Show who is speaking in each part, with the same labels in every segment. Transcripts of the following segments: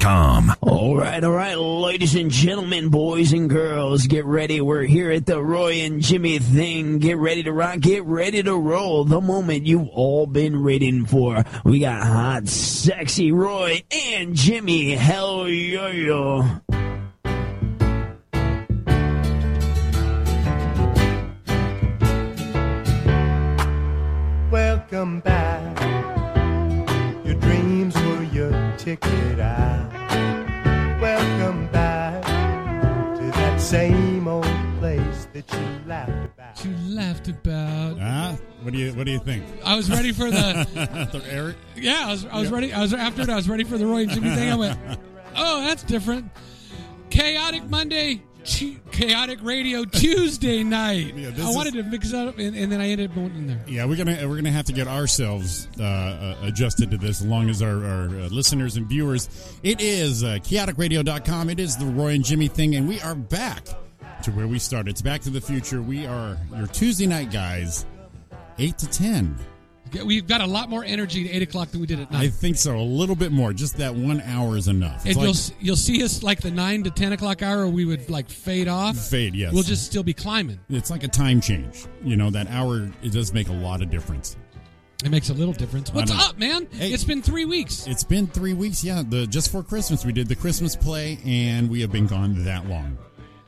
Speaker 1: Sportsradio.com.
Speaker 2: All right, all right, ladies and gentlemen, boys and girls, get ready. We're here at the Roy and Jimmy thing. Get ready to rock, get ready to roll. The moment you've all been waiting for. We got hot, sexy Roy and Jimmy. Hell yo yo.
Speaker 3: Welcome back. Your dreams were your ticket out. Welcome back to that same old place that you laughed about.
Speaker 4: You laughed about.
Speaker 5: Ah, what do you what do you think?
Speaker 4: I was ready for the.
Speaker 5: The Eric?
Speaker 4: yeah, I was, I was ready. I was after it. I was ready for the Roy and Jimmy thing. I went, oh, that's different. Chaotic Monday, Tu- chaotic radio Tuesday night.
Speaker 5: Yeah, this
Speaker 4: I
Speaker 5: is-
Speaker 4: wanted to mix it up, and, and then I ended up going in there.
Speaker 5: Yeah, we're gonna we're gonna have to get ourselves uh, uh, adjusted to this, as long as our, our uh, listeners and viewers. It is uh, chaoticradio.com. It is the Roy and Jimmy thing, and we are back to where we started. It's Back to the Future. We are your Tuesday night guys, eight to ten.
Speaker 4: Okay, We've got a lot more energy at eight o'clock than we did at
Speaker 5: I
Speaker 4: night.
Speaker 5: think so. A little bit more. Just that one hour is enough.
Speaker 4: and
Speaker 5: It's
Speaker 4: you'll
Speaker 5: like
Speaker 4: s- you'll see us like the nine to ten o'clock hour. We would like fade off.
Speaker 5: fade. Yes,
Speaker 4: We'll just still be climbing.
Speaker 5: It's like a time change. You know that hour. It does make a lot of difference.
Speaker 4: It makes a little difference. What's
Speaker 5: know.
Speaker 4: up, man?
Speaker 5: Hey.
Speaker 4: It's been three weeks.
Speaker 5: It's been three weeks. Yeah, the just for Christmas we did the Christmas play, and we have been gone that long.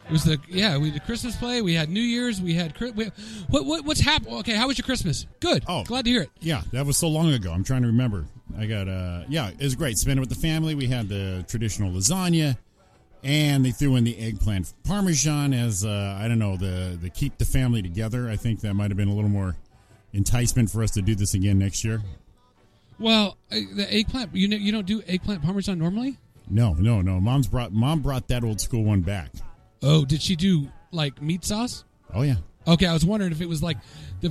Speaker 4: It was the yeah. We did Christmas play. We had New Year's. We had Chri- we, what what what's happened? Okay, how was your Christmas? Good.
Speaker 5: Oh.
Speaker 4: glad to hear it.
Speaker 5: Yeah, that was so long ago. I'm trying to remember. I got uh yeah, it was great. Spent it with the family. We had the traditional lasagna, and they threw in the eggplant parmesan as uh, I don't know the the keep the family together. I think that might have been a little more enticement for us to do this again next year.
Speaker 4: Well, uh, the eggplant. You know, you don't do eggplant parmesan normally.
Speaker 5: No, no, no. Mom's brought mom brought that old school one back.
Speaker 4: Oh, did she do like meat sauce?
Speaker 5: Oh yeah.
Speaker 4: Okay, I was wondering if it was like the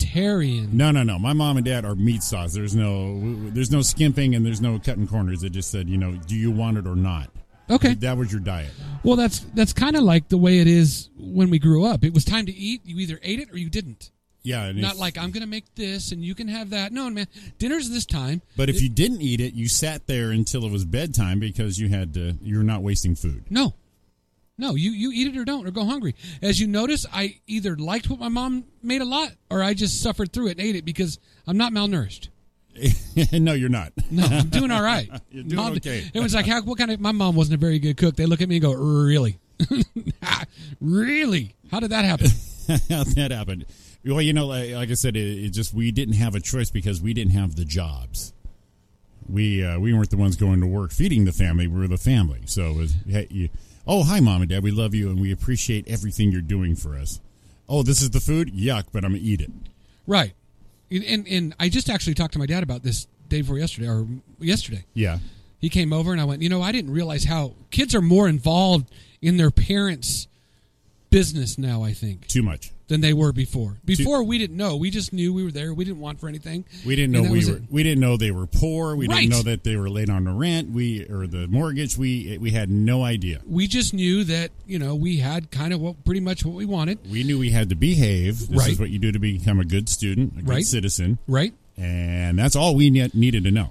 Speaker 4: vegetarian.
Speaker 5: No, no, no. My mom and dad are meat sauce. There's no, there's no skimping and there's no cutting corners. It just said, you know, do you want it or not?
Speaker 4: Okay,
Speaker 5: That was your diet.
Speaker 4: well that's that's kind of like the way it is when we grew up. It was time to eat. You either ate it or you didn't.
Speaker 5: Yeah. and
Speaker 4: Not
Speaker 5: if-
Speaker 4: like I'm gonna make this and you can have that. No, man, dinner's this time.
Speaker 5: But if you didn't eat it, you sat there until it was bedtime because you had to. You're not wasting food.
Speaker 4: No. No, you, you eat it or don't or go hungry. As you notice, I either liked what my mom made a lot or I just suffered through it and ate it because I'm not malnourished.
Speaker 5: no, you're not.
Speaker 4: No, I'm doing all right.
Speaker 5: You're doing
Speaker 4: Mom-
Speaker 5: okay.
Speaker 4: It was like, how, what kind of, my mom wasn't a very good cook. They look at me and go, really? really? How did that happen?
Speaker 5: How that happened? Well, you know, like, like I said, it, it just we didn't have a choice because we didn't have the jobs. We uh, we weren't the ones going to work feeding the family. We were the family. So it was, hey, you, oh hi mom and dad, we love you and we appreciate everything you're doing for us. Oh, this is the food. Yuck! But I'm gonna eat it.
Speaker 4: right. And, and, and I just actually talked to my dad about this day before yesterday or yesterday.
Speaker 5: Yeah.
Speaker 4: he came over and I went, you know, I didn't realize how kids are more involved in their parents' business now, I think,
Speaker 5: Too much.
Speaker 4: than they were before. Before we didn't know. We just knew we were there. We didn't want for anything.
Speaker 5: We
Speaker 4: And
Speaker 5: didn't know
Speaker 4: that
Speaker 5: we
Speaker 4: was
Speaker 5: were.
Speaker 4: it.
Speaker 5: We didn't know they were poor. We
Speaker 4: Right.
Speaker 5: didn't know that they were late on the rent. We or the mortgage. We we had no idea.
Speaker 4: We just knew that, you know, we had kind of what pretty much what we wanted,
Speaker 5: We knew we had to behave. This
Speaker 4: Right.
Speaker 5: is what you do to become a good student, a good
Speaker 4: Right.
Speaker 5: citizen,
Speaker 4: right?
Speaker 5: and that's all we ne- needed to know.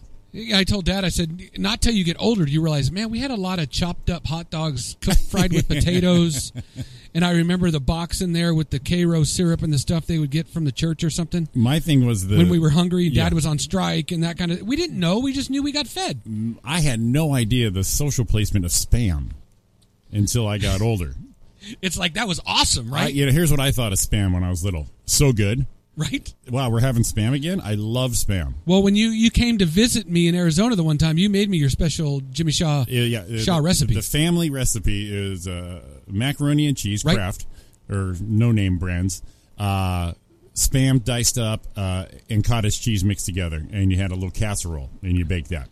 Speaker 4: I told Dad, I said, not till you get older do you realize, man, we had a lot of chopped up hot dogs cooked, fried with potatoes. And I remember the box in there with the Cairo syrup and the stuff they would get from the church or something.
Speaker 5: My thing was the
Speaker 4: when we were hungry and dad
Speaker 5: yeah.
Speaker 4: was on strike and that kind of we didn't know we just knew we got fed
Speaker 5: I had no idea the social placement of spam until I got older.
Speaker 4: it's like that was awesome
Speaker 5: I,
Speaker 4: right
Speaker 5: you know, here's what I thought of spam when I was little. So good.
Speaker 4: right
Speaker 5: Wow, we're having spam again. I love spam.
Speaker 4: well when you you came to visit me in arizona the one time you made me your special jimmy shaw
Speaker 5: Yeah, yeah, uh,
Speaker 4: shaw
Speaker 5: the,
Speaker 4: recipe
Speaker 5: The family recipe is uh, macaroni and cheese,
Speaker 4: Right.
Speaker 5: Kraft or no name brands, uh, spam diced up, uh, and cottage cheese mixed together, and you had a little casserole, and you baked that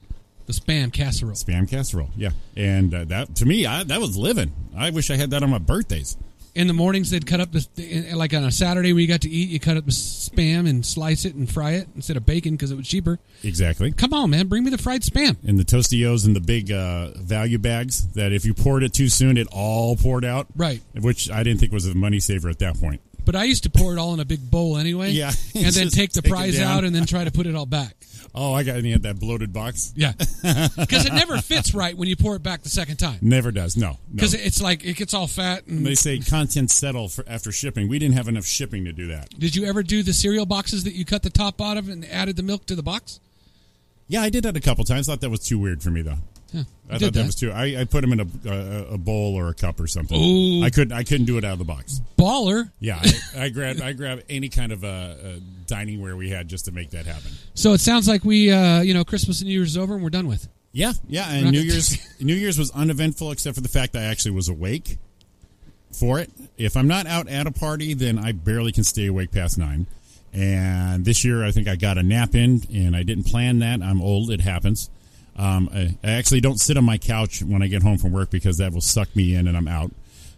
Speaker 4: the spam casserole
Speaker 5: spam casserole. Yeah, and uh, that to me, I, that was living. I wish I had that on my birthdays.
Speaker 4: in the mornings they'd cut up the in- like on a saturday when you got to eat you cut up the spam and slice it and fry it instead of bacon because it was cheaper
Speaker 5: Exactly.
Speaker 4: come on man bring me the fried spam
Speaker 5: And the Tostios and the big uh, value bags that if you poured it too soon, it all poured out.
Speaker 4: Right.
Speaker 5: Which I didn't think was a money saver at that point.
Speaker 4: But I used to pour it all in a big bowl anyway.
Speaker 5: Yeah.
Speaker 4: and then
Speaker 5: Just
Speaker 4: take the
Speaker 5: take it
Speaker 4: prize
Speaker 5: down.
Speaker 4: out and then try to put it all back.
Speaker 5: Oh, I got any of that bloated box?
Speaker 4: Yeah, because it never fits right when you pour it back the second time.
Speaker 5: Never does. No, no.
Speaker 4: Because it's like it gets all fat. And
Speaker 5: They say content settle for after shipping. We didn't have enough shipping to do that.
Speaker 4: did you ever do the cereal boxes that you cut the top out of and added the milk to the box?
Speaker 5: Yeah, I did that a couple times. Thought that was too weird for me though.
Speaker 4: Yeah,
Speaker 5: I
Speaker 4: did
Speaker 5: thought that. was too. I, I put them in a, a a bowl or a cup or something.
Speaker 4: Ooh.
Speaker 5: I couldn't. I couldn't do it out of the box.
Speaker 4: baller.
Speaker 5: Yeah, I, I grabbed. I grabbed any kind of uh, uh, dining ware we had just to make that happen.
Speaker 4: So it sounds like we, uh, you know, Christmas and New Year's is over and we're done with.
Speaker 5: Yeah, yeah. And
Speaker 4: Rocket.
Speaker 5: New Year's New Year's was uneventful except for the fact that I actually was awake for it. If I'm not out at a party, then I barely can stay awake past nine. And this year, I think I got a nap in, and I didn't plan that. I'm old; it happens. Um, I, I actually don't sit on my couch when I get home from work because that will suck me in, and I'm out.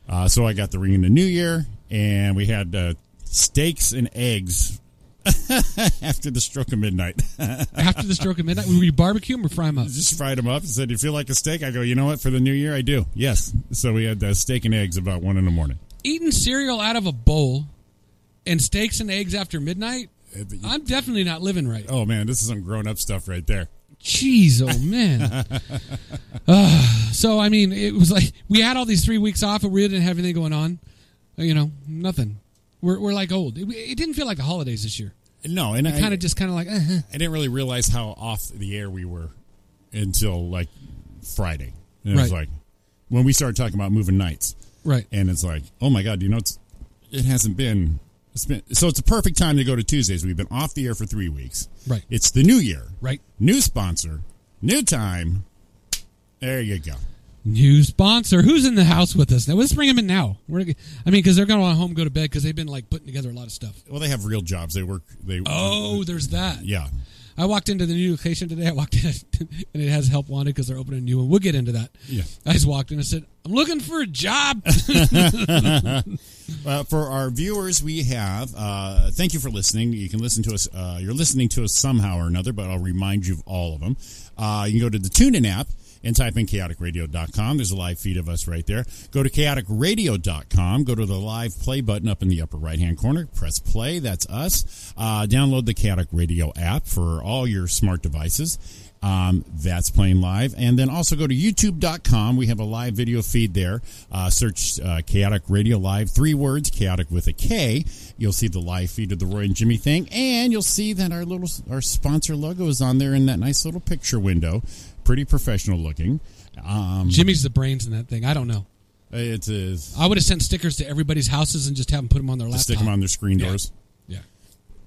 Speaker 5: Uh, so I got the ring in the New Year, and we had uh, steaks and eggs after the stroke of midnight.
Speaker 4: After the stroke of midnight, we barbecue 'em or fry 'em up.
Speaker 5: just fried them up and said, "You feel like a steak?" I go, "You know what? For the new year, I do." Yes. So we had uh, steak and eggs about one in the morning.
Speaker 4: Eating cereal out of a bowl and steaks and eggs after midnight,
Speaker 5: Uh, but you-
Speaker 4: I'm definitely not living right.
Speaker 5: Oh man, this is some grown up stuff right there.
Speaker 4: Jeez, oh man. Ah, so I mean, it was like we had all these three weeks off, and we didn't have anything going on. Uh, You know, nothing. We're we're like old. It, it didn't feel like the holidays this year.
Speaker 5: No, and I
Speaker 4: Kind of just kind of like eh, eh.
Speaker 5: I didn't really realize how off the air we were until like Friday. And it was
Speaker 4: Right.
Speaker 5: like when we started talking about moving nights,
Speaker 4: right.
Speaker 5: and it's like, oh my god, you know, it's it hasn't been. It's been, so it's a perfect time to go to Tuesdays. We've been off the air for three weeks.
Speaker 4: Right.
Speaker 5: It's the new year.
Speaker 4: Right.
Speaker 5: New sponsor. New time. There you go.
Speaker 4: New sponsor. Who's in the house with us now? Let's bring him in now. We're, I mean, because they're going to want home, go to bed, because they've been like putting together a lot of stuff.
Speaker 5: Well, they have real jobs. They work. They
Speaker 4: Oh, there's that.
Speaker 5: yeah.
Speaker 4: I walked into the new location today. I walked in and it has help wanted because they're opening a new one. We'll get into that.
Speaker 5: Yeah.
Speaker 4: I just walked in and said, "I'm looking for a job."
Speaker 5: Uh, for our viewers, we have. Uh, thank you for listening. You can listen to us. Uh, you're listening to us somehow or another, but I'll remind you of all of them. Uh, you can go to the TuneIn app and type in chaoticradio.com. There's a live feed of us right there. Go to chaoticradio.com. Go to the live play button up in the upper right hand corner. Press play. That's us. Uh, download the Chaotic Radio app for all your smart devices. Um, that's playing live. And then also go to youtube.com. We have a live video feed there. Uh, search uh, Chaotic Radio Live, three words, chaotic with a K. You'll see the live feed of the Roy and Jimmy thing. And you'll see that our little our sponsor logo is on there in that nice little picture window. Pretty professional looking. Um,
Speaker 4: Jimmy's the brains in that thing. I don't know.
Speaker 5: it is.
Speaker 4: I would have sent stickers to everybody's houses and just have them put them on their Oh, laptop.
Speaker 5: Stick them on their screen
Speaker 4: Yeah.
Speaker 5: doors.
Speaker 4: Yeah,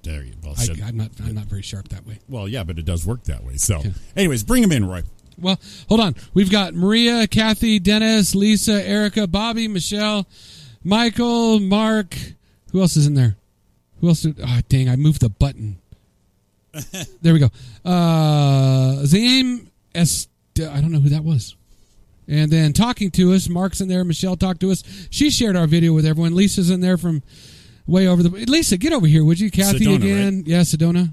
Speaker 5: There you well,
Speaker 4: I,
Speaker 5: shit.
Speaker 4: I'm not. I'm not very sharp that way.
Speaker 5: well, yeah, but it does work that way. So, anyways, bring them in, Roy.
Speaker 4: Well, hold on. We've got Maria, Kathy, Dennis, Lisa, Erica, Bobby, Michelle, Michael, Mark. Who else is in there? Who else? Did, oh, dang! I moved the button. there we go. Uh, Zaim S. I don't know who that was. And then talking to us, Mark's in there. Michelle talked to us. She shared our video with everyone. Lisa's in there from way over the. Lisa, get over here, would you? Kathy
Speaker 5: Sedona,
Speaker 4: again. Yeah, Sedona.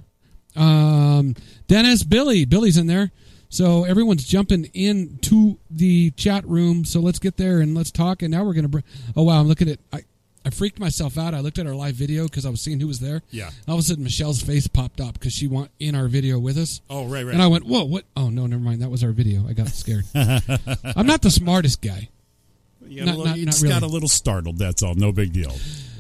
Speaker 4: Um, Dennis, Billy, Billy's in there. So everyone's jumping into the chat room. So let's get there and let's talk. And now we're gonna. Br- oh wow, I'm looking at. I I freaked myself out. I looked at our live video because I was seeing who was there.
Speaker 5: Yeah.
Speaker 4: And all of a sudden, Michelle's face popped up because she want in our video with us.
Speaker 5: Oh, right, right.
Speaker 4: And I went, whoa, what? Oh no, never mind. That was our video. I got scared. I'm not the smartest guy.
Speaker 5: You, got a
Speaker 4: not-
Speaker 5: little-
Speaker 4: not-
Speaker 5: you
Speaker 4: not
Speaker 5: just got
Speaker 4: really.
Speaker 5: a little startled. That's all. No big deal.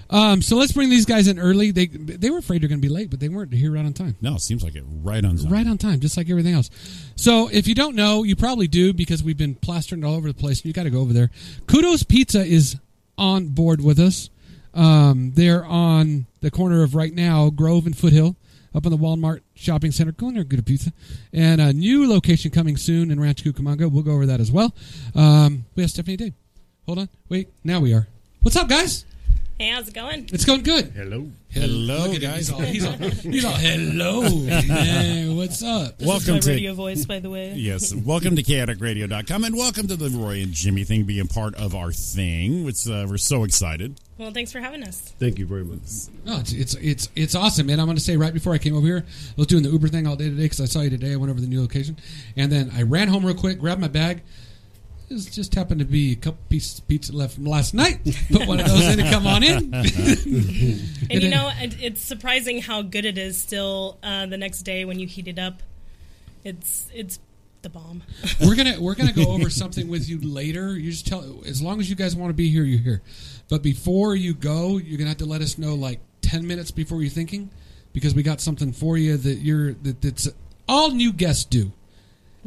Speaker 4: Um, so let's bring these guys in early. They they were afraid they're going to be late, but they weren't here right on time.
Speaker 5: No, it seems like it right on time.
Speaker 4: Right on time, just like everything else. So if you don't know, you probably do because we've been plastering it all over the place. You got to go over there. Kudos Pizza is on board with us. Um, they're on the corner of right now Grove and Foothill, up in the Walmart shopping center. Go in there, get a pizza. And a new location coming soon in Ranch Cucamonga. We'll go over that as well. Um, we have Stephanie Day. Hold on, wait. Now we are. What's up, guys?
Speaker 1: Hey, how's it going?
Speaker 4: It's going good.
Speaker 5: Hello. Hello,
Speaker 4: Look at him.
Speaker 5: guys.
Speaker 4: He's all, he's all, he's all hello, man. What's up?
Speaker 5: welcome
Speaker 1: This is my
Speaker 5: to
Speaker 1: radio voice, by the way.
Speaker 5: yes, welcome to chaoticradio.com and welcome to the Roy and Jimmy thing being part of our thing. Which uh, we're so excited.
Speaker 1: Well, thanks for having us.
Speaker 6: Thank you very much.
Speaker 4: No, it's, it's it's it's awesome, man. I'm going to say right before I came over here, I was doing the Uber thing all day today because I saw you today. I went over the new location, and then I ran home real quick, grabbed my bag, There's just happened to be a couple pieces of pizza left from last night. Put one of those in and come on in.
Speaker 1: And you know, it, it's surprising how good it is still uh, the next day when you heat it up. It's it's the bomb.
Speaker 4: we're gonna we're gonna go over something with you later. You just tell as long as you guys want to be here, you're here. But before you go, you're gonna have to let us know like ten minutes before you're thinking, because we got something for you that you're that, that's all new guests do,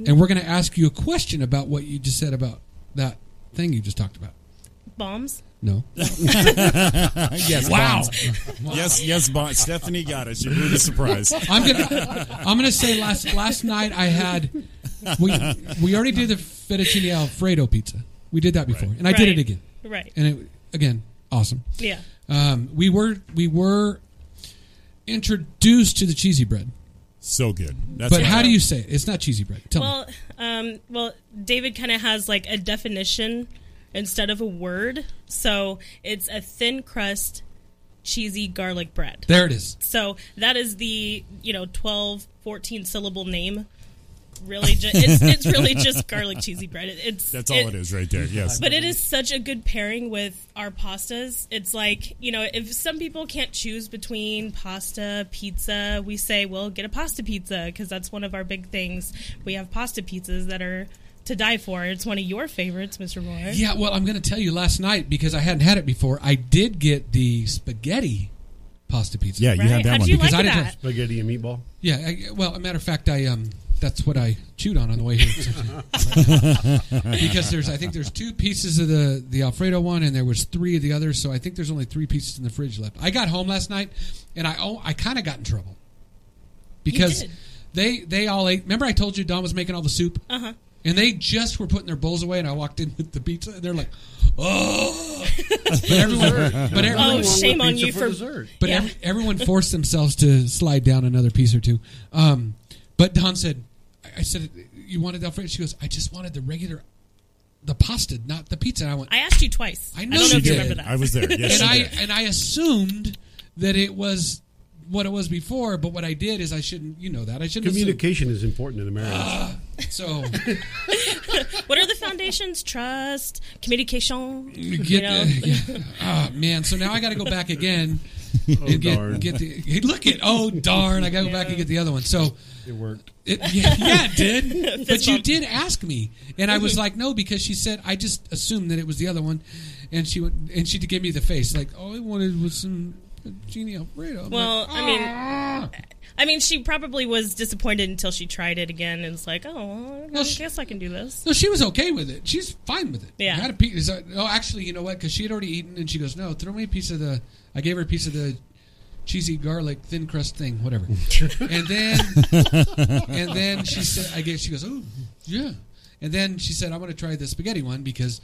Speaker 4: and we're gonna ask you a question about what you just said about that thing you just talked about.
Speaker 1: Bombs.
Speaker 4: No,
Speaker 5: yes, wow. Yes, yes, Bon Stephanie got it. She blew the surprise.
Speaker 4: I'm gonna I'm gonna say last last night I had we we already did the fettuccine alfredo pizza. We did that before, and I did
Speaker 1: Right.
Speaker 4: it again,
Speaker 1: Right.
Speaker 4: and it again awesome.
Speaker 1: yeah.
Speaker 4: Um, we were we were introduced to the cheesy bread,
Speaker 5: So good. That's
Speaker 4: but
Speaker 5: what-
Speaker 4: how do you say it? It's not cheesy bread. Tell me.
Speaker 1: Well, um, well, David kind of has like a definition instead of a word, so it's a thin crust, cheesy garlic bread.
Speaker 4: There it is.
Speaker 1: So that is the you know 12, 14 syllable name. Really, ju- it's, it's really just garlic cheesy bread. It, it's
Speaker 5: That's all it is right there. Yes.
Speaker 1: But it is such a good pairing with our pastas. It's like, you know, if some people can't choose between pasta, pizza, we say, well, get a pasta pizza because that's one of our big things. We have pasta pizzas that are to die for. It's one of your favorites, Mr. Roy.
Speaker 4: Yeah. Well, I'm going to tell you last night because I hadn't had it before. I did get the spaghetti pasta pizza.
Speaker 5: yeah, you
Speaker 1: Right?
Speaker 5: had that
Speaker 1: How
Speaker 5: one.
Speaker 1: do you
Speaker 4: because
Speaker 1: like
Speaker 4: I didn't
Speaker 1: that?
Speaker 6: Spaghetti and meatball.
Speaker 4: Yeah. I, well, a matter of fact, I um, that's what I chewed on on the way here. because there's, I think there's two pieces of the the Alfredo one, and there was three of the others. So I think there's only three pieces in the fridge left. I got home last night, and I oh, I kind of got in trouble because
Speaker 1: did.
Speaker 4: they they all ate. Remember, I told you Don was making all the soup. Uh
Speaker 1: Uh-huh.
Speaker 4: huh. And they just were putting their bowls away, and I walked in with the pizza, and they're like, "Oh!" but everyone, but everyone
Speaker 1: Oh, shame on
Speaker 6: Pizza
Speaker 1: you for.
Speaker 6: dessert.
Speaker 4: but
Speaker 1: Yeah.
Speaker 4: every, everyone forced themselves to slide down another piece or two. Um, but Don said, I- I said, you wanted Alfredo? She goes, I just wanted the regular, the pasta, not the pizza. And I went,
Speaker 1: I asked you twice.
Speaker 4: I
Speaker 1: I,
Speaker 4: know
Speaker 1: don't know
Speaker 4: you
Speaker 1: if you
Speaker 4: did.
Speaker 1: remember that.
Speaker 5: I was there. Yes,
Speaker 4: and I
Speaker 5: she did.
Speaker 4: and I assumed that it was what it was before. But what I did is I shouldn't, you know that I shouldn't assume.
Speaker 6: Communication is important in a marriage.
Speaker 4: So
Speaker 1: what are the foundations? Trust, communication.
Speaker 4: get,
Speaker 1: know?
Speaker 4: uh, yeah. oh man, so now I got to go back again.
Speaker 5: Oh,
Speaker 4: and get,
Speaker 6: darn.
Speaker 4: get the hey, look at oh darn! I got to go back and get the other one. So
Speaker 6: it worked.
Speaker 4: It, yeah, yeah, it did. but you
Speaker 1: bump.
Speaker 4: did ask me, and I was
Speaker 1: Mm-hmm.
Speaker 4: like, no, because she said I just assumed that it was the other one, and she went and she gave me the face like, all I wanted was some Genie Alfredo. I'm
Speaker 1: Well,
Speaker 4: like, "Ah."
Speaker 1: I mean, I mean, she probably was disappointed until she tried it again and was like, "Oh, well, I
Speaker 4: Well, she- Mm.
Speaker 1: guess I can do this."
Speaker 4: no, she was okay with it. She's fine with it.
Speaker 1: Yeah.
Speaker 4: I had a piece. Oh, actually, you know what? Because she had already eaten, and she goes, no, throw me a piece of the. I gave her a piece of the cheesy garlic thin crust thing, whatever. and then, and then she said, I gave. She goes, oh yeah. And then she said, I'm going to try the spaghetti one because.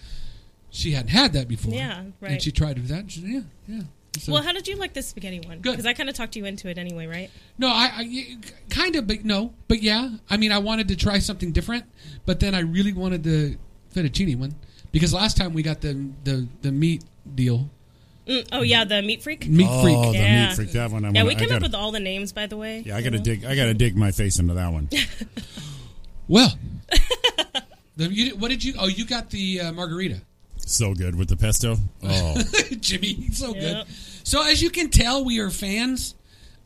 Speaker 4: She hadn't had that before.
Speaker 1: Yeah, right.
Speaker 4: And she tried that. And she, yeah, yeah. So-
Speaker 1: Well, how did you like the spaghetti one?
Speaker 4: Good.
Speaker 1: Because I kind of talked you into it anyway, right?
Speaker 4: No, I, I y- kind of, but no, but yeah. I mean, I wanted to try something different, but then I really wanted the fettuccine one because last time we got the the, the meat deal,
Speaker 1: Mm, oh yeah, the meat freak.
Speaker 4: meat
Speaker 5: Oh,
Speaker 4: freak.
Speaker 5: the
Speaker 1: Yeah.
Speaker 5: meat freak. That one. I
Speaker 1: yeah,
Speaker 5: wanna-
Speaker 1: we
Speaker 5: I
Speaker 1: came up
Speaker 5: gotta-
Speaker 1: with all the names, by the way.
Speaker 5: Yeah, I gotta dig. I gotta dig my face into that one.
Speaker 4: Well, the, you, did- what did you? Oh, you got the uh, margarita,
Speaker 5: So good with the pesto. Oh,
Speaker 4: Jimmy. So good.
Speaker 1: Yep.
Speaker 4: So as you can tell, we are fans.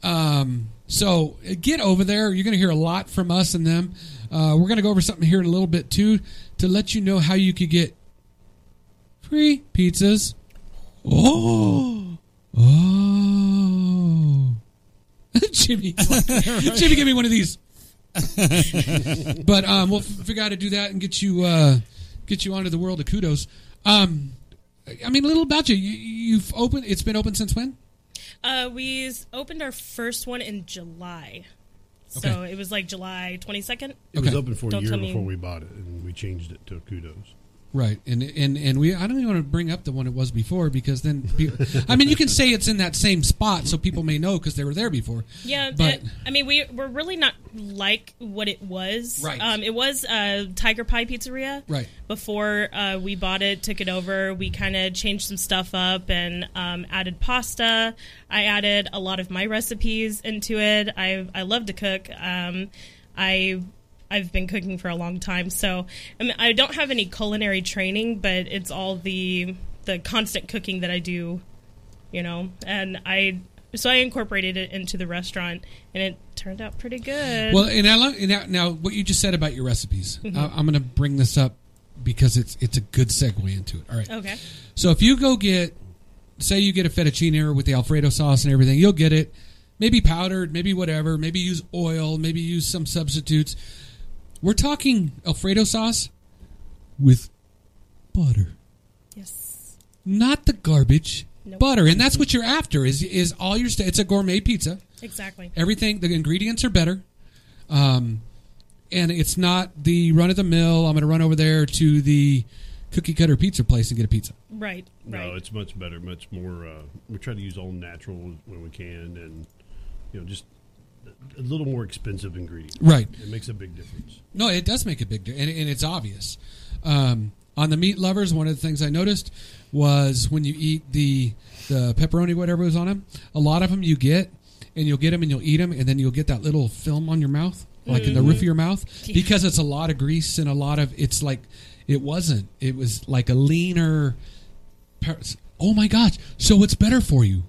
Speaker 4: Um, so uh, get over there. You're going to hear a lot from us and them. Uh, we're going to go over something here in a little bit too to let you know how you could get free pizzas. Oh, oh, Jimmy, Jimmy, give me one of these. but um, we'll f- figure out how to do that and get you uh, get you onto the world of kudos. Um, I mean, a little about you. you. You've opened. It's been open since when?
Speaker 1: Uh, we s- opened our first one in July, so
Speaker 4: Okay.
Speaker 1: it was like July twenty second.
Speaker 6: It was
Speaker 4: Okay.
Speaker 6: open for a
Speaker 1: Don't
Speaker 6: year
Speaker 1: tell me-
Speaker 6: before we bought it, and we changed it to Kudos.
Speaker 4: Right, and and and we. I don't even want to bring up the one it was before because then. People, I mean, you can say it's in that same spot, so people may know because they were there before.
Speaker 1: Yeah,
Speaker 4: but
Speaker 1: but I mean, we we're really not like what it was.
Speaker 4: Right.
Speaker 1: Um, it was uh, Tiger Pie Pizzeria.
Speaker 4: Right.
Speaker 1: Before uh, we bought it, took it over. We kind of changed some stuff up and um, added pasta. I added a lot of my recipes into it. I I love to cook. Um, I I've been cooking for a long time. So I, mean, I don't have any culinary training, but it's all the the constant cooking that I do, you know. And I so I incorporated it into the restaurant, and it turned out pretty good.
Speaker 4: Well, and I love and now, now what you just said about your recipes.
Speaker 1: Mm-hmm.
Speaker 4: I, I'm going to bring this up because it's it's a good segue into it. All right.
Speaker 1: okay.
Speaker 4: So if you go get, say you get a fettuccine with the Alfredo sauce and everything, you'll get it. Maybe powdered, maybe whatever. Maybe use oil. Maybe use some substitutes. We're talking Alfredo sauce with butter,
Speaker 1: Yes.
Speaker 4: not the garbage.
Speaker 1: Nope.
Speaker 4: Butter, and that's what you're after. Is is all your stuff? It's a gourmet pizza.
Speaker 1: Exactly.
Speaker 4: Everything, the ingredients are better. Um, and it's not the run of the mill. I'm going to run over there to the cookie cutter pizza place and get a pizza.
Speaker 1: Right. Right.
Speaker 6: No, it's much better, much more. Uh, we try to use all natural when we can, and you know, just a little more expensive ingredient.
Speaker 4: Right.
Speaker 6: It makes a big difference.
Speaker 4: No, it does make a big difference, and, and it's obvious. Um, on the meat lovers, one of the things I noticed was when you eat the the pepperoni, whatever was on them, a lot of them you get, and you'll get them and you'll eat them, and then you'll get that little film on your mouth, like in the roof of your mouth,
Speaker 1: Mm-hmm.
Speaker 4: because it's a lot of grease and a lot of it's like it wasn't. It was like a leaner. per- Oh my gosh! So it's better for you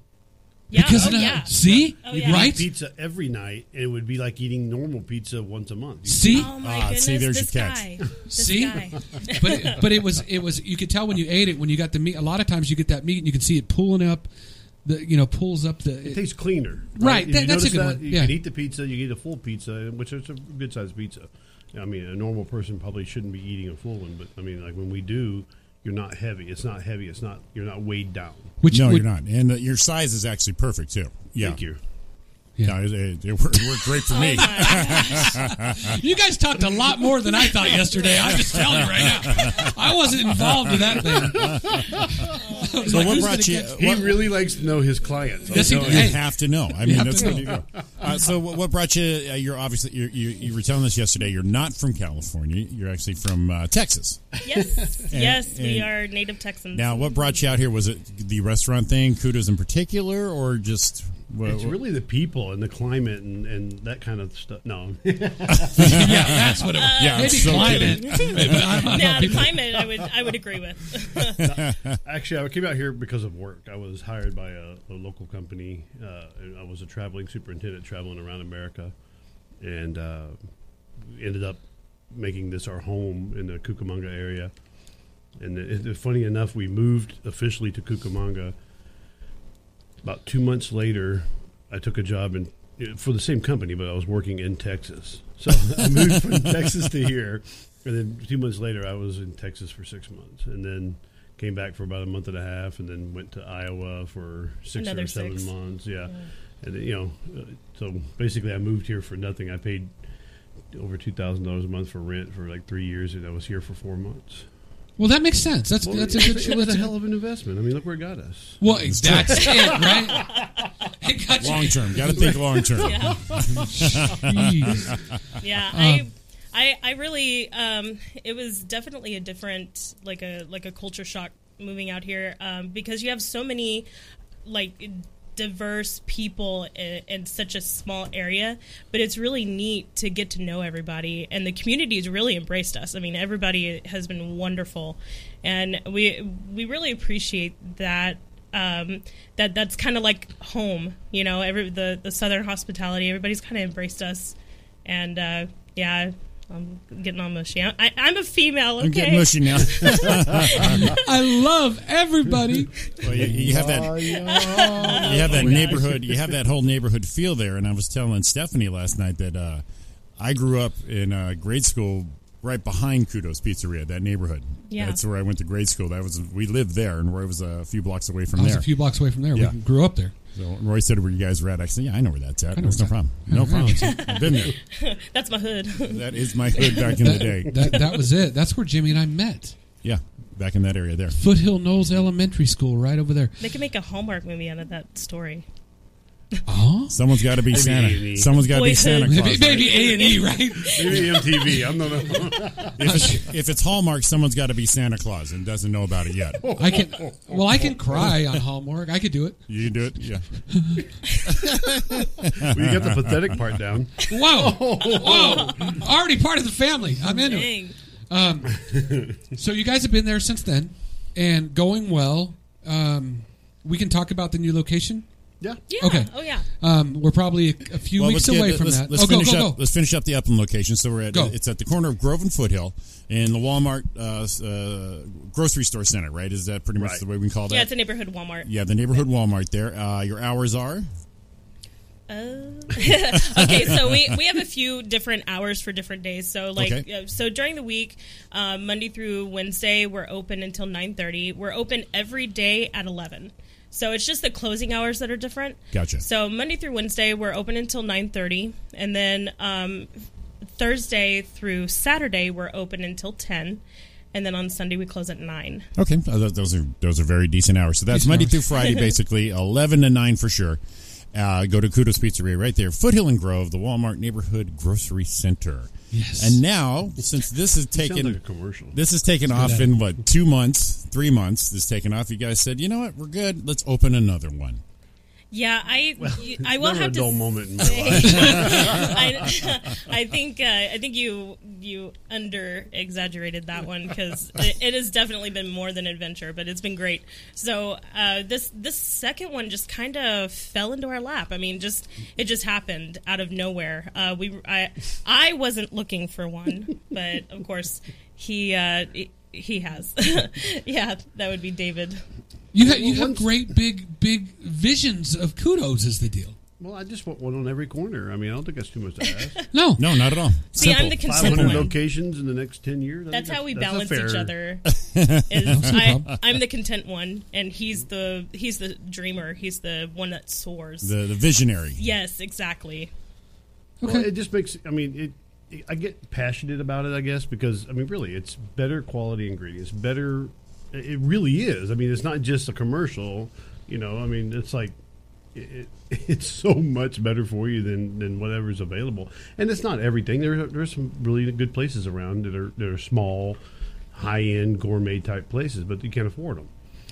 Speaker 1: yeah.
Speaker 4: because
Speaker 1: oh,
Speaker 4: of the-
Speaker 1: yeah.
Speaker 4: see
Speaker 1: Oh, yeah.
Speaker 4: right
Speaker 6: Pizza every night, and it would be like eating normal pizza once a month.
Speaker 4: see
Speaker 1: Oh my
Speaker 5: Ah,
Speaker 1: goodness!
Speaker 5: see, there's
Speaker 1: this
Speaker 5: your catch.
Speaker 1: guy. This
Speaker 4: See?
Speaker 1: guy.
Speaker 4: but it, but it was it was you could tell when you ate it when you got the meat. A lot of times you get that meat and you can see it pulling up, the you know pulls up
Speaker 6: It
Speaker 4: the.
Speaker 6: tastes cleaner.
Speaker 4: Right,
Speaker 6: If
Speaker 4: that-
Speaker 6: you
Speaker 4: that's a
Speaker 6: notice
Speaker 4: good
Speaker 6: that,
Speaker 4: one,
Speaker 6: You
Speaker 4: yeah.
Speaker 6: can eat the pizza. You can eat a full pizza, which is a good sized pizza. I mean, a normal person probably shouldn't be eating a full one, but I mean, like when we do, you're not heavy. It's not heavy. It's not. You're not weighed down.
Speaker 4: Which
Speaker 5: no,
Speaker 4: would-
Speaker 5: you're not, and uh, your size is actually perfect too. Yeah,
Speaker 6: Thank you.
Speaker 5: No, it, it, it worked, it worked great
Speaker 4: Oh,
Speaker 5: for me.
Speaker 4: You guys talked a lot more than I thought yesterday. I'm just telling you right now. I wasn't involved with that thing. I was
Speaker 5: so
Speaker 4: like,
Speaker 5: what
Speaker 4: who's
Speaker 5: brought
Speaker 4: gonna
Speaker 5: you?
Speaker 4: catch-
Speaker 6: He
Speaker 5: What,
Speaker 6: really likes to know his clients. I'm
Speaker 4: Yes, he
Speaker 6: telling
Speaker 4: does.
Speaker 5: you
Speaker 4: Hey.
Speaker 5: have to know. I mean,
Speaker 4: have
Speaker 5: that's
Speaker 4: to
Speaker 5: where
Speaker 4: know.
Speaker 5: you go. Uh, so what, what brought you? Uh, you're obviously you you you were telling us yesterday. You're not from California. You're actually from uh, Texas.
Speaker 1: Yes. yes. we
Speaker 5: and-
Speaker 1: are native Texans.
Speaker 5: Now, what brought you out here? Was it the restaurant thing, kudos in particular, or just?
Speaker 6: you.
Speaker 5: Well,
Speaker 6: It's really the people and the climate and, and that kind of stuff. No,
Speaker 4: yeah, that's what it was.
Speaker 5: yeah, I'm
Speaker 4: Maybe
Speaker 5: so
Speaker 4: climate.
Speaker 5: kidding.
Speaker 4: But I don't know
Speaker 1: Now, the
Speaker 4: people-
Speaker 1: Uh, climate, I would, I would agree with.
Speaker 6: Actually, I came out here because of work. I was hired by a, a local company. Uh, and I was a traveling superintendent traveling around America, and uh, ended up making this our home in the Cucamonga area. And it, it- funny enough, we moved officially to Cucamonga. About two months later, I took a job in for the same company, but I was working in Texas. So I moved from Texas to here, and then two months later, I was in Texas for six months, and then came back for about a month and a half, and then went to Iowa for six
Speaker 1: Another
Speaker 6: or seven
Speaker 1: six. Mm.
Speaker 6: months. Yeah, and then, you know, uh, so basically, I moved here for nothing. I paid over two thousand dollars a month for rent for like three years, and I was here for four months.
Speaker 4: Well, that makes sense. That's that's a good.
Speaker 6: it was a hell of an investment. I mean, look where it got us.
Speaker 4: Well, that's it, right? It got you.
Speaker 5: Long term, got to think long term.
Speaker 1: Yeah.
Speaker 4: Jeez.
Speaker 1: yeah i i i really um it was definitely a different like a like a culture shock moving out here um because you have so many like diverse people in, in such a small area but it's really neat to get to know everybody and the community has really embraced us i mean everybody has been wonderful and we we really appreciate that um, that that's kind of like home you know every the, the southern hospitality everybody's kind of embraced us and uh, yeah, I'm getting all mushy. I, I, I'm a female. Okay.
Speaker 5: I'm getting mushy now.
Speaker 4: I love everybody.
Speaker 5: Well, you, you have that. you have that neighborhood. You have that whole neighborhood feel there. And I was telling Stephanie last night that uh, I grew up in uh, grade school right behind Kudos Pizzeria. That neighborhood.
Speaker 1: Yeah.
Speaker 5: that's where I went to grade school. That was we lived there, and Roy was a few blocks away from
Speaker 4: I was
Speaker 5: there.
Speaker 4: a few blocks away from there.
Speaker 5: Yeah.
Speaker 4: We grew up there.
Speaker 5: so Roy said where you guys were at. I said, yeah, I know where that's at.
Speaker 4: know
Speaker 5: There's no
Speaker 4: where
Speaker 5: problem. No problem. I've been there.
Speaker 1: That's my hood.
Speaker 5: That is my hood back in the day.
Speaker 4: That, that was it. That's where Jimmy and I met.
Speaker 5: Yeah, back in that area there.
Speaker 4: Foothill Knowles Elementary School, right over there.
Speaker 1: they can make a Hallmark movie out of that story.
Speaker 4: Oh,
Speaker 5: Someone's got to be Santa.
Speaker 6: Maybe.
Speaker 5: Someone's got to be Santa
Speaker 1: Boyhood.
Speaker 5: Claus. right?
Speaker 4: maybe A and E, right?
Speaker 6: Maybe MTV. I don't know.
Speaker 5: If it's, if it's Hallmark, someone's got to be Santa Claus and doesn't know about it yet.
Speaker 4: I can. Well, I can cry on Hallmark. I could do it.
Speaker 5: You can do it. Yeah.
Speaker 6: well, you got the pathetic part down.
Speaker 4: Whoa,
Speaker 5: Oh.
Speaker 4: whoa! Already part of the family. I'm into it.
Speaker 1: Dang.
Speaker 4: So you guys have been there since then, and going well. Um, we can talk about the new location.
Speaker 6: Yeah.
Speaker 1: Yeah.
Speaker 4: Okay.
Speaker 1: Oh yeah.
Speaker 4: Um, we're probably a, a few
Speaker 5: Well,
Speaker 4: weeks
Speaker 5: let's get-
Speaker 4: away from
Speaker 5: let's-
Speaker 4: that.
Speaker 5: Let's
Speaker 4: oh, go,
Speaker 5: finish
Speaker 4: go,
Speaker 5: up.
Speaker 4: go!
Speaker 5: Let's finish up the Upland location. So we're at
Speaker 4: Go.
Speaker 5: it's at the corner of Grove and Foothill in the Walmart uh, s- uh, grocery store center. Right? Is that pretty much
Speaker 6: Right.
Speaker 5: the way we can call that?
Speaker 1: Yeah, it's a neighborhood Walmart.
Speaker 5: yeah, the neighborhood Walmart there. Uh, your hours are
Speaker 1: okay, so we, we have a few different hours for different days. So like
Speaker 5: Okay.
Speaker 1: uh, so during the week, uh, Monday through Wednesday, we're open until nine thirty. We're open every day at eleven. So it's just the closing hours that are different.
Speaker 5: Gotcha.
Speaker 1: So Monday through Wednesday, we're open until nine thirty, and then um, Thursday through Saturday, we're open until ten, and then on Sunday we close at nine.
Speaker 5: okay. Uh, th- Those are those are very decent hours. So that's
Speaker 4: Decent
Speaker 5: Monday
Speaker 4: hours.
Speaker 5: through Friday, basically eleven to nine for sure. Uh, go to Kudos Pizzeria right there, Foothill and Grove, the Walmart neighborhood grocery center.
Speaker 4: Yes.
Speaker 5: And now, since this is
Speaker 6: Sounds
Speaker 5: taken,
Speaker 6: like a commercial.
Speaker 5: This is taken off in what two months, three months. This is taken off. You guys said, you know what, we're good. Let's open another one.
Speaker 1: Yeah, I y- I will
Speaker 6: Never
Speaker 1: have
Speaker 6: a
Speaker 1: to
Speaker 6: dull moment in my life.
Speaker 1: I, I think uh, I think you you under exaggerated that one because it, it has definitely been more than adventure, but it's been great. So uh, this this second one just kind of fell into our lap. I mean, just it just happened out of nowhere. Uh, we I I wasn't looking for one, but of course he. Uh, he- he has, yeah. That would be David.
Speaker 4: You have, you have great big big visions of kudos. Is the deal?
Speaker 6: Well, I just want one on every corner. I mean, I don't think that's too much to ask.
Speaker 4: No,
Speaker 5: No, not at all.
Speaker 1: See, I'm
Speaker 5: Simple.
Speaker 1: the consistent
Speaker 5: Simple.
Speaker 6: 500
Speaker 1: one.
Speaker 6: locations in the next 10 years. I think
Speaker 1: That's how we
Speaker 6: that's a
Speaker 1: balance
Speaker 6: fair-
Speaker 1: each other. Is I,
Speaker 4: problem.
Speaker 1: I'm the content one, and he's the he's the dreamer. He's the one that soars.
Speaker 5: The, the visionary.
Speaker 1: yes, exactly.
Speaker 6: Well, it just makes. I mean, it. I get passionate about it, I guess, because I mean, really, it's better quality ingredients. Better. It really is. I mean, it's not just a commercial. You know, I mean, it's like. It, it's so much better for you than, than whatever's available, and it's not everything. There are- there are some really good places around that are that are small, high end gourmet type places, but you can't afford them.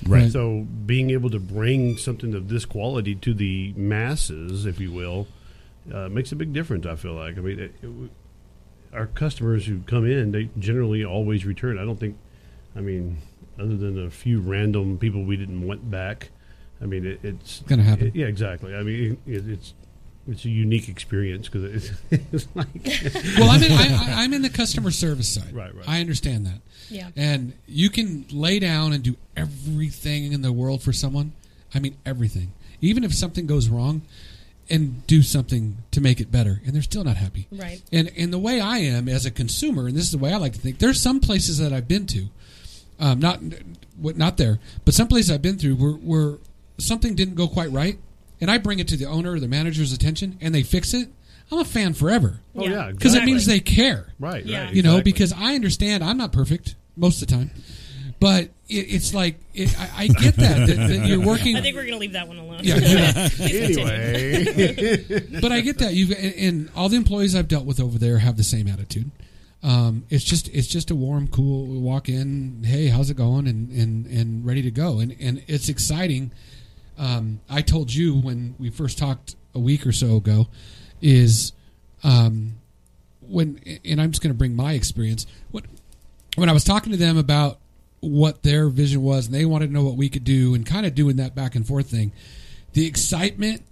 Speaker 5: Right.
Speaker 6: So being able to bring something of this quality to the masses, if you will, uh, makes a big difference. I feel like. I mean, it, it, our customers who come in, they generally always return. I don't think. I mean, other than a few random people we didn't want back. I mean, it, it's
Speaker 4: Gonna happen.
Speaker 6: it- yeah, exactly. I mean, it, it's it's a unique experience because it's, it's like
Speaker 4: well, I'm in, I, I- I'm in the customer service side.
Speaker 6: Right, right.
Speaker 4: I understand that.
Speaker 1: Yeah.
Speaker 4: And you can lay down and do everything in the world for someone. I mean, everything. Even if something goes wrong, and do something to make it better, and they're still not happy.
Speaker 1: Right.
Speaker 4: And and the way I am as a consumer, and this is the way I like to think. There's some places that I've been to, um, not what not there, but some places I've been through where where something didn't go quite right, and I bring it to the owner or the manager's attention, and they fix it. I'm a fan forever.
Speaker 6: oh yeah,
Speaker 1: Yeah.
Speaker 4: Because
Speaker 6: exactly.
Speaker 4: it means they care.
Speaker 6: right,
Speaker 1: Yeah.
Speaker 6: right,
Speaker 4: You know,
Speaker 6: exactly.
Speaker 4: because I understand I'm not perfect most of the time. But it, it's like, it, I, I get that, that, that you're working.
Speaker 1: I think we're gonna leave that one alone.
Speaker 4: Yeah, yeah.
Speaker 1: Please continue.
Speaker 6: anyway.
Speaker 4: but I get that. You've and, and all the employees I've dealt with over there have the same attitude. Um, it's just it's just a warm, cool walk in. Hey, how's it going? And and and ready to go. And and it's exciting. Um, I told you when we first talked a week or so ago, is um, when and I'm just going to bring my experience. When when I was talking to them about what their vision was, and they wanted to know what we could do, and kind of doing that back and forth thing, the excitement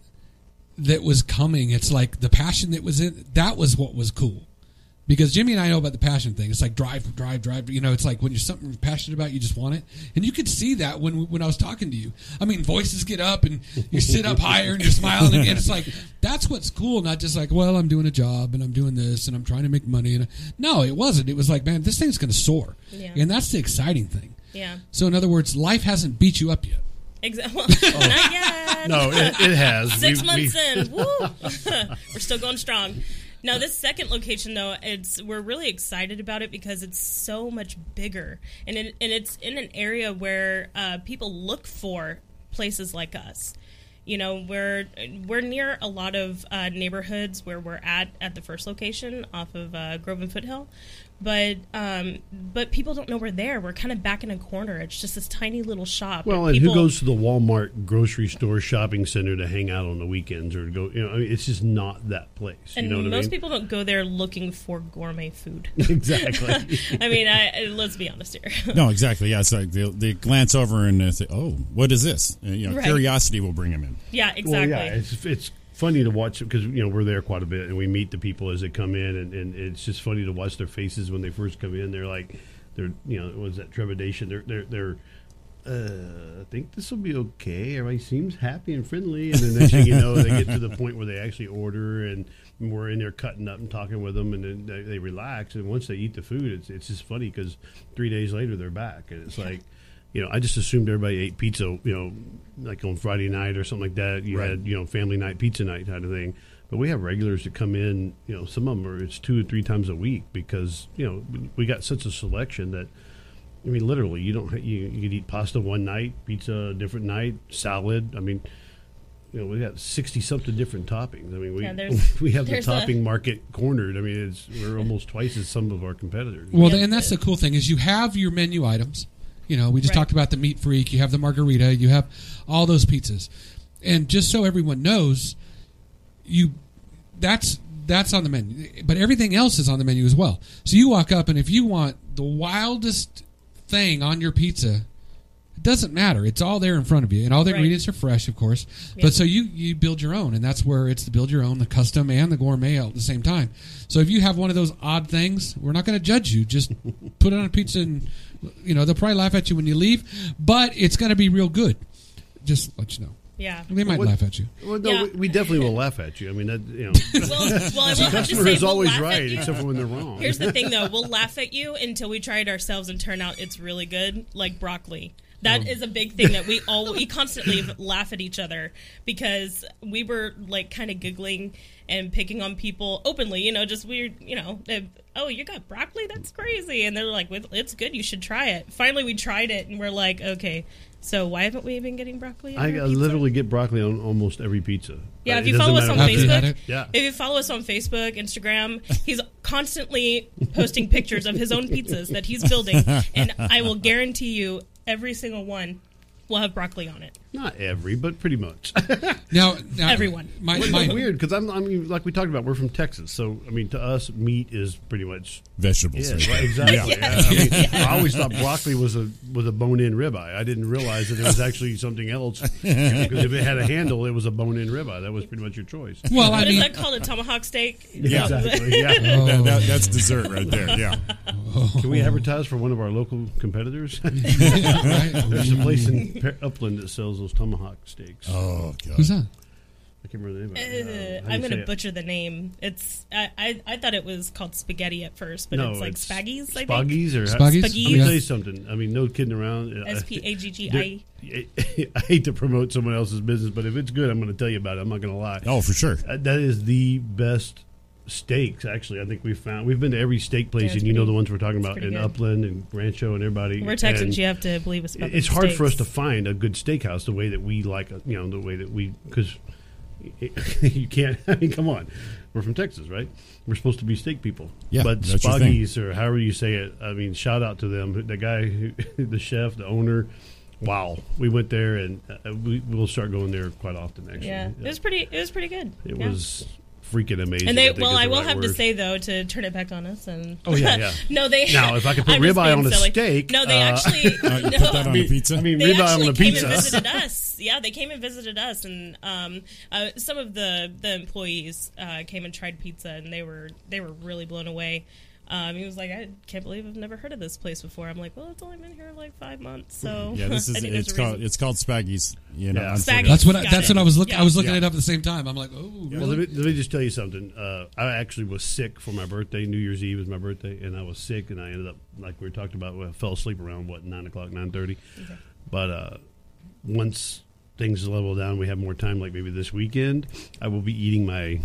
Speaker 4: that was coming. It's like the passion that was in that was what was cool. Because Jimmy and I know about the passion thing. It's like drive, drive, drive. You know, it's like when you're something you're passionate about, you just want it. And you could see that when when I was talking to you. I mean, voices get up and you sit up higher and you're smiling again. It's like that's what's cool, not just like, well, I'm doing a job and I'm doing this and I'm trying to make money. And I, no, it wasn't. It was like, man, this thing's going to soar.
Speaker 1: Yeah.
Speaker 4: And that's the exciting thing.
Speaker 1: Yeah.
Speaker 4: So in other words, life hasn't beat you up yet.
Speaker 1: Exactly. Well, not yet.
Speaker 6: no, Oh, it, it has
Speaker 1: 6
Speaker 6: We-
Speaker 1: months
Speaker 6: we-
Speaker 1: in. Woo. we're still going strong. Now this second location though, it's we're really excited about it because it's so much bigger, and it, and it's in an area where uh, people look for places like us. you know we're we're near a lot of uh, neighborhoods where we're at at the first location off of uh, Grove and Foothill, but um, but people don't know we're there. We're kind of back in a corner. It's just this tiny little shop.
Speaker 6: Well, and
Speaker 1: people,
Speaker 6: who goes to the Walmart grocery store shopping center to hang out on the weekends or to go? You know, I mean, it's just not that place.
Speaker 1: And
Speaker 6: you know what
Speaker 1: most
Speaker 6: I mean?
Speaker 1: people don't go there looking for gourmet food.
Speaker 6: exactly.
Speaker 1: I mean, I, I- let's be honest here.
Speaker 5: No, exactly. Yeah, it's like they, they glance over and they say, "Oh, what is this?" And, you know,
Speaker 1: Right.
Speaker 5: curiosity will bring them in.
Speaker 1: yeah, exactly.
Speaker 6: Well, yeah, it's it's funny to watch because you know we're there quite a bit and we meet the people as they come in, and, and it's just funny to watch their faces when they first come in. They're like, they're you know, what is that trepidation? They're they're they're. Uh, I think this will be okay. Everybody seems happy and friendly, and then next thing you know, they get to the point where they actually order, and we're in there cutting up and talking with them, and then they, they relax. And once they eat the food, it's it's just funny because three days later they're back, and it's like you know, I just assumed everybody ate pizza, you know, like on Friday night or something like that. You
Speaker 5: Right.
Speaker 6: had, you know, family night, pizza night kind of thing. But we have regulars that come in, you know, some of them are it's two or three times a week because, you know, we- we got such a selection that, I mean, literally, you don't, you, you could eat pasta one night, pizza a different night, salad. I mean, you know, we got 60 something different toppings. I mean, we,
Speaker 1: Yeah, there's-
Speaker 6: we have the
Speaker 1: there's a-
Speaker 6: topping market cornered. I mean, it's, we're almost twice as some of our competitors.
Speaker 4: Well,
Speaker 1: Yeah.
Speaker 4: and that's the cool thing is you have your menu items. You know, we just
Speaker 1: Right.
Speaker 4: talked about the meat freak. You have the margarita. You have all those pizzas, and just so everyone knows, you that's that's on the menu. But everything else is on the menu as well. So you walk up, and if you want the wildest thing on your pizza, it doesn't matter. It's all there in front of you, and all the
Speaker 1: Right.
Speaker 4: ingredients are fresh, of course.
Speaker 1: Yeah.
Speaker 4: But so you you build your own, and that's where it's the build your own, the custom, and the gourmet all at the same time. So if you have one of those odd things, we're not going to judge you. Just put it on a pizza, and you know they'll probably laugh at you when you leave, but it's going to be real good. Just let you know.
Speaker 1: yeah.
Speaker 4: They might
Speaker 6: What-
Speaker 4: laugh at you.
Speaker 6: Well, no,
Speaker 1: Yeah.
Speaker 6: we, we definitely will laugh at you. I mean, that, you know.
Speaker 1: Well, well, I will have to
Speaker 6: customer
Speaker 1: say,
Speaker 6: is
Speaker 1: we'll
Speaker 6: always
Speaker 1: laugh at
Speaker 6: right,
Speaker 1: you.
Speaker 6: except for when they're wrong.
Speaker 1: Here's the thing, though. We'll laugh at you until we try it ourselves and turn out it's really good, like broccoli. That
Speaker 6: Oh.
Speaker 1: is a big thing that we all we constantly laugh at each other because we were like kind of giggling and picking on people openly. You know, just weird. You know, eh, oh, you got broccoli? That's crazy. And they're like, "Well, it's good. You should try it. Finally, we tried it, and we're like, okay. So why haven't we been getting broccoli? on
Speaker 6: I, I
Speaker 1: our pizza?
Speaker 6: literally get broccoli on almost every pizza.
Speaker 1: Yeah,
Speaker 6: Uh,
Speaker 1: if
Speaker 6: it
Speaker 1: you
Speaker 6: doesn't
Speaker 1: follow us on
Speaker 6: matter what it is.
Speaker 4: Have you had it?
Speaker 1: Facebook,
Speaker 6: Yeah.
Speaker 1: if you follow us on Facebook, Instagram, he's constantly posting pictures of his own pizzas that he's building, and I will guarantee you every single one will have broccoli on it.
Speaker 6: Not every, but pretty much.
Speaker 4: Now, now
Speaker 1: Everyone.
Speaker 4: my,
Speaker 6: It's
Speaker 4: my,
Speaker 6: weird because I'm, I mean, like we talked about, we're from Texas, so I mean, to us, meat is pretty much
Speaker 5: Vegetables.
Speaker 6: yeah,
Speaker 5: right?
Speaker 6: right, exactly. I, mean, I always thought broccoli was a was a bone-in ribeye. I didn't realize that it was actually something else because if it had a handle, it was a bone-in ribeye. That was pretty much your choice.
Speaker 4: well, I
Speaker 1: What is
Speaker 4: mean,
Speaker 1: that called? A tomahawk steak?
Speaker 5: Yeah.
Speaker 6: exactly. Yeah.
Speaker 5: That- that- that's dessert right there. Yeah.
Speaker 6: Can we advertise for one of our local competitors?
Speaker 4: right?
Speaker 6: There's a place in Pe- Upland that sells those tomahawk steaks.
Speaker 5: Mm. Oh god.
Speaker 4: who's that?
Speaker 6: I can't remember the name. Of
Speaker 1: Uh,
Speaker 6: it. Uh, how do you
Speaker 1: I'm
Speaker 6: say
Speaker 1: gonna
Speaker 6: it?
Speaker 1: butcher the name. It's I, I I thought it was called spaghetti at first, but it's like spaggies. I think.
Speaker 6: Spaggies or
Speaker 4: Spaggies?
Speaker 6: Let me
Speaker 1: Spaggies.
Speaker 6: tell you something. I mean, no kidding around.
Speaker 1: S p a g g
Speaker 6: I
Speaker 1: i.
Speaker 6: I hate to promote someone else's business, but if it's good, I'm going to tell you about it. I'm not going to lie.
Speaker 5: Oh, for sure.
Speaker 6: Uh, That is the best steaks. Actually, I think we found. We've been to every steak place,
Speaker 1: Yeah, it's
Speaker 6: and you know
Speaker 1: pretty-
Speaker 6: the ones we're talking about
Speaker 1: pretty
Speaker 6: in
Speaker 1: good.
Speaker 6: Upland and Rancho and everybody.
Speaker 1: We're Texans.
Speaker 6: And-
Speaker 1: You have to believe us. about the
Speaker 6: it's hard for us
Speaker 1: Uh, steaks.
Speaker 6: to find a good steakhouse the way that we like, uh, you know, the way that we because you can't. I mean, come on, we're from Texas, right? We're supposed to be steak people.
Speaker 5: Yeah,
Speaker 6: but
Speaker 5: that's your thing.
Speaker 6: Spaggies or however you say it. I mean, shout out to them. The guy, who, the chef, the owner. Wow, we went there, and uh, we will start going there quite often. Actually, Uh,
Speaker 1: Yeah, it was pretty. It was pretty good.
Speaker 6: It
Speaker 1: Yeah.
Speaker 6: was freaking amazing.
Speaker 1: And they,
Speaker 6: think
Speaker 1: well,
Speaker 6: is the
Speaker 1: I will
Speaker 6: right
Speaker 1: have to
Speaker 6: word.
Speaker 1: say though to turn it back on us and.
Speaker 6: Oh, yeah, yeah.
Speaker 1: no, they.
Speaker 6: Now, if I could put
Speaker 1: I'm just
Speaker 6: ribeye
Speaker 1: being
Speaker 6: on a
Speaker 1: silly.
Speaker 6: steak,
Speaker 1: No, they
Speaker 6: uh,
Speaker 1: actually.
Speaker 5: Uh,
Speaker 1: no,
Speaker 5: you put that on a
Speaker 6: mean-
Speaker 5: pizza.
Speaker 6: I mean,
Speaker 1: they
Speaker 6: ribeye on
Speaker 1: actually
Speaker 6: the
Speaker 1: came
Speaker 6: pizza.
Speaker 1: and visited us. Yeah, they came and visited us, and um, uh, some of the the employees uh, came and tried pizza, and they were they were really blown away. Um, he was like, I can't believe I've never heard of this place before. I'm like, well, it's only been here like five months, so
Speaker 5: yeah, this is
Speaker 1: I think there's
Speaker 5: it's
Speaker 1: a
Speaker 5: called
Speaker 1: reason.
Speaker 5: it's called spaggies. You know,
Speaker 6: Yeah.
Speaker 5: unfortunately.
Speaker 1: Spaggies.
Speaker 4: That's what I,
Speaker 1: Got
Speaker 4: that's
Speaker 1: it.
Speaker 4: what I was looking.
Speaker 1: Yeah.
Speaker 4: I was looking
Speaker 5: Yeah.
Speaker 4: it up at the same time. I'm like, oh,
Speaker 6: Well,
Speaker 4: really?
Speaker 6: let, me, let me just tell you something. Uh, I actually was sick for my birthday. New Year's Eve was my birthday, and I was sick, and I ended up like we were talking about. I fell asleep around what nine o'clock, nine thirty. But uh, once things level down, we have more time. Like maybe this weekend, I will be eating my.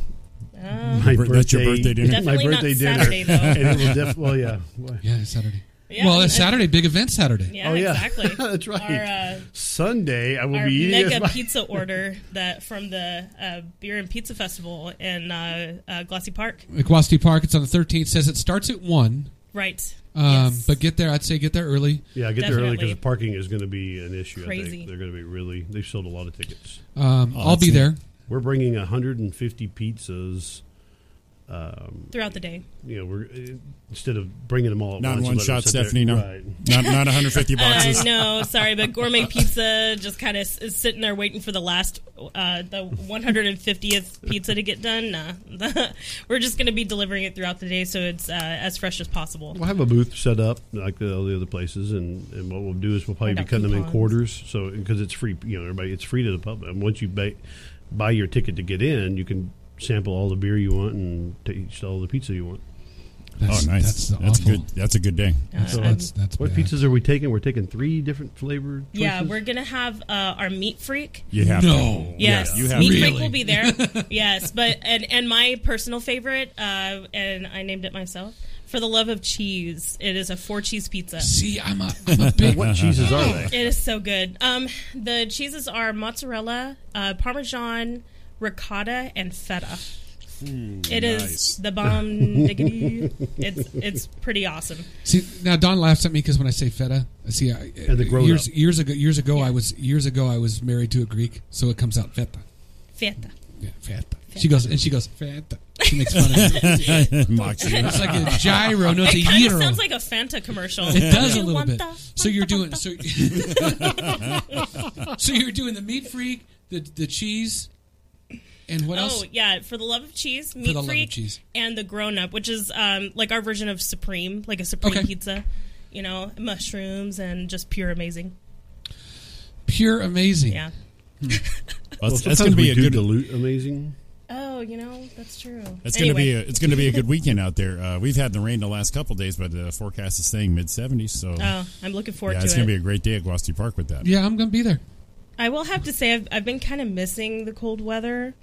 Speaker 6: my
Speaker 5: Br-
Speaker 6: birthday,
Speaker 5: that's your birthday dinner?
Speaker 6: my
Speaker 1: Oh. Definitely not
Speaker 6: birthday dinner.
Speaker 1: Saturday, though.
Speaker 6: and it will def- well, yeah. Well,
Speaker 4: yeah, it's Saturday.
Speaker 1: Yeah,
Speaker 4: well,
Speaker 1: and-
Speaker 4: it's Saturday, big event Saturday.
Speaker 1: Yeah,
Speaker 6: Oh, yeah.
Speaker 1: exactly.
Speaker 6: That's right.
Speaker 1: Our, uh,
Speaker 6: Sunday, I will
Speaker 1: our
Speaker 6: be eating as
Speaker 1: mega
Speaker 6: my-
Speaker 1: pizza order that from the uh, beer and pizza festival in uh, uh, Glossy Park.
Speaker 4: McWasty Park. It's on the 13th. Says it starts at one,
Speaker 1: Right.
Speaker 4: um,
Speaker 1: Yes.
Speaker 4: but get there. I'd say get there early.
Speaker 6: Yeah, get there early because
Speaker 1: Definitely.
Speaker 6: parking is going to be an issue. I
Speaker 1: Crazy.
Speaker 6: think. They're going to be really. They've sold a lot of tickets.
Speaker 4: Um,
Speaker 5: Oh,
Speaker 4: I'll be
Speaker 5: that's
Speaker 4: there.
Speaker 6: We're bringing 150 pizzas. Um,
Speaker 1: throughout the day.
Speaker 6: you know, we're uh, instead of bringing them all at
Speaker 5: Not
Speaker 6: once,
Speaker 5: one
Speaker 6: let them
Speaker 5: shot,
Speaker 6: sit there-
Speaker 5: Stephanie. No,
Speaker 6: Right.
Speaker 5: not not 150
Speaker 1: Uh,
Speaker 5: boxes.
Speaker 1: no, sorry, but gourmet pizza just kind of is sitting there waiting for the last, uh, the 150th pizza to get done. Nah, we're just going to be delivering it throughout the day, so it's uh, as fresh as possible.
Speaker 6: We'll have a booth set up like the, all the other places, and, and what we'll do is we'll probably
Speaker 1: Hand
Speaker 6: be
Speaker 1: out
Speaker 6: cutting them in
Speaker 1: coupons.
Speaker 6: quarters. So because it's free, you know, everybody, it's free to the public. And once you buy, buy your ticket to get in, you can sample all the beer you want and taste all the pizza you want.
Speaker 5: Oh,
Speaker 4: That's,
Speaker 5: nice.
Speaker 4: That's,
Speaker 5: That's,
Speaker 4: the awful.
Speaker 5: good. That's a good day.
Speaker 4: That's,
Speaker 1: Uh,
Speaker 4: that's, that's
Speaker 6: What
Speaker 4: bad.
Speaker 6: pizzas are we taking? We're taking three different flavored. Choices?
Speaker 1: Yeah, we're going to have uh, our meat freak.
Speaker 5: You have
Speaker 4: No.
Speaker 5: To.
Speaker 1: Yes,
Speaker 5: you have
Speaker 1: meat
Speaker 5: to.
Speaker 1: freak will be there. yes, but and and my personal favorite, uh, and I named it myself. For the love of cheese, it is a four cheese pizza.
Speaker 4: See, I'm a, I'm a big.
Speaker 6: what cheeses are they?
Speaker 1: It is so good. Um, the cheeses are mozzarella, uh, parmesan, ricotta, and feta.
Speaker 4: Hmm,
Speaker 1: It is
Speaker 5: nice.
Speaker 1: the bomb. diggity. it's it's pretty awesome.
Speaker 4: See, now Don laughs at me because when I say feta, I see. I,
Speaker 6: And the grown
Speaker 4: years,
Speaker 6: up.
Speaker 4: years ago, years ago, I was years ago, I was married to a Greek, so it comes out feta.
Speaker 1: Feta.
Speaker 4: Yeah, feta. She goes and she goes feta. She makes fun of me.
Speaker 5: Mocks you.
Speaker 4: It's like a gyro, no, it's a
Speaker 1: It kind of
Speaker 4: gyro.
Speaker 1: sounds like a Fanta commercial.
Speaker 4: It does a
Speaker 1: You
Speaker 4: little
Speaker 1: want
Speaker 4: bit.
Speaker 1: the-
Speaker 4: So you're doing so. so you're doing the meat freak, the the cheese, and what else?
Speaker 1: Oh yeah, for the love of cheese, meat
Speaker 4: the love of
Speaker 1: freak,
Speaker 4: cheese.
Speaker 1: and the grown up, which is um, like our version of supreme, like a supreme
Speaker 4: Okay.
Speaker 1: pizza. You know, mushrooms and just pure amazing.
Speaker 4: Pure amazing.
Speaker 1: Yeah.
Speaker 5: Well,
Speaker 6: Well,
Speaker 5: that's going to be a good.
Speaker 6: dilute amazing.
Speaker 1: Oh, you know that's true.
Speaker 5: That's
Speaker 1: Anyway.
Speaker 5: going to be a, it's going to be a good weekend out there. Uh, we've had the rain the last couple days, but the forecast is saying mid 70s. So
Speaker 1: Oh, I'm looking forward
Speaker 5: yeah,
Speaker 1: to
Speaker 5: it's
Speaker 1: it.
Speaker 5: going to be a great day at Guasti Park with that.
Speaker 4: Yeah, I'm gonna be there.
Speaker 1: I will have to say I've, I've been kind of missing the cold weather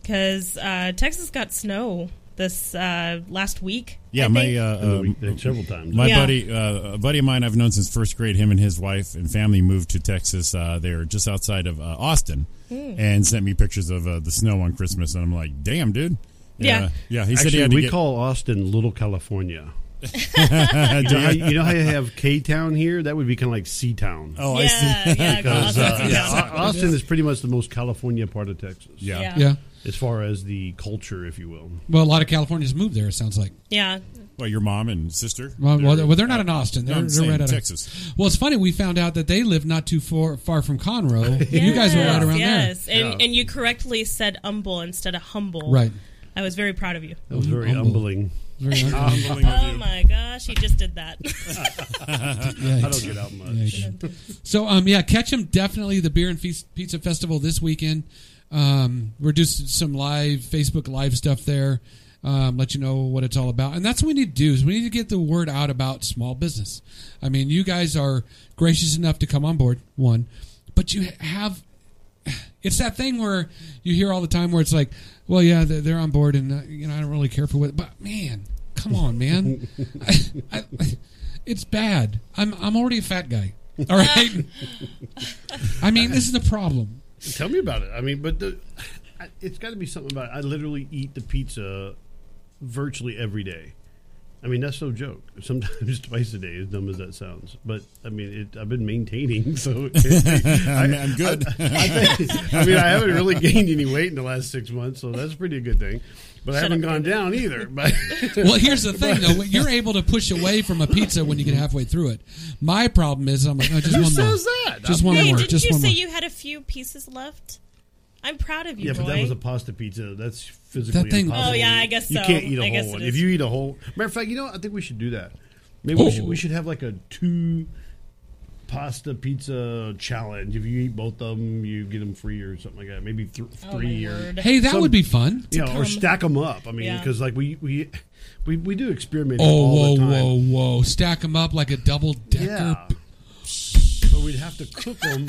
Speaker 1: because uh, Texas got snow this uh, last week.
Speaker 5: Yeah,
Speaker 1: I
Speaker 5: my
Speaker 1: think.
Speaker 5: uh,
Speaker 6: And
Speaker 5: um,
Speaker 6: we- several times.
Speaker 5: my
Speaker 1: Yeah.
Speaker 5: buddy, uh, a buddy of mine I've known since first grade. Him and his wife and family moved to Texas. Uh, they're just outside of uh, Austin,
Speaker 1: Hmm.
Speaker 5: and sent me pictures of uh, the snow on Christmas. And I'm like, damn, dude.
Speaker 1: Yeah.
Speaker 5: yeah. He said he
Speaker 6: Actually,
Speaker 5: had to
Speaker 6: we
Speaker 5: get,
Speaker 6: call Austin Little California. you, know how, you know how you have K Town here? That would be kind of like C Town.
Speaker 5: Oh, I see.
Speaker 1: yeah, yeah,
Speaker 6: Because
Speaker 1: Austin.
Speaker 6: uh, yeah, Au- Austin is pretty much the most California part of Texas.
Speaker 5: Yeah.
Speaker 1: Yeah.
Speaker 4: Yeah.
Speaker 6: As far as the culture, if you will.
Speaker 4: Well, a lot of Californians moved there. It sounds like.
Speaker 1: Yeah.
Speaker 5: Well, your mom and sister.
Speaker 4: Well, well, they're, well, they're not in Austin. They're,
Speaker 5: I'm
Speaker 4: they're
Speaker 5: saying
Speaker 4: right out
Speaker 5: Texas.
Speaker 4: Of, well, it's funny. We found out that they live not too far, far from Conroe. You guys were right
Speaker 1: Yes,
Speaker 4: around
Speaker 1: yes. and
Speaker 6: Yeah.
Speaker 1: and you correctly said humble instead of humble.
Speaker 4: there, right?
Speaker 1: I was very proud of you.
Speaker 6: That was very humbling.
Speaker 4: Very
Speaker 1: Oh my gosh, he just did that.
Speaker 6: I don't get out much.
Speaker 4: Yikes. so um yeah catch 'em definitely the beer and Feast pizza festival this weekend um we're doing some live facebook live stuff there um, let you know what it's all about and that's what we need to do is we need to get the word out about small business i mean you guys are gracious enough to come on board one but you have it's that thing where you hear all the time where it's like well yeah they're they're on board and uh, you know i don't really care for what but man come on man I, it's bad. I'm I'm already a fat guy. All right. I mean, this is the problem.
Speaker 6: Tell me about it. I mean, but the, I- it's got to be something about it. I literally eat the pizza virtually every day. I mean, that's no joke. Sometimes twice a day, as dumb as that sounds. But I mean, it, I've been maintaining, so it can't be-
Speaker 5: I'm, I'm good.
Speaker 6: I, think, I mean, I haven't really gained any weight in the last six months, so that's pretty a good thing. But I haven't gone down either. But
Speaker 4: Well, here's the thing though. You're able to push away from a pizza when you get halfway through it. My problem is I'm like, no, just
Speaker 6: who
Speaker 4: one more.
Speaker 6: says that?
Speaker 4: Just one
Speaker 1: hey,
Speaker 4: more.
Speaker 1: didn't
Speaker 4: Just
Speaker 1: you
Speaker 4: one
Speaker 1: say
Speaker 4: more.
Speaker 1: you had a few pieces left? I'm proud of you,
Speaker 6: yeah,
Speaker 1: Roy.
Speaker 6: but that was a pasta pizza. That's physically
Speaker 4: That thing-
Speaker 6: impossible.
Speaker 1: Oh, yeah, I guess
Speaker 6: you
Speaker 1: so.
Speaker 6: can't eat a
Speaker 1: I guess
Speaker 6: whole one.
Speaker 1: it
Speaker 6: If
Speaker 1: is.
Speaker 6: you eat a whole, matter of fact, you know, I think we should do that. Maybe we, should,
Speaker 4: Oh.
Speaker 6: we should have like a two pasta pizza challenge. If you eat both of them, you get them free or something like that. Maybe th-
Speaker 1: Oh,
Speaker 6: three
Speaker 1: my
Speaker 6: or
Speaker 1: word.
Speaker 4: hey, that
Speaker 6: some-
Speaker 4: would be fun.
Speaker 6: you know, or
Speaker 1: come.
Speaker 6: stack them up. I mean,
Speaker 1: Yeah.
Speaker 6: because like we we. We, we do experiment
Speaker 4: Oh,
Speaker 6: all
Speaker 4: whoa,
Speaker 6: the time.
Speaker 4: whoa, whoa. Stack them up like a double decker.
Speaker 6: Yeah. But we'd have to cook them.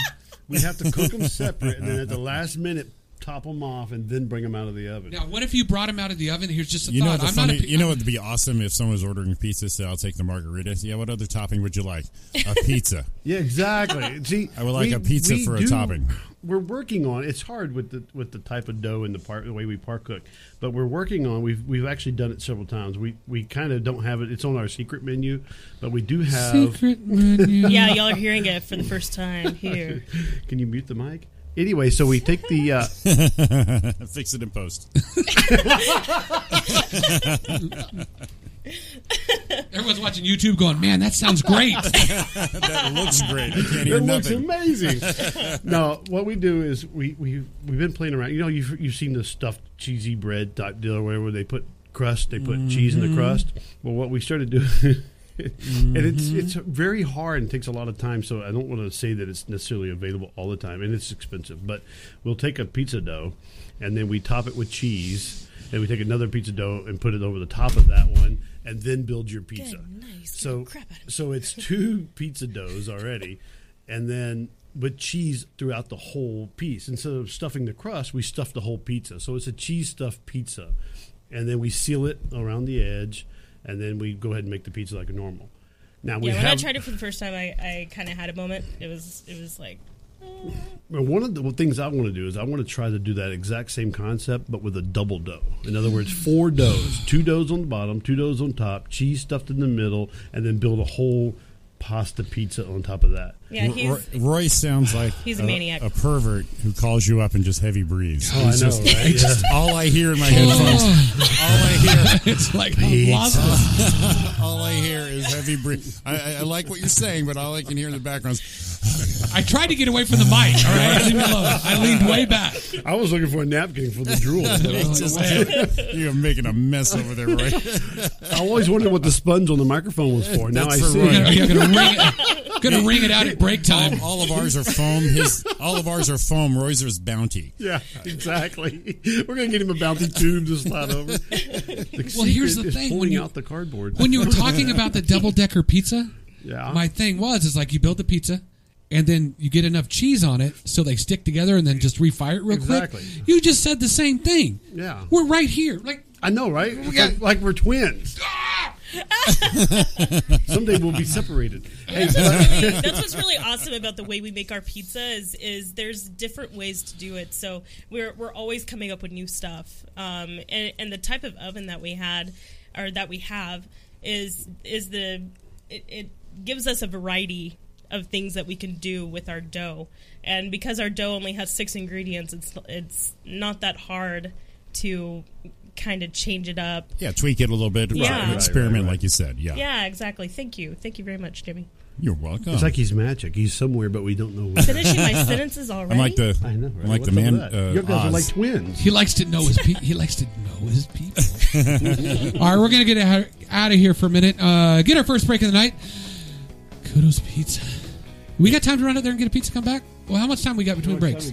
Speaker 6: We'd have to cook them separate, and then at the last minute, top them off, and then bring them out of the oven.
Speaker 4: Now, what if you brought him out of the oven? Here's just a
Speaker 5: You know,
Speaker 4: thought.
Speaker 5: what the
Speaker 4: I'm
Speaker 5: funny,
Speaker 4: not. A,
Speaker 5: you know what would be awesome if someone was ordering pizza. Said, "I'll take the margarita." Yeah, what other topping would you like? A pizza.
Speaker 6: Yeah, exactly. See,
Speaker 5: I would like a pizza for a topping.
Speaker 6: We're working on. It's hard with the with the type of dough and the part the way we par cook, but we're working on. We've we've actually done it several times. We we kind of don't have it. It's on our secret menu, but we do have.
Speaker 4: secret menu.
Speaker 1: Yeah, y'all are hearing it for the first time here.
Speaker 6: Can you mute the mic? Anyway, so we take the uh,
Speaker 5: Fix it in post.
Speaker 4: Everyone's watching YouTube, going, "Man, that sounds great."
Speaker 5: that looks great. I can't hear
Speaker 6: It looks
Speaker 5: nothing.
Speaker 6: amazing. no, what we do is we we we've been playing around. You know, you've you've seen the stuffed cheesy bread type deal where where they put crust, they put cheese in the crust. Well, what we started doing. and it's it's very hard and takes a lot of time, so I don't want to say that it's necessarily available all the time, and it's expensive. But we'll take a pizza dough, and then we top it with cheese, and we take another pizza dough and put it over the top of that one, and then build your pizza.
Speaker 1: nice. Get
Speaker 6: So
Speaker 1: the crap out of me.
Speaker 6: so it's two pizza doughs already, and then with cheese throughout the whole piece. Instead of stuffing the crust, we stuff the whole pizza. So it's a cheese stuffed pizza, and then we seal it around the edge, and then we go ahead and make the pizza like a normal. Now we
Speaker 1: Yeah, when I
Speaker 6: have
Speaker 1: tried it for the first time, I, I kind of had a moment. It was it was like
Speaker 6: well, one of the things I want to do is I want to try to do that exact same concept, but with a double dough. In other words, four doughs, two doughs on the bottom, two doughs on top, cheese stuffed in the middle, and then build a whole pasta pizza on top of that.
Speaker 1: yeah,
Speaker 5: Roy,
Speaker 1: he's
Speaker 5: Roy sounds like
Speaker 1: He's a maniac.
Speaker 5: a pervert who calls you up and just heavy breathes.
Speaker 6: Oh, I
Speaker 5: He's
Speaker 6: know,
Speaker 5: just-
Speaker 6: right?
Speaker 5: it's just all I hear in my headphones. all I hear,
Speaker 4: it's like I lost it.
Speaker 5: all I hear is heavy breath. I, I, I like what you're saying, but all I can hear in the background is
Speaker 4: I tried to get away from the mic. All right, leave me alone. I leaned way back.
Speaker 6: I was looking for a napkin for the drool.
Speaker 5: It's just- you're making a mess over there, Roy.
Speaker 6: I always wondered what the sponge on the microphone was for. Now I
Speaker 5: That's for
Speaker 6: see.
Speaker 5: Roy.
Speaker 4: Are you gonna ring it? Gonna ring it out at break time?
Speaker 5: All, all of ours are foam. His all of ours are foam. Roy's is bounty.
Speaker 6: Yeah, exactly. We're gonna get him a bounty tube to slide over. The
Speaker 4: Well, here's
Speaker 6: secret
Speaker 4: the
Speaker 6: is
Speaker 4: thing, when
Speaker 6: pulling
Speaker 4: you-
Speaker 6: out the cardboard.
Speaker 4: when you were talking about the double decker pizza,
Speaker 6: Yeah.
Speaker 4: my thing was is like you build the pizza and then you get enough cheese on it so they stick together and then just refire it real
Speaker 6: Exactly.
Speaker 4: quick. You just said the same thing.
Speaker 6: Yeah.
Speaker 4: We're right here. Like
Speaker 6: I know, right? It's like, like we're twins. Someday we'll be separated. Hey,
Speaker 1: that's what's, really, that's what's really awesome about the way we make our pizza is is there's different ways to do it. So we're we're always coming up with new stuff. Um, and, and the type of oven that we had or that we have is is the it, it gives us a variety of things that we can do with our dough. And because our dough only has six ingredients, it's it's not that hard to kind of change it up.
Speaker 5: Yeah, tweak it a little bit.
Speaker 1: Yeah. Right, right,
Speaker 5: experiment,
Speaker 6: right, right.
Speaker 5: like you said. Yeah,
Speaker 1: Yeah, exactly. Thank you. Thank you very much, Jimmy.
Speaker 5: you're welcome.
Speaker 6: it's like he's magic. He's somewhere, but we don't know where.
Speaker 1: Finishing my sentences already.
Speaker 5: I'm like the
Speaker 6: I know. Right?
Speaker 5: I'm like
Speaker 6: What's
Speaker 5: the
Speaker 6: up
Speaker 5: man.
Speaker 6: with that?
Speaker 5: Uh,
Speaker 6: Your guys are
Speaker 5: Oz.
Speaker 6: like twins.
Speaker 4: he likes to know his pe- he likes to know his people. All right, we're gonna get out, out of here for a minute. Uh, get our first break of the night. Kudos pizza. We got time to run out there and get a pizza. Come back. Well, how much time we got between breaks?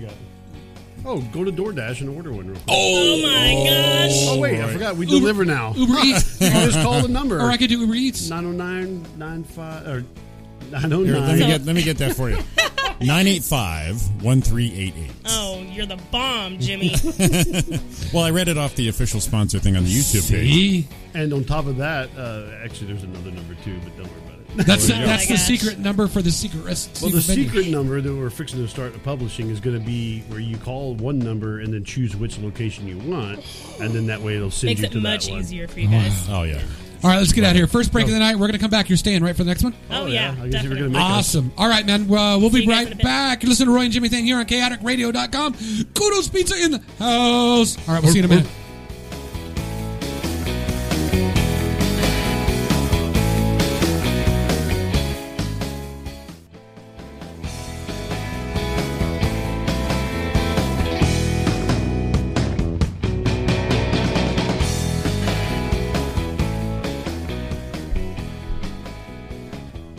Speaker 6: Oh, go to DoorDash and order one real quick. Oh,
Speaker 1: Oh my gosh.
Speaker 5: Oh,
Speaker 6: wait, I forgot. We deliver now.
Speaker 4: Uber Eats.
Speaker 6: You just call the number.
Speaker 4: or I could do Uber Eats.
Speaker 6: 909 95 or
Speaker 5: Here, let
Speaker 6: 909.
Speaker 5: me get let me get that for you. 985-1388.
Speaker 1: Oh, you're the bomb, Jimmy.
Speaker 5: Well, I read it off the official sponsor thing on the YouTube page.
Speaker 4: See?
Speaker 6: And on top of that, uh, actually, there's another number too, but don't worry about it.
Speaker 4: That's
Speaker 5: There you go.
Speaker 4: that's
Speaker 1: Oh
Speaker 4: the
Speaker 1: my gosh.
Speaker 4: secret number for the secret recipe.
Speaker 6: well, the secret number that we're fixing to start publishing is going to be where you call one number and then choose which location you want, and then that way it'll send
Speaker 1: Makes
Speaker 6: you
Speaker 1: it
Speaker 6: to
Speaker 1: much
Speaker 6: that one.
Speaker 1: easier for you guys.
Speaker 5: Oh yeah.
Speaker 4: All right, let's get out of here. First break of the night. We're going to come back. You're staying right for the next one.
Speaker 1: Oh, yeah.
Speaker 6: I guess you were
Speaker 1: definitely.
Speaker 6: going to make us.
Speaker 4: Awesome. All right, man. Well, we'll be
Speaker 1: you guys in a
Speaker 4: right
Speaker 1: bit.
Speaker 4: back. You listen to Roy and Jimmy Thing here on chaoticradio.com. Kudos Pizza in the house. All right, we'll see you in a minute.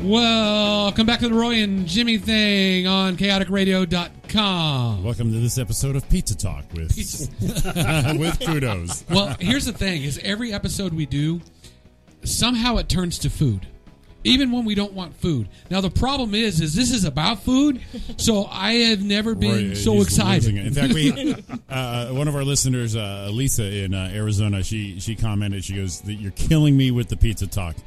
Speaker 4: Well, come back to the Roy and Jimmy Thing on chaoticradio.com.
Speaker 5: Welcome to this episode of Pizza Talk with with kudos.
Speaker 4: Well, here's the thing: is every episode we do, somehow it turns to food. even when we don't want food. Now the problem is, is this is about food, so I have never been
Speaker 5: Roy,
Speaker 4: so
Speaker 5: he's losing
Speaker 4: excited.
Speaker 5: it. In fact, we uh, one of our listeners, uh, Lisa in uh, Arizona, she she commented. She goes, "You're killing me with the pizza talk.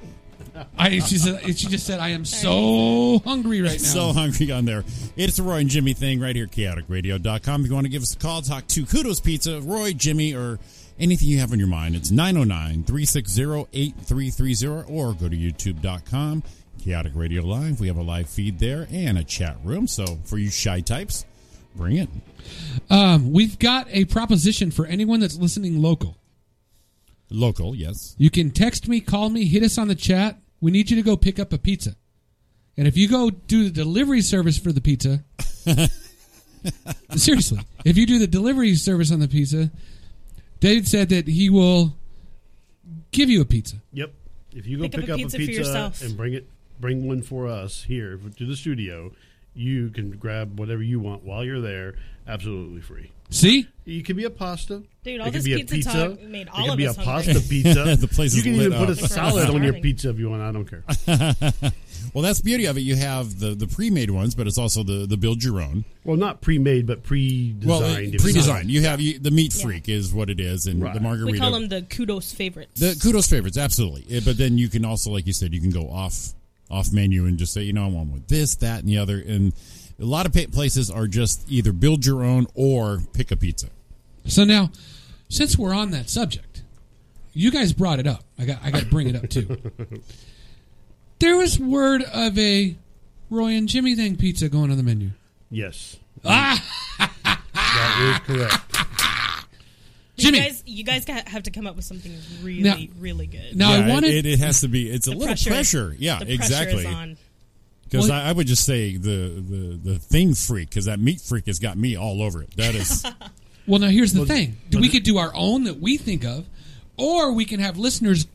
Speaker 4: I, she said, she just said, I am so hungry right now.
Speaker 5: So hungry on there. It's the Roy and Jimmy thing right here, chaoticradio.com. If you want to give us a call, talk to Kudos Pizza, Roy, Jimmy, or anything you have on your mind. It's 909 360 8330 or go to youtube.com, Chaotic Radio Live. We have a live feed there and a chat room. So for you shy types, bring it.
Speaker 4: um, we've got a proposition for anyone that's listening local.
Speaker 5: Local, yes.
Speaker 4: You can text me, call me, hit us on the chat. We need you to go pick up a pizza. And if you go do the delivery service for the pizza, seriously, if you do the delivery service on the pizza, David said that he will give you a pizza.
Speaker 6: Yep. If you go
Speaker 1: Pick up
Speaker 6: pick,
Speaker 1: a
Speaker 6: up,
Speaker 1: pizza
Speaker 6: a
Speaker 1: for
Speaker 6: pizza
Speaker 1: yourself.
Speaker 6: and bring it, bring one for us here to the studio, you can grab whatever you want while you're there, absolutely free.
Speaker 4: See?
Speaker 6: It could be a pasta.
Speaker 1: Dude,
Speaker 6: It
Speaker 1: all
Speaker 6: could
Speaker 1: this
Speaker 6: be a
Speaker 1: pizza talk made
Speaker 6: It
Speaker 1: all
Speaker 6: could
Speaker 1: of
Speaker 6: be
Speaker 1: us
Speaker 6: a
Speaker 1: hungry.
Speaker 6: pasta pizza.
Speaker 5: The place
Speaker 6: you
Speaker 5: is
Speaker 6: can
Speaker 5: lit
Speaker 6: even put
Speaker 5: up.
Speaker 6: a
Speaker 5: Like we're
Speaker 6: salad on your
Speaker 1: starving.
Speaker 6: pizza if you want. I don't care.
Speaker 5: Well, that's the beauty of it. You have the, the pre made ones, but it's also the, the build your own.
Speaker 6: Well, not pre-made, but pre-designed.
Speaker 5: Well,
Speaker 6: if you
Speaker 5: pre designed.
Speaker 6: will.
Speaker 5: You have you, the meat freak is what it is, and
Speaker 6: Right.
Speaker 5: the
Speaker 6: We
Speaker 5: margarita.
Speaker 1: We call them the kudos favorites.
Speaker 5: The kudos favorites, absolutely. Eh, But then you can also, like you said, you can go off off menu and just say, you know, I want with this, that, and the other. And a lot of pa- places are just either build your own or pick a pizza.
Speaker 4: So now, since we're on that subject, you guys brought it up. I got I got to bring it up too. there was word of a Roy and Jimmy thing pizza going on the menu.
Speaker 6: Yes. that is correct.
Speaker 4: Jimmy.
Speaker 1: You guys, you guys got, have to come up with something really,
Speaker 4: Now-
Speaker 1: really good.
Speaker 4: Now
Speaker 5: Yeah,
Speaker 4: I wanted
Speaker 5: it, it has to be. It's a
Speaker 1: The
Speaker 5: little pressure. Yeah,
Speaker 1: the pressure
Speaker 5: exactly.
Speaker 1: Is on.
Speaker 5: Because
Speaker 4: Well-
Speaker 5: I, I would just say the the the thing freak because that meat freak has got me all over it. That is
Speaker 4: Well, now here's the thing:
Speaker 6: but
Speaker 4: we
Speaker 6: it-
Speaker 4: could do our own that we think of, or we can have listeners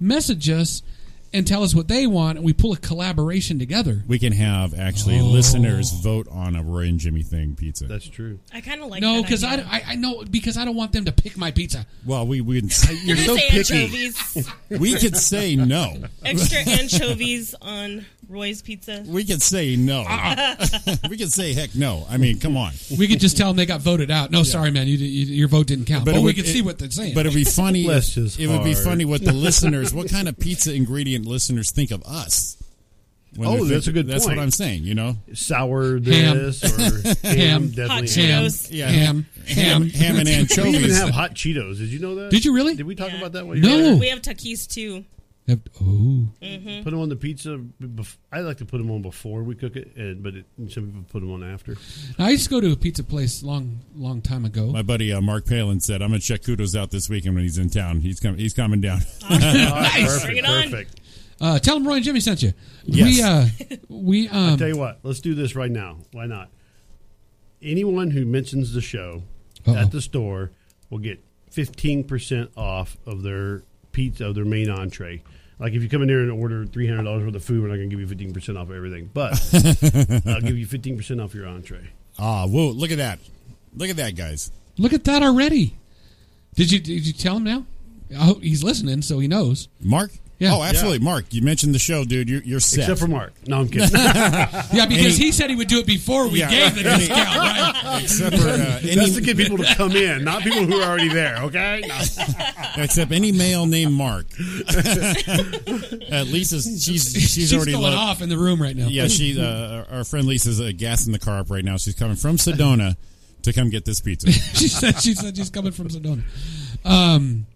Speaker 4: message us and tell us what they want, and we pull a collaboration together.
Speaker 5: we can have actually listeners
Speaker 1: Oh.
Speaker 5: vote on a Roy and Jimmy thing pizza.
Speaker 6: That's true.
Speaker 1: I kind of like
Speaker 4: No,
Speaker 1: that
Speaker 4: because I,
Speaker 1: idea.
Speaker 4: I I know because I don't want them to pick my pizza.
Speaker 5: well, we we
Speaker 1: We're
Speaker 5: you're
Speaker 1: gonna
Speaker 5: so
Speaker 1: say
Speaker 5: picky.
Speaker 1: anchovies,
Speaker 5: We could say no.
Speaker 1: extra anchovies on Roy's pizza.
Speaker 5: We could say no.
Speaker 6: Uh-uh.
Speaker 5: we could say heck no. I mean, come on.
Speaker 4: We could just tell them they got voted out. No, sorry, man, you, you, your vote didn't count. But,
Speaker 5: it
Speaker 4: we
Speaker 5: would-
Speaker 4: could
Speaker 5: it-
Speaker 4: see what they're saying.
Speaker 5: But it'd be funny.
Speaker 6: Bless his
Speaker 5: it would be
Speaker 6: heart.
Speaker 5: funny what the listeners, what kind of pizza ingredient listeners think of us. when
Speaker 6: Oh,
Speaker 5: they're
Speaker 6: that's
Speaker 5: thinking-
Speaker 6: a good
Speaker 5: That's
Speaker 6: point.
Speaker 5: what I'm saying. You know,
Speaker 6: Sour
Speaker 4: Ham.
Speaker 6: this or
Speaker 4: Ham.
Speaker 6: ham.
Speaker 1: Hot
Speaker 6: definitely ham.
Speaker 4: ham,
Speaker 1: Cheetos.
Speaker 5: Yeah.
Speaker 4: ham, ham,
Speaker 5: ham, ham and
Speaker 6: We even
Speaker 5: anchovies.
Speaker 6: have hot Cheetos. Did you know that?
Speaker 4: Did you really?
Speaker 6: Did we talk
Speaker 1: Yeah.
Speaker 6: about that? While you were
Speaker 4: No.
Speaker 1: We have Takis too.
Speaker 4: Have- oh,
Speaker 1: Mm-hmm.
Speaker 6: there? Put them on the pizza. Bef- I like to put them on before we cook it, and, but it, some people put them on after.
Speaker 4: I used to go to a pizza place long, long time ago.
Speaker 5: My buddy uh, Mark Palin said, "I'm gonna check Kudos out this weekend when he's in town. He's coming. He's coming down."
Speaker 1: nice. Bring
Speaker 6: Perfect.
Speaker 1: it on.
Speaker 6: Perfect.
Speaker 4: Uh, tell them Roy and Jimmy sent you.
Speaker 5: Yes.
Speaker 4: We, uh, we, um,
Speaker 6: Tell you what, let's do this right now. Why not? Anyone who mentions the show
Speaker 4: Uh-oh.
Speaker 6: at the store will get fifteen percent off of their pizza, of their main entree. Like if you come in there and order three hundred dollars worth of food, we're not going to give you fifteen percent off everything, but I'll give you fifteen percent off your entree.
Speaker 5: ah, whoa! Look at that! Look at that, guys.
Speaker 4: Look at that already. Did you did you tell him now? I hope he's listening, so he knows.
Speaker 5: Mark.
Speaker 4: Yeah.
Speaker 5: Oh, absolutely, Mark. You mentioned the show, dude. You're, you're set.
Speaker 6: Except for Mark. No, I'm kidding.
Speaker 4: Yeah, because he, said he would do it before we
Speaker 5: Yeah.
Speaker 4: gave the discount. Right?
Speaker 5: Except for uh,
Speaker 6: That's to
Speaker 5: any,
Speaker 6: get people to come in, not people who are already there. Okay. No.
Speaker 5: except any male named Mark. At Lisa's, she's she's,
Speaker 4: She's,
Speaker 5: already
Speaker 4: going
Speaker 5: lo-
Speaker 4: off in the room right now.
Speaker 5: Yeah, she, uh, our our friend Lisa's uh, gassing the car up right now. She's coming from Sedona to come get this pizza.
Speaker 4: she said she said she's coming from Sedona. Um,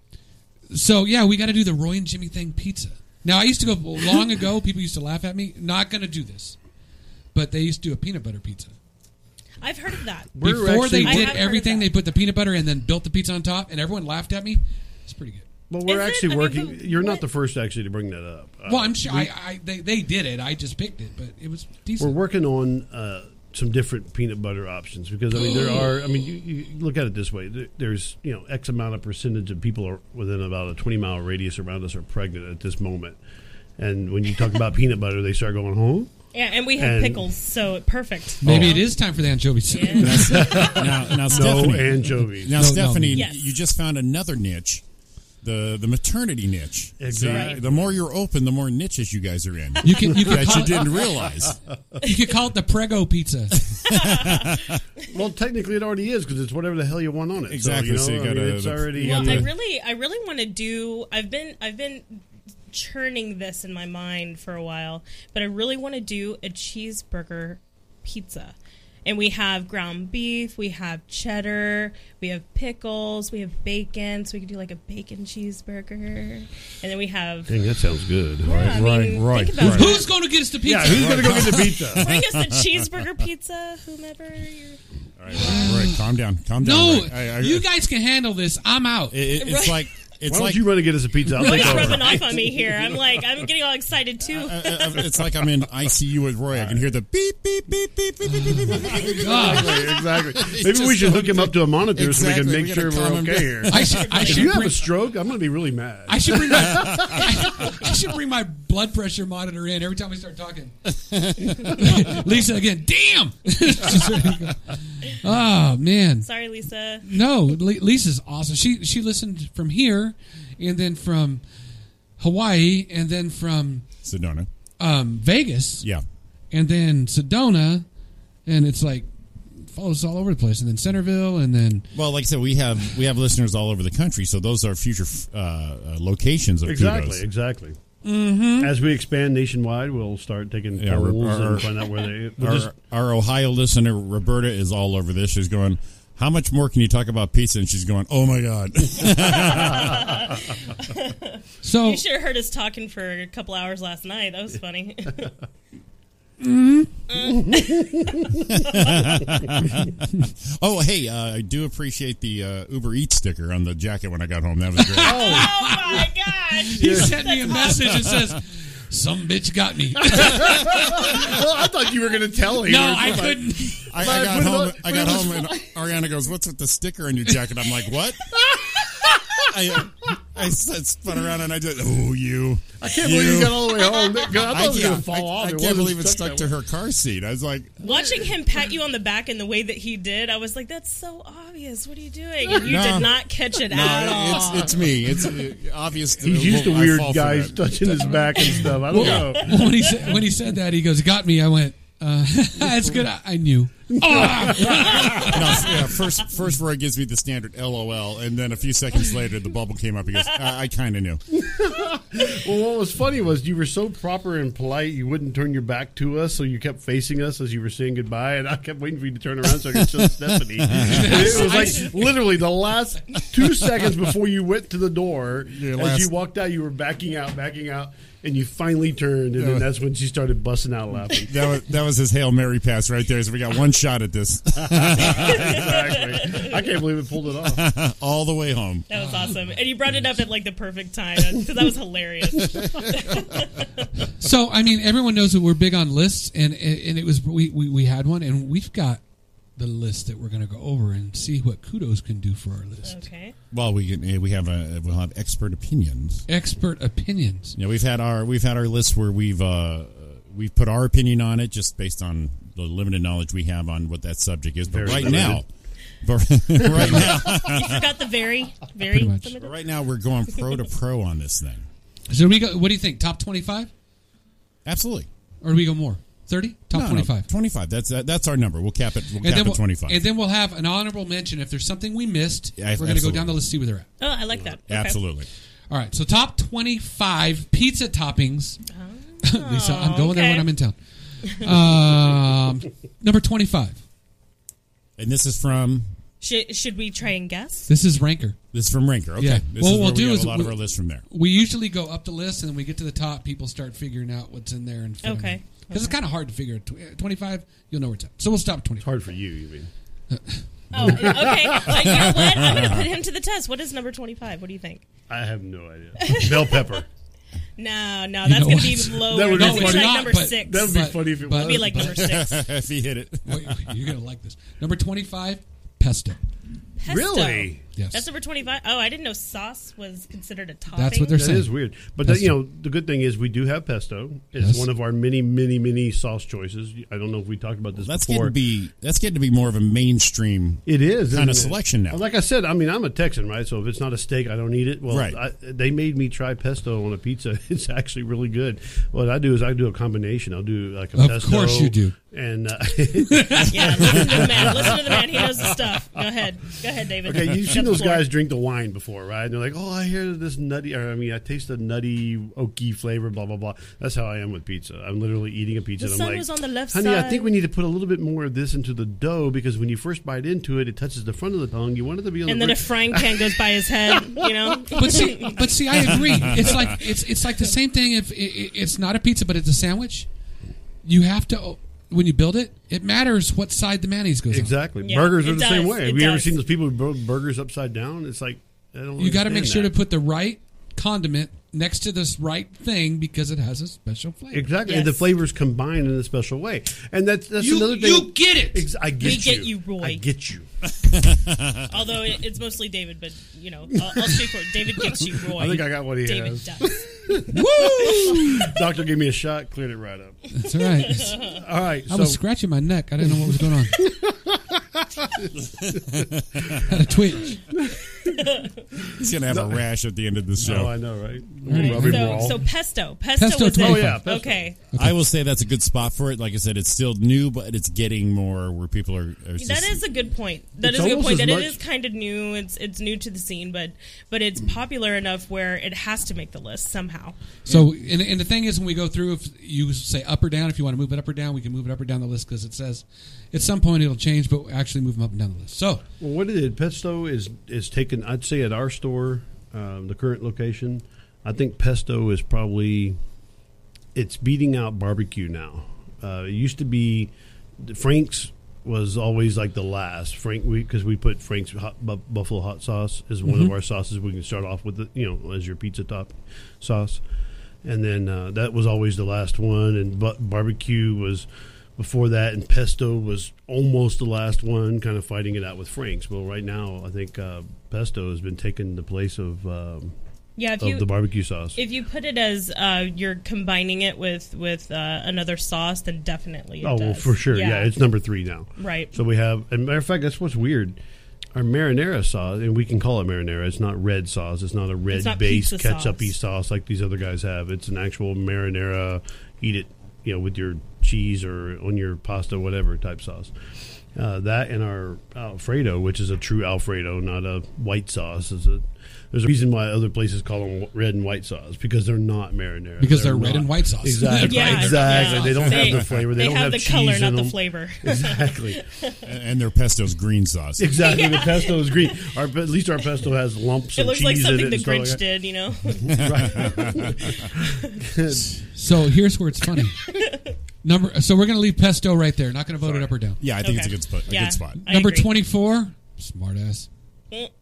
Speaker 4: so yeah, we got to do the Roy and Jimmy thing pizza. Now I used to go long ago. People used to laugh at me. Not going to do this, but they used to do a peanut butter pizza.
Speaker 1: I've heard of that.
Speaker 6: We're
Speaker 4: Before they
Speaker 6: actually-
Speaker 1: I
Speaker 4: did
Speaker 1: have heard of
Speaker 4: everything,
Speaker 1: that.
Speaker 4: they put the peanut butter and then built the pizza on top, and everyone laughed at me. It's pretty good.
Speaker 6: Well, we're
Speaker 1: Is it?
Speaker 6: actually
Speaker 1: I mean,
Speaker 6: working.
Speaker 1: but
Speaker 6: You're
Speaker 1: what-
Speaker 6: not the first actually to bring that up. Uh,
Speaker 4: Well, I'm sure I, I they, they did it. I just picked it, but it was
Speaker 6: we're
Speaker 4: decent.
Speaker 6: working on uh, some different peanut butter options because I mean there are. I mean, you, you look at it this way: There- there's you know x amount of percentage of people are within about a 20 mile radius around us are pregnant at this moment, and when you talk about peanut butter, they start going, "Huh." Oh,
Speaker 1: Yeah, and we have
Speaker 6: And-
Speaker 1: pickles, so perfect.
Speaker 4: Maybe it is time for the anchovies.
Speaker 5: now, now
Speaker 6: No
Speaker 5: Stephanie,
Speaker 6: anchovies.
Speaker 5: now
Speaker 4: No, no.
Speaker 5: Stephanie,
Speaker 1: Yes.
Speaker 5: you just found another niche the the maternity niche. See,
Speaker 6: Exactly.
Speaker 5: the more you're open, the more niches you guys are in.
Speaker 4: You can you can
Speaker 5: that
Speaker 4: call
Speaker 5: you
Speaker 4: it,
Speaker 5: didn't realize.
Speaker 4: you can call it the prego pizza.
Speaker 6: Well, technically, it already is because it's whatever the hell you want on it.
Speaker 5: Exactly,
Speaker 6: So,
Speaker 5: so you
Speaker 6: you know, I mean,
Speaker 5: gotta-
Speaker 6: it's already. uh,
Speaker 5: Well,
Speaker 1: Well, I really, I really want to do. I've been, I've been churning this in my mind for a while, but I really want to do a cheeseburger pizza. And we have ground beef, we have cheddar, we have pickles, we have bacon, so we could do like a bacon cheeseburger, and then we have.
Speaker 6: Dang, that sounds good.
Speaker 1: Yeah, I mean,
Speaker 5: right,
Speaker 1: think about
Speaker 5: right.
Speaker 1: it.
Speaker 4: Who's going to get us the pizza?
Speaker 6: Yeah, who's gonna go get the pizza?
Speaker 1: Bring us the cheeseburger pizza, whomever. You're...
Speaker 5: All right, all right, calm down, calm down.
Speaker 4: no,
Speaker 5: All right, I- I-
Speaker 4: you guys can handle this. I'm out.
Speaker 5: it- it- it's
Speaker 1: Right.
Speaker 5: like
Speaker 6: Why
Speaker 5: it's
Speaker 6: don't
Speaker 5: like
Speaker 6: you run and get us a pizza? I'll take
Speaker 5: oh,
Speaker 1: He's
Speaker 6: over.
Speaker 1: rubbing off on me here. I'm like, I'm getting all excited too.
Speaker 5: I- I- I- Uh, it's like I'm in ICU with Roy. I can hear the beep beep beep beep beep beep beep beep. beep, beep, beep.
Speaker 4: God.
Speaker 6: exactly.
Speaker 5: It's
Speaker 6: Maybe we
Speaker 5: just
Speaker 6: should hook him up to a monitor so
Speaker 5: Exactly,
Speaker 6: we
Speaker 5: we
Speaker 6: can make
Speaker 5: gotta
Speaker 6: sure
Speaker 5: calm
Speaker 6: we're
Speaker 5: him
Speaker 6: okay
Speaker 5: down.
Speaker 6: here.
Speaker 4: I should I
Speaker 6: If
Speaker 4: should
Speaker 6: you have
Speaker 4: bring,
Speaker 6: a stroke, I'm gonna be really mad.
Speaker 4: I should bring my, I, I should bring my blood pressure monitor in every time we start talking. Lisa again. Damn. She's ready to go. oh man.
Speaker 1: Sorry, Lisa.
Speaker 4: No, Li- Lisa's awesome. She she listened from here, and then from Hawaii, and then from
Speaker 5: Sedona.
Speaker 4: um, Vegas,
Speaker 5: Yeah.
Speaker 4: and then Sedona, and it's like follows all over the place, and then Centerville, and then
Speaker 5: Well, like I said, we have we have listeners all over the country, so those are future uh, uh, locations of
Speaker 6: Exactly,
Speaker 5: Kudos.
Speaker 6: exactly.
Speaker 5: Mm-hmm.
Speaker 6: As we expand nationwide, we'll start taking
Speaker 5: Yeah,
Speaker 6: polls
Speaker 5: our- our-
Speaker 6: and find out where they. We'll
Speaker 5: Our,
Speaker 6: just,
Speaker 5: our Ohio listener Roberta is all over this. She's going, "How much more can you talk about pizza?" And she's going, "Oh my god!"
Speaker 4: so
Speaker 1: You sure heard us talking for a couple hours last night. That was funny.
Speaker 5: oh, hey, uh, I do appreciate the uh, Uber Eats sticker on the jacket when I got home. That was great.
Speaker 1: oh my gosh!
Speaker 4: he sent me a message that says. Some bitch got me.
Speaker 6: well, I thought you were going to tell him.
Speaker 4: No, I couldn't.
Speaker 5: I, I got
Speaker 6: Put it
Speaker 5: home.
Speaker 6: on-
Speaker 5: I got home, and Ariana goes, "What's with the sticker on your jacket?" I'm like, "What?" I, uh, I s- spun around and I did. Oh, you!
Speaker 6: I can't believe you got all the way home. I thought it was
Speaker 5: yeah,
Speaker 6: going to fall
Speaker 5: I-
Speaker 6: off.
Speaker 5: I
Speaker 6: It
Speaker 5: can't
Speaker 6: wasn't
Speaker 5: believe it stuck to
Speaker 6: that
Speaker 5: her car seat. I was like,
Speaker 1: Watching him pat you on the back in the way that he did, I was like, "That's so obvious. What are you doing?" And you
Speaker 5: No.
Speaker 1: did not catch it at
Speaker 5: No,
Speaker 1: all.
Speaker 5: it's it's me. It's uh, obvious. that-
Speaker 6: He's used to
Speaker 5: I
Speaker 6: weird
Speaker 5: fall for
Speaker 6: guys
Speaker 5: that.
Speaker 6: touching his back and stuff. I don't know.
Speaker 4: when he said when he said that, he goes, "Got me." I went, uh, "That's good." I, I knew.
Speaker 5: No, yeah, first, first Roy gives me the standard LOL, and then a few seconds later, the bubble came up. He goes, "I, I kind of knew."
Speaker 6: Well, what was funny was you were so proper and polite, you wouldn't turn your back to us, so you kept facing us as you were saying goodbye, and I kept waiting for you to turn around so I could show Stephanie. And it was like literally the last two seconds before you went to the door.
Speaker 5: Your
Speaker 6: as
Speaker 5: last-
Speaker 6: you walked out, you were backing out, backing out, and you finally turned, and then that's when she started busting out laughing.
Speaker 5: That was that was his hail mary pass right there. So we got one shot at this,
Speaker 6: exactly. I can't believe it pulled it off.
Speaker 5: all the way home.
Speaker 1: that was awesome, and you brought it up at like the perfect time because that was hilarious.
Speaker 4: So I mean, everyone knows that we're big on lists, and and it was we we, we had one, and we've got the list that we're going to go over and see what kudos can do for our list.
Speaker 1: Okay,
Speaker 5: Well, we can, eh, we have a we'll have expert opinions.
Speaker 4: Expert opinions.
Speaker 5: You know, we've had our we've had our list where we've uh, we've put our opinion on it just based on the limited knowledge we have on what that subject is. But
Speaker 6: Very
Speaker 5: right
Speaker 6: limited.
Speaker 5: now, but right now,
Speaker 1: you forgot the very, very
Speaker 4: Pretty much.
Speaker 1: limited.
Speaker 5: right now, we're going pro to pro on this thing.
Speaker 4: So we go. What do you think? Top twenty-five,
Speaker 5: Absolutely.
Speaker 4: or do we go more? Thirty? Top
Speaker 5: No, no,
Speaker 4: twenty-five.
Speaker 5: 25. That's that, that's our number. We'll cap it. We'll cap
Speaker 4: then
Speaker 5: it
Speaker 4: we'll,
Speaker 5: 25.
Speaker 4: and then we'll have an honorable mention if there's something we missed.
Speaker 5: Yeah,
Speaker 4: we're going to go
Speaker 5: absolutely.
Speaker 4: down the list, see where they're at.
Speaker 1: Oh, I like that. Okay.
Speaker 5: Absolutely.
Speaker 4: All right. So top twenty-five pizza toppings. Lisa, I'm going there
Speaker 1: Oh. okay.
Speaker 4: when I'm in town. Um, number twenty-five.
Speaker 5: And this is from
Speaker 1: Should should we try and guess?
Speaker 4: This is Ranker.
Speaker 5: this is from Ranker. Okay.
Speaker 4: Yeah. What
Speaker 5: This is where
Speaker 4: we'll
Speaker 5: we
Speaker 4: do
Speaker 5: got
Speaker 4: is
Speaker 5: a lot
Speaker 4: we-
Speaker 5: of our list from there.
Speaker 4: we usually go up the list and then we get to the top people start figuring out what's in there and because
Speaker 1: Okay.
Speaker 4: it's kind of hard to figure Tw- 25 you'll know where it's at so we'll stop at 25
Speaker 6: Hard for you, you mean?
Speaker 1: Oh, okay. Like, you know what? I'm going to put him to the test. What is number twenty-five? What do you think?
Speaker 6: I have no idea. Bell pepper.
Speaker 1: No, no,
Speaker 4: You
Speaker 1: that's
Speaker 4: know
Speaker 1: going to be
Speaker 4: what?
Speaker 1: lower.
Speaker 6: That would
Speaker 1: that's
Speaker 6: be
Speaker 1: gonna be like
Speaker 6: funny.
Speaker 4: Not,
Speaker 1: number
Speaker 4: but-
Speaker 1: six.
Speaker 6: That would be funny if it was.
Speaker 1: That'd be like number six.
Speaker 5: if he hit it.
Speaker 4: Wait, you're gonna like this number 25 pesto
Speaker 1: Pesto.
Speaker 6: Really?
Speaker 4: Yes.
Speaker 1: That's number 25. Oh, I didn't know sauce was considered a topping.
Speaker 4: what they're
Speaker 6: That
Speaker 4: Same.
Speaker 6: is weird. But the, you know, the good thing is we do have pesto. It's
Speaker 4: Yes.
Speaker 6: one of our many, many, many sauce choices. I don't know if we talked about this
Speaker 5: That's
Speaker 6: before.
Speaker 5: getting to be that's getting to be more of a mainstream.
Speaker 6: it is
Speaker 5: kind of
Speaker 6: isn't it?
Speaker 5: selection now.
Speaker 6: Like I said, I mean, I'm a Texan, right? So if it's not a steak, I don't eat it. Well,
Speaker 5: Right.
Speaker 6: I, they made me try pesto on a pizza. It's actually really good. What I do is I do a combination. I'll do like a
Speaker 4: Of
Speaker 6: pesto.
Speaker 4: course you do.
Speaker 6: And uh,
Speaker 1: Yeah, listen to the man. Listen to the man. He knows the stuff. Go ahead. Go ahead, David.
Speaker 6: Okay, you've
Speaker 1: Shut
Speaker 6: seen
Speaker 1: the
Speaker 6: those
Speaker 1: floor.
Speaker 6: guys drink the wine before, right? And they're like, "Oh, I hear this nutty," or I mean, I taste the nutty oaky flavor, blah blah blah. That's how I am with pizza. I'm literally eating a pizza.
Speaker 1: The
Speaker 6: and I'm
Speaker 1: sun
Speaker 6: like,
Speaker 1: was on the left
Speaker 6: honey, I think
Speaker 1: side."
Speaker 6: we need to put a little bit more of this into the dough because when you first bite into it, it touches the front of the tongue. You want it to be on
Speaker 1: And
Speaker 6: the
Speaker 1: then a frying pan goes by his head, you know?
Speaker 4: But see, but see, I agree. It's like it's it's like the same thing. If i- i it's not a pizza, but it's a sandwich, you have to when you build it. It matters what side the mayonnaise goes on.
Speaker 6: exactly.
Speaker 1: Yeah,
Speaker 6: burgers
Speaker 1: it
Speaker 6: are the same
Speaker 1: does,
Speaker 6: way.
Speaker 1: it
Speaker 6: Have you ever
Speaker 1: does.
Speaker 6: seen those people who build burgers upside down? It's like I don't.
Speaker 4: You got to make sure
Speaker 6: understand
Speaker 4: to
Speaker 6: that.
Speaker 4: put the right condiment next to this right thing because it has a special flavor.
Speaker 6: Exactly, and the
Speaker 1: Yes.
Speaker 6: flavors combine in a special way, and that's that's
Speaker 4: You-
Speaker 6: another thing.
Speaker 4: you get it.
Speaker 6: Ex- I get
Speaker 1: We
Speaker 6: you.
Speaker 1: get you, Roy.
Speaker 6: I get you.
Speaker 1: Although it- it's mostly David, but, you know, I'll, I'll speak for it. David gets you, Roy.
Speaker 6: I think I got what he
Speaker 1: David
Speaker 6: has.
Speaker 1: does.
Speaker 4: Woo!
Speaker 6: Doctor gave me a shot, cleared it right up.
Speaker 4: That's all right.
Speaker 6: All right,
Speaker 4: I
Speaker 6: so
Speaker 4: was scratching my neck. I didn't know what was going on. Had a twitch.
Speaker 5: He's gonna have a rash at the end of the show.
Speaker 6: oh, I know, right?
Speaker 1: So, so pesto. Pesto,
Speaker 4: Pesto
Speaker 1: was it.
Speaker 4: 25. Oh, yeah,
Speaker 6: pesto.
Speaker 1: Okay.
Speaker 5: I will say that's a good spot for it. Like I said, it's still new, but it's getting more where people are. are just,
Speaker 1: That is a good point. That
Speaker 6: It's
Speaker 1: is a good
Speaker 6: almost
Speaker 1: point.
Speaker 6: as
Speaker 1: That it
Speaker 6: much-
Speaker 1: is kind of new. It's it's new to the scene, but but it's
Speaker 6: Mm.
Speaker 1: popular enough where it has to make the list somehow.
Speaker 4: So, and, and the thing is, when we go through, if you say up or down, if you want to move it up or down, we can move it up or down the list because it says at some point it'll change, but we actually move them up and down the list. So,
Speaker 6: Well, what it is, Pesto is is taken. I'd say at our store, um, the current location, I think Pesto is probably it's beating out barbecue now. Uh, it used to be Frank's was always like the last Frank we because we put Frank's hot, bu- buffalo hot sauce is one of
Speaker 1: Mm-hmm.
Speaker 6: our sauces we can start off with it you know as your pizza top sauce and then uh, that was always the last one and bu- barbecue was before that and pesto was almost the last one kind of fighting it out with Frank's well right now I think uh, pesto has been taking the place of um,
Speaker 1: Yeah, if
Speaker 6: of
Speaker 1: you
Speaker 6: the barbecue sauce
Speaker 1: if you put it as uh, you're combining it with with uh, another sauce, then definitely. It
Speaker 6: Oh, well,
Speaker 1: does.
Speaker 6: for sure. Yeah. it's number three now.
Speaker 1: Right.
Speaker 6: So we have, and matter of fact, that's what's weird. Our marinara sauce, and we can call it marinara. It's not red sauce. It's not a red
Speaker 1: not
Speaker 6: based
Speaker 1: pizza
Speaker 6: ketchup-y
Speaker 1: sauce.
Speaker 6: sauce like these other guys have. It's an actual marinara. Eat it, you know, with your cheese or on your pasta, whatever type sauce. Uh, that and our Alfredo, which is a true Alfredo, not a white sauce. Is a there's a reason why other places call them red and white sauce because they're not marinara.
Speaker 4: Because they're red
Speaker 6: not.
Speaker 4: and white sauce.
Speaker 6: Exactly.
Speaker 1: yeah,
Speaker 6: exactly.
Speaker 1: yeah.
Speaker 6: They don't have the flavor. They,
Speaker 1: they
Speaker 6: don't
Speaker 1: have,
Speaker 6: have
Speaker 1: the
Speaker 6: cheese
Speaker 1: color,
Speaker 6: in
Speaker 1: not the
Speaker 6: them.
Speaker 1: flavor.
Speaker 6: Exactly.
Speaker 5: and their pesto's green sauce.
Speaker 6: Exactly. The pesto is green. Our, at least our pesto has lumps
Speaker 1: it
Speaker 6: and
Speaker 1: looks
Speaker 6: cheese
Speaker 1: like
Speaker 6: in
Speaker 1: something
Speaker 6: it.
Speaker 1: the
Speaker 6: and stuff like
Speaker 1: Grinch did,
Speaker 6: that.
Speaker 1: you know.
Speaker 4: so here's where it's funny. Number. So we're going to leave pesto right there. Not going to vote it up or down.
Speaker 5: Yeah, I think it's a
Speaker 1: Okay.
Speaker 5: good spot. A
Speaker 1: Yeah.
Speaker 5: good spot.
Speaker 1: I
Speaker 4: Number
Speaker 1: agree.
Speaker 4: twenty four. Smart ass.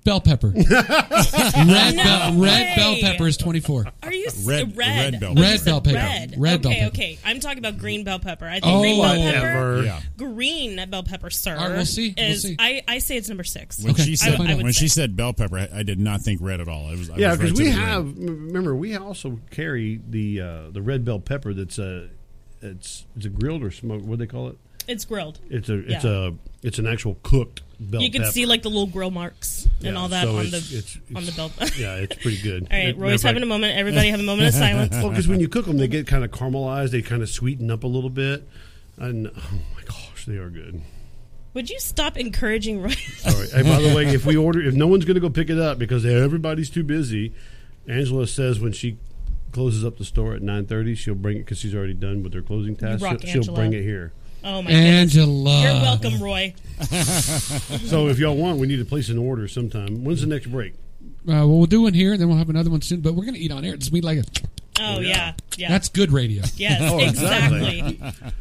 Speaker 4: Bell pepper. red bell,
Speaker 1: way.
Speaker 4: red bell pepper is twenty four.
Speaker 1: Are you s-
Speaker 5: Red-
Speaker 1: red
Speaker 5: red bell
Speaker 1: Oh, you
Speaker 4: pepper. Red
Speaker 1: said
Speaker 4: bell pepper.
Speaker 1: Red,
Speaker 4: Red bell
Speaker 1: okay,
Speaker 4: pepper.
Speaker 1: okay. I'm talking about green bell pepper. I think
Speaker 4: Oh,
Speaker 1: green bell pepper,
Speaker 6: Whatever.
Speaker 5: Yeah.
Speaker 1: green bell pepper, sir.
Speaker 4: All right, we'll see, we'll
Speaker 1: is-
Speaker 4: see.
Speaker 1: I, I say it's number six.
Speaker 5: When
Speaker 4: Okay.
Speaker 5: she
Speaker 4: I-
Speaker 5: said
Speaker 4: I
Speaker 1: would
Speaker 5: when she
Speaker 1: say.
Speaker 5: said bell pepper, I, I did not think red at all. I was I
Speaker 6: Yeah,
Speaker 5: was right
Speaker 6: because
Speaker 5: to
Speaker 6: we
Speaker 5: the red.
Speaker 6: have. m- Remember, we also carry the uh, the red bell pepper. That's a it's it's a grilled or smoked. What do they call it?
Speaker 1: It's grilled.
Speaker 6: It's a it's
Speaker 1: Yeah.
Speaker 6: a it's an actual cooked bell.
Speaker 1: you can
Speaker 6: pepper.
Speaker 1: see like the little grill marks and
Speaker 6: Yeah,
Speaker 1: all that
Speaker 6: so
Speaker 1: on the
Speaker 6: it's- it's-
Speaker 1: on the
Speaker 6: it's-
Speaker 1: bell.
Speaker 6: Yeah, it's pretty good.
Speaker 1: all right, Roy's having a moment. Everybody have a moment of silence.
Speaker 6: Well, because when you cook them, they get kind of caramelized. They kind of sweeten up a little bit, and oh my gosh, they are good.
Speaker 1: Would you stop encouraging Roy?
Speaker 6: Sorry. Hey, by the way, if we order, if no one's going to go pick it up because everybody's too busy, Angela says when she closes up the store at nine thirty, she'll bring it because she's already done with her closing task.
Speaker 1: rock,
Speaker 6: she'll, she'll
Speaker 1: Angela.
Speaker 6: bring it here.
Speaker 1: Oh my goodness.
Speaker 4: Angela.
Speaker 1: You're welcome, Roy.
Speaker 6: So if y'all want, we need to place an order sometime. When's the next break?
Speaker 4: Uh, well, we'll do one here, and then we'll have another one soon. But we're going to eat on air. It's gonna be like a,
Speaker 1: Oh, yeah. yeah.
Speaker 4: that's good radio.
Speaker 1: yes,
Speaker 6: Oh, exactly.
Speaker 1: exactly.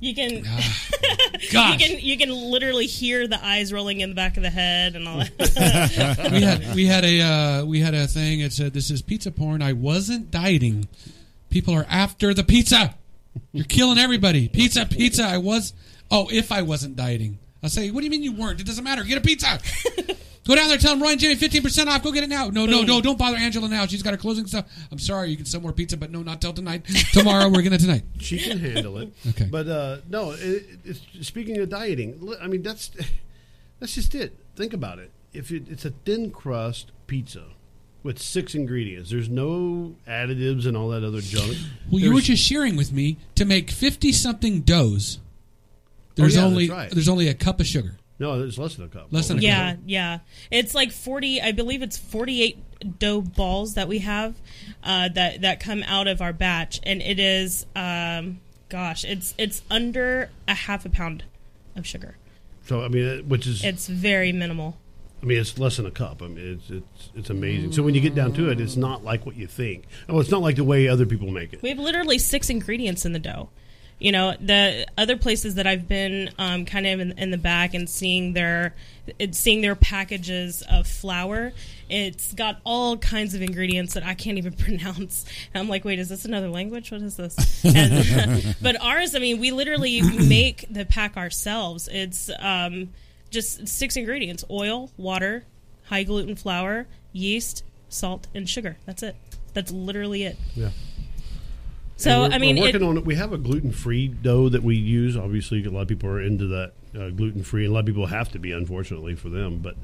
Speaker 1: You can you
Speaker 4: Gosh,
Speaker 1: can you can literally hear the eyes rolling in the back of the head and all that.
Speaker 4: we had we had a uh, we had a thing. It said, "This is pizza porn." I wasn't dieting. People are after the pizza. You're killing everybody. Pizza, pizza. I was. Oh, if I wasn't dieting, I say, what do you mean you weren't? It doesn't matter. Get a pizza. go down there, tell them Ryan Jimmy fifteen percent off. Go get it now. No, no, no, don't bother Angela now. She's got her closing stuff. I'm sorry, you can sell more pizza, but no, not till tonight. Tomorrow we're gonna tonight.
Speaker 6: She can handle it.
Speaker 4: Okay.
Speaker 6: But uh, no, it, it's, speaking of dieting, li- I mean that's that's just it. Think about it. If it, it's a thin crust pizza with six ingredients, there's no additives and all that other junk.
Speaker 4: Well, you were
Speaker 6: There's- Oh,
Speaker 4: just sharing with me to make fifty something doughs. There's
Speaker 6: yeah, that's
Speaker 4: only
Speaker 6: right.
Speaker 4: there's only a cup of sugar.
Speaker 6: no, there's less than a cup.
Speaker 4: Less than a cup.
Speaker 1: Yeah, yeah. It's like forty. I believe it's forty-eight dough balls that we have uh, that that come out of our batch, and it is, um, gosh, it's it's under a half a pound of sugar.
Speaker 6: So I mean, it- which is
Speaker 1: It's very minimal.
Speaker 6: I mean, it's less than a cup. I mean, it's it's it's amazing. So when you get down to it, it's not like what you think. Oh, it's not like the way other people make it.
Speaker 1: We have literally six ingredients in the dough. You know, the other places that I've been um, kind of in, in the back and seeing their it's seeing their packages of flour, it's got all kinds of ingredients that I can't even pronounce. And I'm like, wait, is this another language? What is this? And, but ours, I mean, we literally make the pack ourselves. It's um, just six ingredients: oil, water, high gluten flour, yeast, salt, and sugar. That's it. That's literally it.
Speaker 6: Yeah.
Speaker 1: So
Speaker 6: And we're-
Speaker 1: I mean,
Speaker 6: we're
Speaker 1: it,
Speaker 6: working on it. We have a gluten-free dough that we use. Obviously, a lot of people are into that uh, gluten-free, and a lot of people have to be, unfortunately, for them. But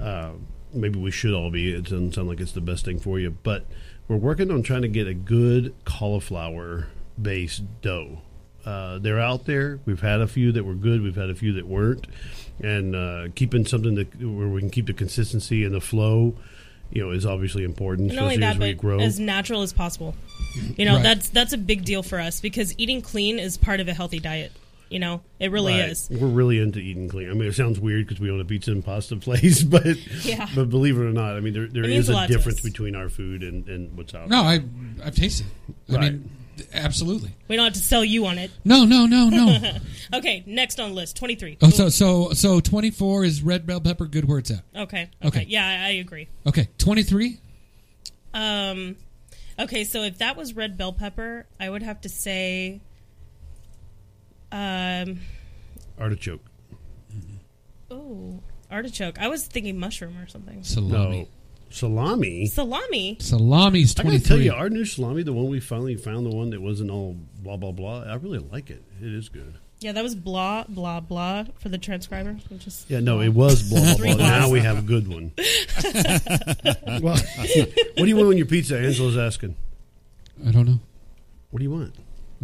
Speaker 6: uh, maybe we should all be. It doesn't sound like it's the best thing for you, but we're working on trying to get a good cauliflower-based dough. Uh, they're out there. We've had a few that were good. We've had a few that weren't, and uh, keeping something that where we can keep the consistency and the flow, you know, is obviously important.
Speaker 1: not only
Speaker 6: especially
Speaker 1: that,
Speaker 6: as we
Speaker 1: but
Speaker 6: grow.
Speaker 1: as natural as possible. You know,
Speaker 4: Right.
Speaker 1: that's that's a big deal for us because eating clean is part of a healthy diet. You know, it really
Speaker 6: Right.
Speaker 1: is.
Speaker 6: We're really into eating clean. I mean, it sounds weird because we own a pizza and pasta place, but
Speaker 1: Yeah.
Speaker 6: but believe it or not, I mean, there, there
Speaker 1: It
Speaker 6: is
Speaker 1: means a
Speaker 6: a
Speaker 1: lot to
Speaker 6: difference
Speaker 1: us.
Speaker 6: between our food and, and what's out.
Speaker 4: No, I I've tasted. it. I
Speaker 6: Right.
Speaker 4: mean, th- absolutely.
Speaker 1: We don't have to sell you on it.
Speaker 4: No, no, no, no.
Speaker 1: Okay, next on the list, twenty three.
Speaker 4: oh, so so so twenty four is red bell pepper good where it's at.
Speaker 1: okay, okay,
Speaker 4: Okay.
Speaker 1: yeah, I, I agree.
Speaker 4: Okay, twenty three.
Speaker 1: Um, okay, so if that was red bell pepper, I would have to say, um,
Speaker 6: Artichoke.
Speaker 1: oh, artichoke. I was thinking mushroom or something.
Speaker 4: Salami.
Speaker 6: No. Salami.
Speaker 1: Salami.
Speaker 4: Salami's
Speaker 6: I
Speaker 4: twenty
Speaker 6: gotta tell
Speaker 4: three.
Speaker 6: you, our new salami, the one we finally found, the one that wasn't all blah blah blah. I really like it. It is good.
Speaker 1: Yeah, that was blah blah blah for the transcriber. Which is
Speaker 6: Yeah, no, it was blah blah
Speaker 1: Three
Speaker 6: blah. now
Speaker 1: blahs.
Speaker 6: we have a good one. well, what do you want on your pizza? Angela's asking.
Speaker 4: I don't know.
Speaker 6: What do you want?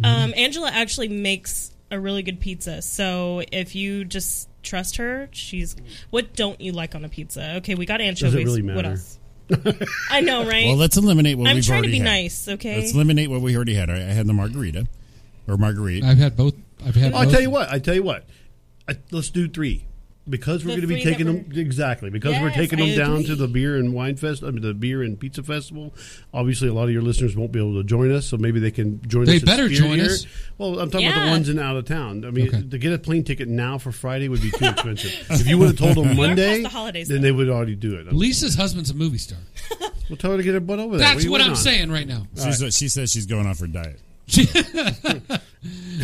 Speaker 1: Um, Angela actually makes a really good pizza. So if you just trust her, she's. What don't you like on a pizza? Okay, we got anchovies.
Speaker 6: really
Speaker 1: What
Speaker 6: matter?
Speaker 1: else? I know, right?
Speaker 5: Well, let's eliminate what
Speaker 1: I'm
Speaker 5: we've
Speaker 1: trying to
Speaker 5: already had.
Speaker 1: be nice, okay?
Speaker 5: Let's eliminate what we already had. I I had the margarita or margarita.
Speaker 4: I've had both. I've had.
Speaker 6: Well, Oh, I
Speaker 4: both.
Speaker 6: tell you what. I tell you what. I, let's do three because we're
Speaker 1: The
Speaker 6: going to be
Speaker 1: three that
Speaker 6: taking them exactly because we're
Speaker 1: Yes,
Speaker 6: taking them
Speaker 1: I
Speaker 6: down
Speaker 1: agree.
Speaker 6: to the beer and wine fest. I mean, the beer and pizza festival. Obviously, a lot of your listeners won't be able to join us, so maybe they can join.
Speaker 4: They
Speaker 6: us at
Speaker 4: better
Speaker 6: Spear
Speaker 4: join
Speaker 6: here.
Speaker 4: us.
Speaker 6: Well, I'm talking about the
Speaker 1: Yeah.
Speaker 6: ones in out of town. I mean,
Speaker 4: Okay.
Speaker 6: to get a plane ticket now for Friday would be too expensive. if you would have told them
Speaker 1: past
Speaker 6: Monday,
Speaker 1: the holidays,
Speaker 6: then
Speaker 1: though.
Speaker 6: they would already do it.
Speaker 4: Lisa's husband's a movie star.
Speaker 6: We'll tell her to get her butt over there.
Speaker 4: That's
Speaker 6: are you
Speaker 4: what
Speaker 6: waiting
Speaker 4: I'm
Speaker 6: on?
Speaker 4: saying right now.
Speaker 5: She's, She says she's going off her diet.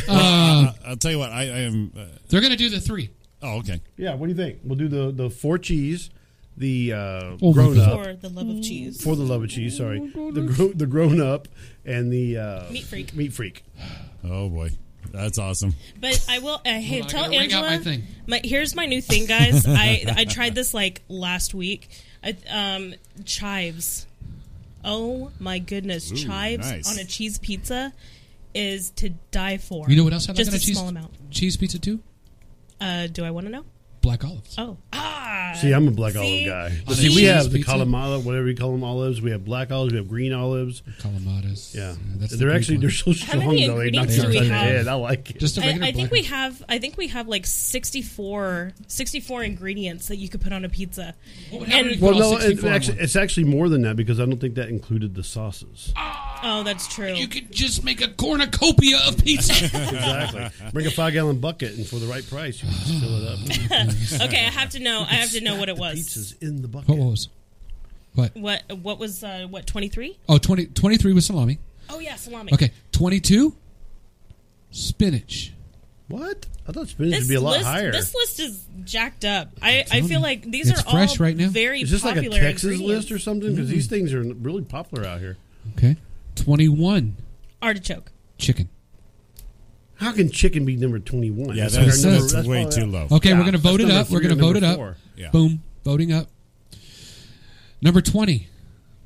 Speaker 5: I- I'll tell you what. I, I am. Uh,
Speaker 4: They're gonna do the three.
Speaker 5: oh, okay.
Speaker 6: Yeah. What do you think? We'll do the the four cheese, the uh,
Speaker 4: Over
Speaker 6: grown
Speaker 4: the-
Speaker 6: up.
Speaker 1: for the love of cheese.
Speaker 6: for the love of cheese. Sorry, the gro- the grown up and the uh,
Speaker 1: Meat freak. Uh,
Speaker 6: Meat freak.
Speaker 5: Oh boy, that's awesome.
Speaker 1: But I will. Uh, hey,
Speaker 4: on, I
Speaker 1: tell
Speaker 4: gotta ring out
Speaker 1: Angela.
Speaker 4: my thing.
Speaker 1: my- here's my new thing, guys. I I tried this like last week. I, um, chives. Oh my goodness,
Speaker 5: Ooh,
Speaker 1: chives
Speaker 5: nice.
Speaker 1: on a cheese pizza is to die for.
Speaker 4: You know what else I like
Speaker 1: Just
Speaker 4: on a
Speaker 1: a
Speaker 4: cheese
Speaker 1: small amount.
Speaker 4: cheese pizza too?
Speaker 1: Uh, do I want to know?
Speaker 4: Black olives.
Speaker 1: Oh, ah.
Speaker 6: See, I'm a black
Speaker 1: See?
Speaker 6: olive guy. But
Speaker 4: See?
Speaker 6: see, we have the
Speaker 4: Pizza.
Speaker 6: calamata, whatever you call them, olives. We have black olives. We have green olives.
Speaker 4: Calamatas. Uh,
Speaker 6: Yeah,
Speaker 4: that's
Speaker 6: they're
Speaker 4: the Greek
Speaker 6: actually
Speaker 4: one.
Speaker 6: they're so
Speaker 1: How
Speaker 6: strong
Speaker 1: many
Speaker 6: though. They knock
Speaker 1: ingredients
Speaker 6: you
Speaker 1: do we
Speaker 6: upside the
Speaker 1: have?
Speaker 6: head. I like it.
Speaker 4: just a
Speaker 1: I,
Speaker 4: regular.
Speaker 1: I think
Speaker 4: black
Speaker 1: we have I think we have like 64, 64 ingredients that you could put on a pizza.
Speaker 4: What would happen if you
Speaker 6: well,
Speaker 4: put all
Speaker 6: no, it,
Speaker 4: 64 on
Speaker 6: actually,
Speaker 4: one?
Speaker 6: it's actually more than that because I don't think that included the sauces.
Speaker 1: Oh, that's true.
Speaker 4: you could just make a cornucopia of pizza.
Speaker 6: exactly. Bring a five gallon bucket, and for the right price, you can just fill it up.
Speaker 1: okay, I have to know. I have to know what it was.
Speaker 6: Pizza's in the bucket.
Speaker 4: what was? What?
Speaker 1: What what was uh, what twenty three?
Speaker 4: Oh, 20, 23 was salami.
Speaker 1: Oh yeah, salami.
Speaker 4: Okay, twenty two. Spinach.
Speaker 6: What? I thought spinach would be a lot
Speaker 1: list,
Speaker 6: higher.
Speaker 1: This list is jacked up. I, I feel like these
Speaker 4: It's
Speaker 1: are
Speaker 4: fresh
Speaker 1: all
Speaker 4: right now.
Speaker 1: very
Speaker 6: is this like a
Speaker 1: popular.
Speaker 6: Texas
Speaker 1: ingredients.
Speaker 6: list or something? Because these things are really popular out here.
Speaker 4: Okay. 21
Speaker 1: Artichoke.
Speaker 4: chicken.
Speaker 6: How can chicken be number twenty one?
Speaker 5: Yeah,
Speaker 4: what it
Speaker 5: that's,
Speaker 4: says.
Speaker 5: that's way too low.
Speaker 4: Okay,
Speaker 6: Yeah,
Speaker 4: we're going to
Speaker 6: that's
Speaker 4: vote it
Speaker 6: number
Speaker 4: up. We're
Speaker 6: three
Speaker 4: going to
Speaker 6: and
Speaker 4: vote it
Speaker 6: number
Speaker 4: up.
Speaker 6: four.
Speaker 5: Yeah.
Speaker 4: Boom. Voting up. Number 20.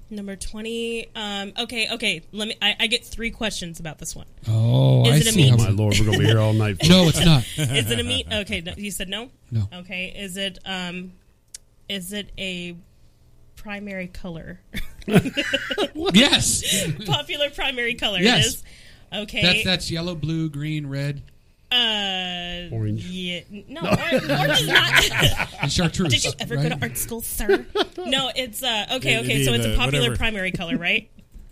Speaker 1: Number twenty. Um, okay, okay. Let me. I, I get three questions about this one.
Speaker 4: Oh,
Speaker 1: Is
Speaker 4: I
Speaker 1: it a
Speaker 4: see.
Speaker 1: meat?
Speaker 4: How
Speaker 6: My lord, we're gonna be here all night. for-
Speaker 4: no, it's not.
Speaker 1: Is it a meat? Okay, no, you said no.
Speaker 4: No.
Speaker 1: Okay. Is it um, is it a primary color?
Speaker 4: Yes.
Speaker 1: Popular primary color.
Speaker 4: Yes.
Speaker 1: It is. Okay.
Speaker 4: That's that's yellow, blue, green, red,
Speaker 1: Uh,
Speaker 6: Orange.
Speaker 1: Yeah. No, orange, orange is not.
Speaker 4: and chartreuse.
Speaker 1: Did you ever
Speaker 4: right?
Speaker 1: go to art school, sir? No, it's uh, okay,
Speaker 5: It'd
Speaker 1: okay.
Speaker 5: be
Speaker 1: So it's
Speaker 5: the-
Speaker 1: a popular
Speaker 5: whatever.
Speaker 1: primary color, right?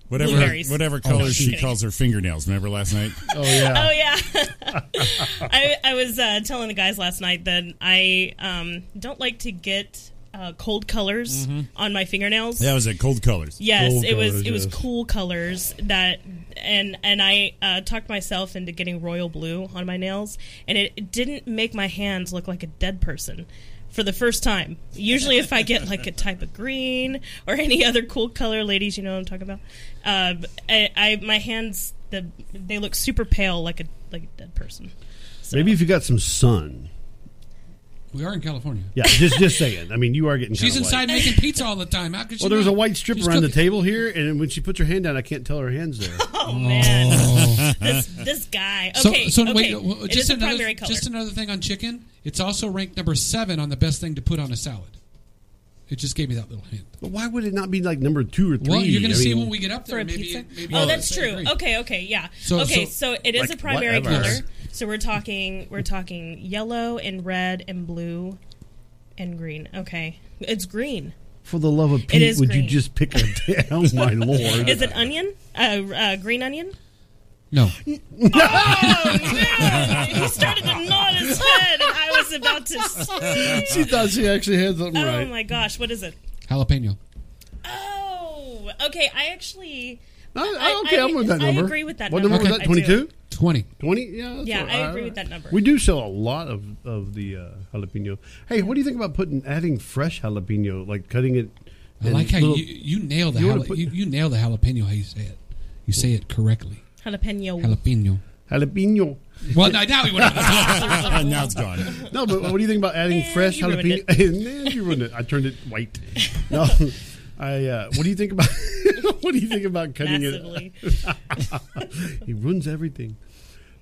Speaker 5: Whatever,
Speaker 1: Blueberries.
Speaker 5: whatever color
Speaker 1: just
Speaker 5: she
Speaker 1: kidding.
Speaker 5: calls her fingernails. Remember last night?
Speaker 6: Oh yeah.
Speaker 1: Oh yeah. I, I was uh, telling the guys last night that I um, don't like to get uh, cold colors
Speaker 4: Mm-hmm.
Speaker 1: on my fingernails.
Speaker 5: That was at Cold Colors.
Speaker 1: Yes,
Speaker 6: Cool
Speaker 1: it was
Speaker 6: colours,
Speaker 1: it was
Speaker 6: yes.
Speaker 1: cool colors that and and I uh, talked myself into getting royal blue on my nails and it, it didn't make my hands look like a dead person for the first time. Usually if I get like a type of green or any other cool color ladies, you know what I'm talking about. Um I, I my hands the they look super pale like a like a dead person.
Speaker 6: Maybe if you got some sun.
Speaker 4: We are in California.
Speaker 6: Yeah, just just saying. I mean, you are getting.
Speaker 4: She's
Speaker 6: kinda
Speaker 4: inside
Speaker 6: White.
Speaker 4: making pizza all the time. How could she?
Speaker 6: Well, there was a
Speaker 4: not?
Speaker 6: white strip
Speaker 4: She's
Speaker 6: around the
Speaker 4: cooking.
Speaker 6: table here, and when she puts her hand down, I can't tell her hands there.
Speaker 1: Oh, man. this this guy.
Speaker 4: So,
Speaker 1: Okay.
Speaker 4: so
Speaker 1: okay.
Speaker 4: wait, well,
Speaker 1: It
Speaker 4: just
Speaker 1: is a
Speaker 4: another
Speaker 1: primary color.
Speaker 4: just another thing on chicken. It's also ranked number seven on the best thing to put on a salad. It just gave me that little hint.
Speaker 6: but why would it not be like number two or three?
Speaker 4: Well, you're going
Speaker 6: I
Speaker 4: to see
Speaker 6: mean,
Speaker 4: when we get up there.
Speaker 1: for a
Speaker 4: maybe,
Speaker 1: pizza.
Speaker 4: maybe
Speaker 1: oh,
Speaker 4: I'll
Speaker 1: that's
Speaker 4: say
Speaker 1: true.
Speaker 4: agree.
Speaker 1: Okay, okay, yeah.
Speaker 4: So-
Speaker 1: okay,
Speaker 4: so-
Speaker 1: so, it is
Speaker 6: Like,
Speaker 1: a primary
Speaker 6: whatever.
Speaker 1: color. So we're talking we're talking yellow and red and blue and green. Okay, it's green.
Speaker 6: For the love of
Speaker 1: It
Speaker 6: Pete,
Speaker 1: is
Speaker 6: would you
Speaker 1: green.
Speaker 6: just pick a? oh my lord!
Speaker 1: Is it onion? Uh, uh, green onion?
Speaker 4: No,
Speaker 1: Oh man! he started to nod his head, and I was about to. sneeze.
Speaker 6: She thought she actually had something
Speaker 1: Oh
Speaker 6: right.
Speaker 1: my gosh! What is it?
Speaker 4: jalapeno.
Speaker 1: Oh, okay. I actually.
Speaker 6: I, okay, I, am with that
Speaker 1: I
Speaker 6: number.
Speaker 1: agree with that
Speaker 6: What
Speaker 1: number.
Speaker 6: number was
Speaker 4: Okay.
Speaker 6: that?
Speaker 1: I do.
Speaker 6: 22?
Speaker 4: Twenty.
Speaker 6: 20? Yeah, that's
Speaker 1: Yeah,
Speaker 6: all
Speaker 1: I
Speaker 6: right.
Speaker 1: agree with that number.
Speaker 6: We do sell a lot of, of the uh, jalapeno. Hey, what do you think about putting adding fresh jalapeno, like cutting it?
Speaker 4: I
Speaker 6: in
Speaker 4: like how
Speaker 6: little-
Speaker 4: you you nail the
Speaker 6: You wanna
Speaker 4: jala-
Speaker 6: put-
Speaker 4: you, you nail the jalapeno. How you say it? You say it correctly.
Speaker 1: Jalapeno.
Speaker 4: Jalapeno.
Speaker 6: jalapeno.
Speaker 4: Well, now, now we went. on.
Speaker 5: and now it's gone.
Speaker 6: No, but what do you think about adding
Speaker 1: And
Speaker 6: fresh
Speaker 1: Eh, you ruined
Speaker 6: jalapeno? and then you ruined it. I turned it white. No, I. Uh, what do you think about? what do you think about cutting
Speaker 1: Massively.
Speaker 6: it? He ruins everything.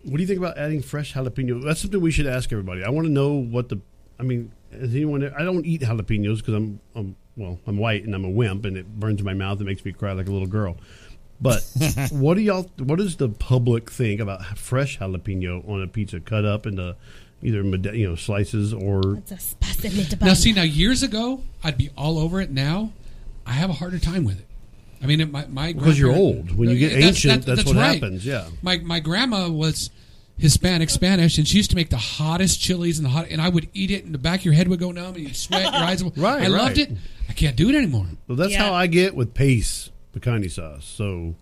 Speaker 6: What do you think about adding fresh jalapeno? That's something we should ask everybody. I want to know what the. I mean, has anyone? I don't eat jalapenos because I'm, I'm well, I'm white and I'm a wimp, and it burns my mouth and makes me cry like a little girl. But what do y'all? What does the public think about fresh jalapeno on a pizza, cut up into either mede- you know slices or
Speaker 1: It's a specimen to
Speaker 4: now
Speaker 1: buy.
Speaker 4: see, now years ago I'd be all over it. Now I have a harder time with it. I mean, it, my my
Speaker 6: Because you're
Speaker 4: grandparent-
Speaker 6: old. When you get
Speaker 4: That's-
Speaker 6: ancient,
Speaker 4: that-
Speaker 6: that's what
Speaker 4: right.
Speaker 6: happens, yeah.
Speaker 4: My my grandma was Hispanic Spanish, and she used to make the hottest chilies and the hot. And I would eat it, and the back of your head would go numb, and you'd sweat your eyes. would-
Speaker 6: Right,
Speaker 4: I loved
Speaker 6: right.
Speaker 4: it. I can't do it anymore.
Speaker 6: Well, that's
Speaker 1: Yeah.
Speaker 6: how I get with pace picante sauce. So,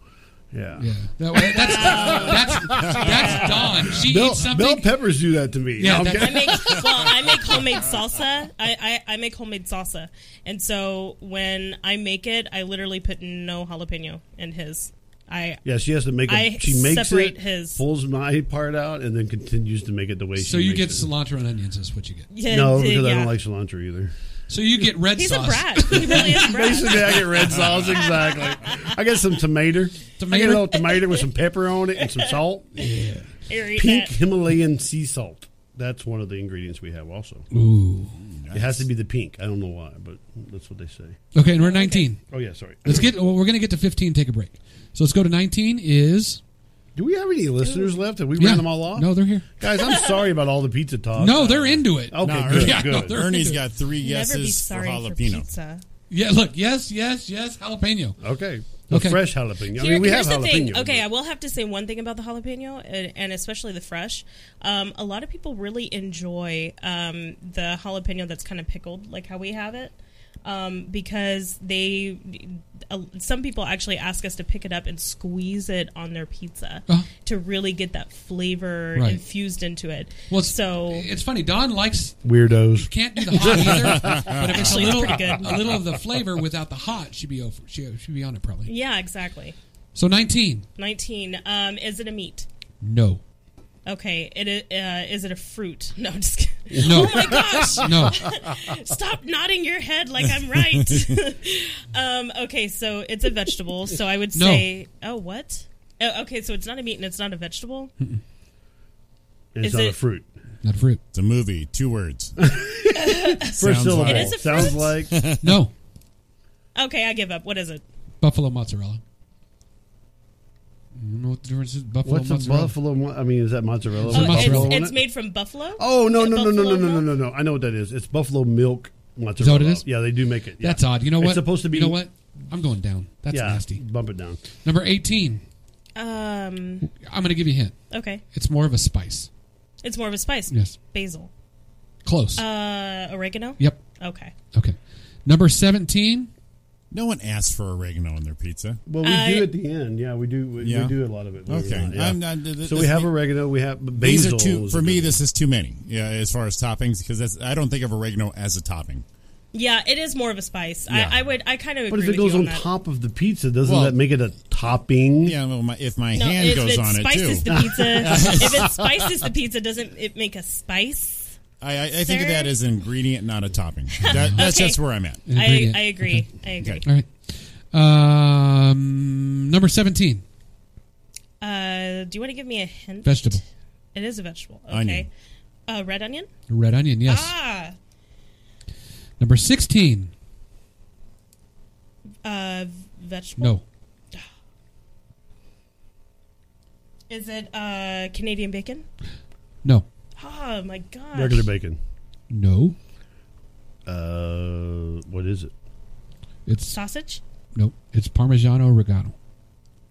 Speaker 6: yeah.
Speaker 4: Yeah, that, that's, that's that's Dawn. She
Speaker 6: Bell,
Speaker 4: eats something.
Speaker 6: bell peppers do that to me.
Speaker 4: Yeah,
Speaker 6: No, I'm
Speaker 4: that-
Speaker 6: kidding.
Speaker 1: I make well, I make homemade salsa. I, I, I make homemade salsa, and so when I make it, I literally put no jalapeno in his. I
Speaker 6: yeah. She has to make.
Speaker 1: I
Speaker 6: A, she makes
Speaker 1: separate
Speaker 6: it,
Speaker 1: his-
Speaker 6: pulls my part out, and then continues to make it the way.
Speaker 4: so
Speaker 6: she
Speaker 4: you
Speaker 6: makes
Speaker 4: get
Speaker 6: it.
Speaker 4: cilantro and onions is what you get.
Speaker 1: yeah,
Speaker 6: No, because I
Speaker 1: uh, yeah.
Speaker 6: don't like cilantro either.
Speaker 4: So you get red
Speaker 1: He's
Speaker 4: sauce.
Speaker 1: a brat. He really is a brat.
Speaker 6: Basically, I get red sauce. Exactly. I get some tomato. I get
Speaker 4: Tomato?
Speaker 6: a little tomato with some pepper on it and some salt.
Speaker 1: Eerie
Speaker 6: Pink
Speaker 1: that.
Speaker 6: Himalayan sea salt. That's one of the ingredients we have. Also,
Speaker 4: Ooh.
Speaker 6: it has to be the pink. I don't know why, but that's what they say.
Speaker 4: Okay, and we're 19.
Speaker 6: Oh yeah, sorry.
Speaker 4: Let's get. Well, we're gonna get to 15. Take a break. So let's go to 19. Is
Speaker 6: Do we have any listeners left? Have we
Speaker 4: yeah.
Speaker 6: ran them all off?
Speaker 4: No, they're here.
Speaker 6: Guys, I'm sorry about all the pizza talk.
Speaker 4: No, they're into it.
Speaker 5: No,
Speaker 6: Okay, good.
Speaker 5: Ernie,
Speaker 4: Yeah, no,
Speaker 6: good.
Speaker 4: they're-
Speaker 5: Ernie's got three
Speaker 1: Never be
Speaker 5: yeses for
Speaker 1: sorry for,
Speaker 5: jalapeno.
Speaker 1: pizza.
Speaker 4: Yeah, look. Yes, yes, yes. Jalapeno.
Speaker 6: okay. The
Speaker 4: Okay.
Speaker 6: fresh jalapeno. I
Speaker 1: Here-
Speaker 6: mean, we have
Speaker 1: here's the
Speaker 6: jalapeno.
Speaker 1: thing. Okay, I will have to say one thing about the jalapeno, and, and especially the fresh. Um, a lot of people really enjoy um, the jalapeno that's kind of pickled, like how we have it. um, because they uh, some people actually ask us to pick it up and squeeze it on their pizza
Speaker 4: Uh-huh.
Speaker 1: to really get that flavor
Speaker 4: Right.
Speaker 1: infused into it.
Speaker 4: Well, it's,
Speaker 1: so
Speaker 4: it's funny. Don likes
Speaker 6: Weirdos.
Speaker 4: can't do the hot either, but if it's a
Speaker 1: Actually, it's
Speaker 4: little,
Speaker 1: pretty good.
Speaker 4: a little of the flavor without the hot, she'd be over. She she'd be on it probably.
Speaker 1: yeah, exactly.
Speaker 4: So nineteen,
Speaker 1: Nineteen. Um, is it a meat?
Speaker 4: no,
Speaker 1: Okay. It i- uh, is it a fruit? No, I'm just kidding.
Speaker 4: no,
Speaker 1: Oh my gosh!
Speaker 4: no.
Speaker 1: Stop nodding your head like I'm right. um, okay, so it's a vegetable. So I would
Speaker 4: No.
Speaker 1: say, oh, what? Oh, okay, so it's not a meat and it's not a vegetable.
Speaker 6: And it's
Speaker 1: Is
Speaker 6: not a
Speaker 1: it-
Speaker 6: fruit.
Speaker 4: Not a fruit.
Speaker 5: It's a movie. Two words.
Speaker 6: First syllable.
Speaker 5: like- It
Speaker 1: is a
Speaker 6: Sounds
Speaker 1: fruit?
Speaker 6: like
Speaker 4: No,
Speaker 1: Okay, I give up. What is it?
Speaker 4: buffalo mozzarella. You know what the difference is? Buffalo
Speaker 6: what's a
Speaker 4: mozzarella.
Speaker 6: buffalo? mo- I mean, is that mozzarella?
Speaker 4: It's a
Speaker 6: with
Speaker 1: Oh,
Speaker 4: mozzarella.
Speaker 6: on
Speaker 1: it's, it's
Speaker 6: it?
Speaker 1: made from buffalo.
Speaker 6: Oh no
Speaker 1: Uh,
Speaker 6: no no no no
Speaker 1: buffalo
Speaker 6: no no
Speaker 1: milk?
Speaker 6: no no! I know what that is. It's buffalo milk mozzarella.
Speaker 4: it is?
Speaker 6: Yeah, they do make it. Yeah.
Speaker 4: That's odd. You know what?
Speaker 6: It's supposed to be.
Speaker 4: You know what? I'm going down. That's
Speaker 6: yeah,
Speaker 4: nasty.
Speaker 6: Bump it down.
Speaker 4: Number eighteen.
Speaker 1: Um.
Speaker 4: I'm going to give you a hint.
Speaker 1: Okay,
Speaker 4: It's more of a spice.
Speaker 1: it's more of a spice.
Speaker 4: Yes.
Speaker 1: Basil.
Speaker 4: Close.
Speaker 1: Uh, oregano.
Speaker 4: yep.
Speaker 1: Okay.
Speaker 4: Okay. Number seventeen.
Speaker 5: No one asks for oregano in their pizza.
Speaker 6: Well, we
Speaker 1: I-
Speaker 6: do at the end. Yeah, we do. We,
Speaker 5: Yeah.
Speaker 6: we do a lot of it.
Speaker 5: Okay.
Speaker 6: Yeah.
Speaker 5: I'm not- th- th-
Speaker 6: so we
Speaker 5: this-
Speaker 6: have oregano. We have basil.
Speaker 5: These are two
Speaker 6: is
Speaker 5: for
Speaker 6: a
Speaker 5: me.
Speaker 6: good
Speaker 5: This is too many. Yeah, as far as toppings, because I don't think of oregano as a topping.
Speaker 1: Yeah, it is more of a spice.
Speaker 5: Yeah.
Speaker 1: I, I would. I kind of.
Speaker 6: one. But
Speaker 1: agree
Speaker 6: if it
Speaker 1: with
Speaker 6: goes
Speaker 1: you
Speaker 6: on
Speaker 1: that.
Speaker 6: top of the pizza, doesn't
Speaker 5: Well-
Speaker 6: that make it a topping?
Speaker 5: Yeah, well, my, if my
Speaker 1: No,
Speaker 5: hand
Speaker 1: if
Speaker 5: goes
Speaker 1: it
Speaker 5: on it
Speaker 1: spices
Speaker 5: too,
Speaker 1: the pizza, if it spices the pizza, doesn't it make a spice?
Speaker 5: I, I, I think of
Speaker 1: Sir?
Speaker 5: that as an ingredient, not a topping. That, that's
Speaker 1: Okay.
Speaker 5: just where I'm at.
Speaker 1: I,
Speaker 4: Ingredient.
Speaker 1: I agree. I agree.
Speaker 5: Okay.
Speaker 4: All right. Um, number seventeen.
Speaker 1: Uh, do you want to give me a hint?
Speaker 4: Vegetable.
Speaker 1: It is a vegetable. Okay.
Speaker 5: Onion.
Speaker 1: Uh, red onion.
Speaker 4: Red onion. Yes.
Speaker 1: Ah.
Speaker 4: Number sixteen.
Speaker 1: Uh, vegetable.
Speaker 4: No.
Speaker 1: Is it uh Canadian bacon?
Speaker 4: No.
Speaker 1: Oh my gosh.
Speaker 6: Regular bacon.
Speaker 4: No.
Speaker 6: Uh, what is it?
Speaker 4: It's
Speaker 1: sausage.
Speaker 4: no. It's Parmigiano Regano.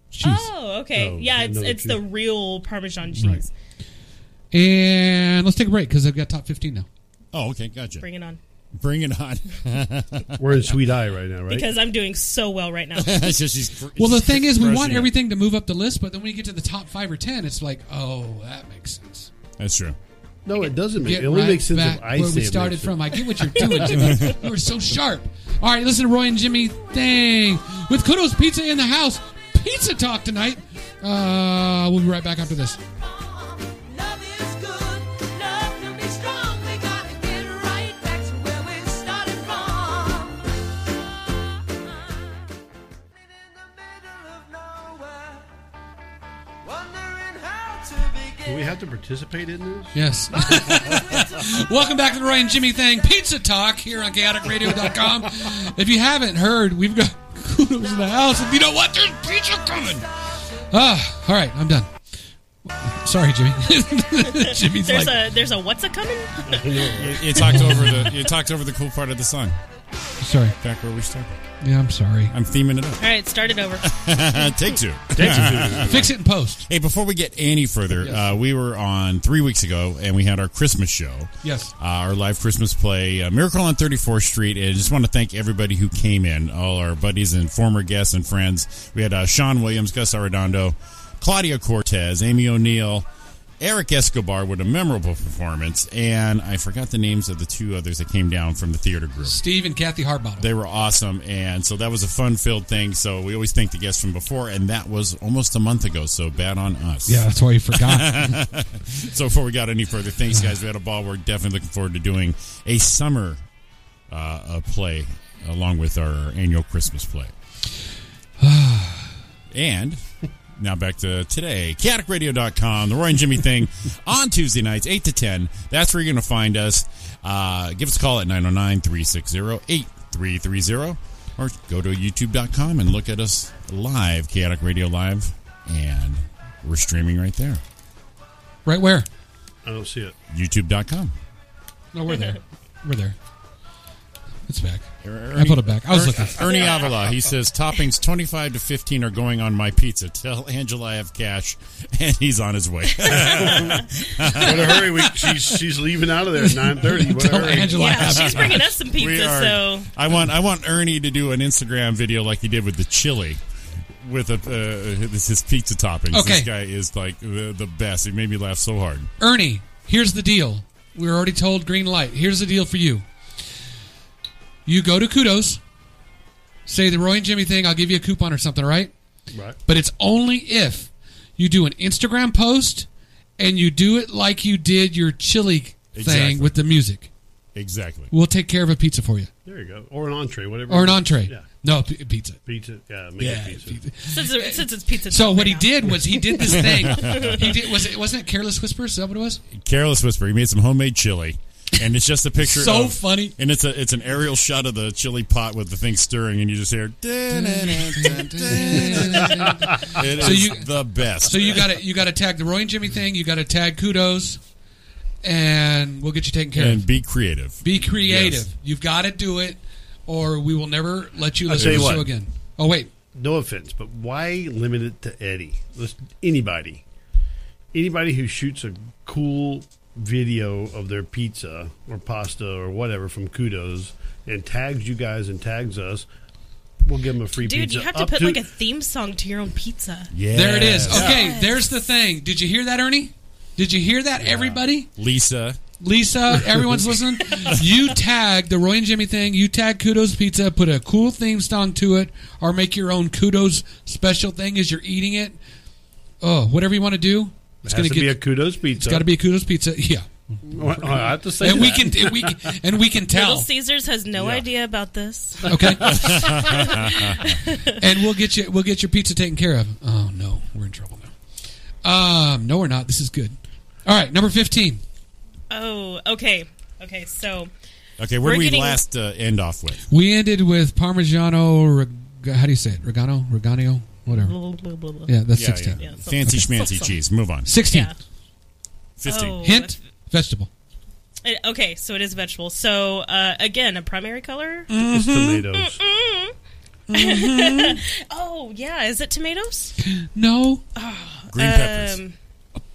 Speaker 4: Cheese.
Speaker 1: Oh, okay.
Speaker 6: Oh,
Speaker 1: yeah,
Speaker 6: I
Speaker 1: it's
Speaker 6: know
Speaker 1: it's
Speaker 6: that
Speaker 1: the
Speaker 6: you-
Speaker 1: real Parmesan
Speaker 4: Right.
Speaker 1: cheese.
Speaker 4: And let's take a break because I've got top fifteen now.
Speaker 5: Oh, okay, gotcha.
Speaker 1: Bring it on,
Speaker 5: Bring it on.
Speaker 6: We're in sweet eye right now, right?
Speaker 1: because I'm doing so well right now.
Speaker 5: It's just she's cr-
Speaker 4: Well, the thing is, we
Speaker 5: crushing
Speaker 4: want
Speaker 5: it.
Speaker 4: everything to move up the list, but then when you get to the top five or ten, it's like, oh, that makes sense.
Speaker 5: That's true.
Speaker 6: no, it doesn't make.
Speaker 4: Get
Speaker 6: It only
Speaker 4: right
Speaker 6: makes sense
Speaker 4: back
Speaker 6: if I
Speaker 4: where
Speaker 6: say
Speaker 4: we
Speaker 6: it
Speaker 4: started
Speaker 6: makes
Speaker 4: from. I get what you're doing, Jimmy. you were so sharp. All right, listen to Roy and Jimmy Thing with Kudos Pizza in the house. Pizza talk tonight. Uh, we'll be right back after this.
Speaker 7: Love is good. Love can be strong. We gotta get right back to where we started from. In the middle of nowhere, wondering how to
Speaker 6: sense. Do
Speaker 7: begin.
Speaker 6: we have to participate in this?
Speaker 4: Yes. Welcome back to the Roy and Jimmy Thing Pizza Talk here on chaoticradio.com. If you haven't heard, we've got kudos in the house. And you know what? There's pizza coming. Ah, all right, I'm done. Sorry, Jimmy. Jimmy's
Speaker 1: There's
Speaker 4: like,
Speaker 1: a there's a what's a coming?
Speaker 5: You, you talked over the you talked over the cool part of the song.
Speaker 4: sorry.
Speaker 5: Back where we started.
Speaker 4: Yeah, I'm sorry.
Speaker 5: I'm theming it up.
Speaker 1: All right, start it over.
Speaker 5: Take two.
Speaker 4: Fix it in post.
Speaker 5: Hey, before we get any further, uh, we were on three weeks ago and we had our Christmas show.
Speaker 4: Yes.
Speaker 5: Uh, our live Christmas play, uh, Miracle on 34th Street. And I just want to thank everybody who came in, all our buddies and former guests and friends. We had uh, Sean Williams, Gus Arredondo, Claudia Cortez, Amy O'Neill, Eric Escobar with a memorable performance. And I forgot the names of the two others that came down from the theater group.
Speaker 4: Steve and Kathy Harbottle.
Speaker 5: They were awesome, and so that was a fun-filled thing. So we always thank the guests from before, and that was almost a month ago. So bad on us.
Speaker 4: yeah, that's why you forgot.
Speaker 5: So before we got any further, thanks, guys. We had a ball. We're definitely looking forward to doing a summer uh, uh play along with our annual Christmas play. and now back to today, chaoticradio.com, the Roy and Jimmy thing on Tuesday nights, 8 to 10. That's where you're going to find us. Uh, give us a call at 909 360 8330 or go to youtube.com and look at us live, Chaotic Radio Live, and we're streaming right there
Speaker 4: right where?
Speaker 6: I don't see it.
Speaker 5: youtube.com.
Speaker 4: No, we're there. We're there. It's back.
Speaker 5: Er-
Speaker 4: I put it back. I was
Speaker 5: Er-
Speaker 4: looking.
Speaker 5: Ernie Avila. He says toppings twenty five to fifteen are going on my pizza. Tell Angela I have cash, and he's on his way.
Speaker 6: What a hurry! We, she's she's leaving out of there at nine thirty. What a
Speaker 4: Tell
Speaker 6: hurry!
Speaker 4: Angela. I
Speaker 1: Yeah,
Speaker 4: have
Speaker 1: she's
Speaker 4: it.
Speaker 1: bringing us some pizza, so
Speaker 5: I want I want Ernie to do an Instagram video like he did with the chili. With a, uh, this his pizza toppings.
Speaker 4: Okay.
Speaker 5: This guy is like the, the best. He made me laugh so hard.
Speaker 4: Ernie, here's the deal. We were already told green light. Here's the deal for you. You go to Kudos, say the Roy and Jimmy thing. I'll give you a coupon or something, all right?
Speaker 6: Right.
Speaker 4: But it's only if you do an Instagram post and you do it like you did your chili thing
Speaker 5: Exactly.
Speaker 4: with the music.
Speaker 5: Exactly.
Speaker 4: We'll take care of a pizza for you
Speaker 6: There you go. Or an entree, whatever.
Speaker 4: or an entree.
Speaker 6: Yeah.
Speaker 4: No, p- pizza.
Speaker 6: Pizza. Yeah. Make yeah. Pizza.
Speaker 1: since, it- since it's pizza.
Speaker 4: So
Speaker 1: time
Speaker 4: what he
Speaker 1: now.
Speaker 4: did was he did this thing. he did was it wasn't it Careless Whispers? Is that what it was?
Speaker 5: Careless Whisper. He made some homemade chili, and it's just a picture.
Speaker 6: Oh.
Speaker 4: So
Speaker 5: of-
Speaker 4: funny.
Speaker 5: And it's a it's an aerial shot of the chili pot with the thing stirring, and you just hear. It is
Speaker 4: you-
Speaker 5: the best.
Speaker 4: So you got to you got to tag the Roy and Jimmy thing. You got to tag kudos, and we'll get you taken care
Speaker 5: and
Speaker 4: of.
Speaker 5: be creative.
Speaker 4: Be creative.
Speaker 5: Yes.
Speaker 4: You've got to do it, or we will never let you listen to
Speaker 6: tell you
Speaker 4: the
Speaker 6: what.
Speaker 4: show again. Oh wait,
Speaker 6: No offense, but why limit it to Eddie? Let's, anybody, anybody who shoots a cool video of their pizza or pasta or whatever from Kudos and tags you guys and tags us, we'll give them a free
Speaker 1: Dude,
Speaker 6: pizza.
Speaker 1: you have to
Speaker 6: up
Speaker 1: put like a theme song to your own pizza.
Speaker 5: Yeah.
Speaker 4: there it is. Okay,
Speaker 1: Yes.
Speaker 4: there's the thing. Did you hear that, Ernie? Did you hear that, everybody?
Speaker 5: Lisa.
Speaker 4: Lisa, everyone's listening. You tag the Roy and Jimmy thing. You tag Kudos Pizza. Put a cool theme song to it, or make your own Kudos special thing as you're eating it. Oh, whatever you want to do. It's
Speaker 6: It has
Speaker 4: gonna
Speaker 6: to
Speaker 4: get
Speaker 6: be a Kudos pizza.
Speaker 4: It's got to be a kudos pizza. Yeah,
Speaker 6: Well, I have to say
Speaker 4: and we
Speaker 6: that.
Speaker 4: can and we can, and we can
Speaker 1: Little
Speaker 4: tell.
Speaker 1: Caesars has no idea about this.
Speaker 4: Okay, and we'll get you we'll get your pizza taken care of. Oh no, we're in trouble now. Um, no, we're not. This is good. All right, number fifteen.
Speaker 1: Oh, okay, okay. So
Speaker 5: Okay, where
Speaker 1: We're
Speaker 5: did we
Speaker 1: getting-
Speaker 5: last uh, end off with?
Speaker 4: We ended with Parmigiano. Reg- how do you say it? Regano, Reganio, whatever.
Speaker 1: blah, blah, blah, blah.
Speaker 4: Yeah, that's
Speaker 5: Yeah,
Speaker 4: sixteen.
Speaker 5: yeah.
Speaker 1: Yeah, so-
Speaker 5: Fancy
Speaker 1: so-
Speaker 5: schmancy
Speaker 1: so-
Speaker 5: cheese. Move on.
Speaker 4: Sixteen.
Speaker 1: Yeah.
Speaker 5: 15.
Speaker 1: Oh,
Speaker 4: Hint: vegetable.
Speaker 1: It, okay, so it is a vegetable. So uh, again, a primary color.
Speaker 6: It's
Speaker 4: Mm-hmm.
Speaker 6: tomatoes.
Speaker 1: Mm-hmm. Oh yeah, is it tomatoes?
Speaker 4: No.
Speaker 5: Green peppers.
Speaker 1: Um,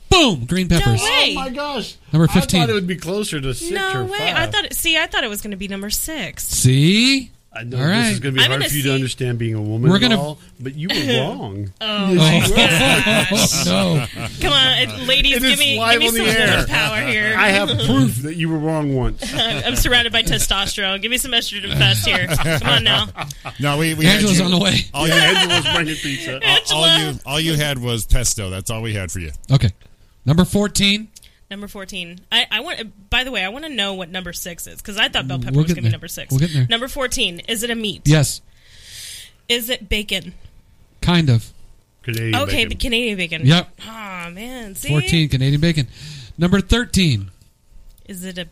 Speaker 4: Boom. Green peppers.
Speaker 1: way. Hey.
Speaker 6: Oh my gosh!
Speaker 4: Number
Speaker 6: I
Speaker 4: 15.
Speaker 6: thought it would be closer to six
Speaker 1: no
Speaker 6: or
Speaker 1: way.
Speaker 6: five.
Speaker 1: I thought. It, see, I thought it was going to be number six.
Speaker 4: See.
Speaker 6: I know
Speaker 4: All
Speaker 6: this
Speaker 4: right.
Speaker 6: is going to be
Speaker 1: I'm
Speaker 6: hard
Speaker 1: gonna
Speaker 6: for you
Speaker 1: see-
Speaker 6: to understand being a woman.
Speaker 4: We're
Speaker 6: We're
Speaker 4: gonna-
Speaker 6: gonna, but you were wrong.
Speaker 4: Oh no.
Speaker 1: Come on, it- ladies,
Speaker 6: It
Speaker 1: give
Speaker 6: is
Speaker 1: me,
Speaker 6: live
Speaker 1: give me
Speaker 6: on
Speaker 1: some
Speaker 6: the air.
Speaker 1: woman power here.
Speaker 6: I have proof that you were wrong once.
Speaker 1: I'm surrounded by testosterone. Give me some estrogen fest here. Come on now.
Speaker 5: Ah. no, we, we had
Speaker 4: Angela's
Speaker 5: you-
Speaker 4: on the way.
Speaker 5: All you,
Speaker 6: Angela's bringing pizza.
Speaker 5: all you all you had was pesto. That's all we had for you.
Speaker 4: Okay. Number fourteen.
Speaker 1: Number fourteen. I, I want. By the way, I want to know what number six is because I thought bell pepper
Speaker 4: We'll
Speaker 1: was
Speaker 4: get
Speaker 1: going to be
Speaker 4: there.
Speaker 1: number six.
Speaker 4: We'll get there.
Speaker 1: Number fourteen. Is it a meat?
Speaker 4: Yes.
Speaker 1: Is it bacon?
Speaker 4: Kind of.
Speaker 6: Canadian
Speaker 1: okay,
Speaker 6: bacon.
Speaker 1: Canadian bacon.
Speaker 4: Yep.
Speaker 1: Oh man. See?
Speaker 4: 14 Canadian bacon. Number 13.
Speaker 1: Is it a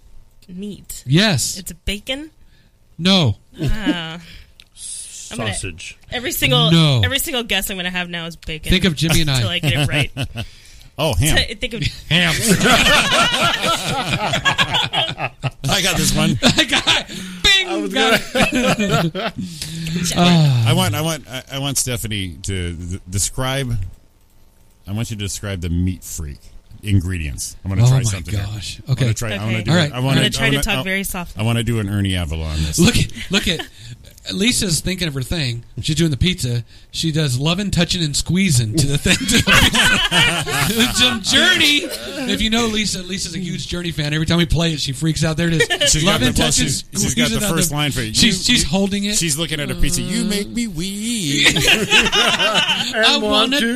Speaker 1: meat?
Speaker 4: Yes.
Speaker 1: It's a bacon.
Speaker 4: no.
Speaker 1: gonna-
Speaker 6: sausage.
Speaker 1: Every single
Speaker 4: No.
Speaker 1: every single guess I'm going to have now is bacon.
Speaker 4: Think of Jimmy and
Speaker 1: until I
Speaker 4: I.
Speaker 1: get it right.
Speaker 5: Oh, ham.
Speaker 1: I think of
Speaker 4: Ham.
Speaker 5: I got this one.
Speaker 4: I got Bing. Got it.
Speaker 5: I want I want I I want Stephanie to th- describe. I want you to describe the meat freak ingredients. I'm going to
Speaker 4: Oh
Speaker 5: try
Speaker 4: my
Speaker 5: something. here.
Speaker 4: gosh.
Speaker 5: I'm
Speaker 4: Okay.
Speaker 5: gonna try. I want
Speaker 1: Okay.
Speaker 5: to do.
Speaker 4: All
Speaker 5: it.
Speaker 4: right.
Speaker 5: I
Speaker 1: I'm
Speaker 5: want
Speaker 1: going to try to talk very softly.
Speaker 5: I want to do an Ernie Avila on this.
Speaker 4: Look at look at Lisa's thinking of her thing. She's doing the pizza. She does loving, touching, and squeezing to the thing. It's some journey. If you know Lisa, Lisa's a huge Journey fan. Every time we play it, she freaks out. There it is.
Speaker 5: She's got
Speaker 4: loving,
Speaker 5: the- well,
Speaker 4: touching,
Speaker 5: she's- she's got the
Speaker 4: squeezing on
Speaker 5: first line for you.
Speaker 4: She's
Speaker 5: You-
Speaker 4: she's holding it.
Speaker 5: She's looking at a pizza. You make me weak.
Speaker 4: I want to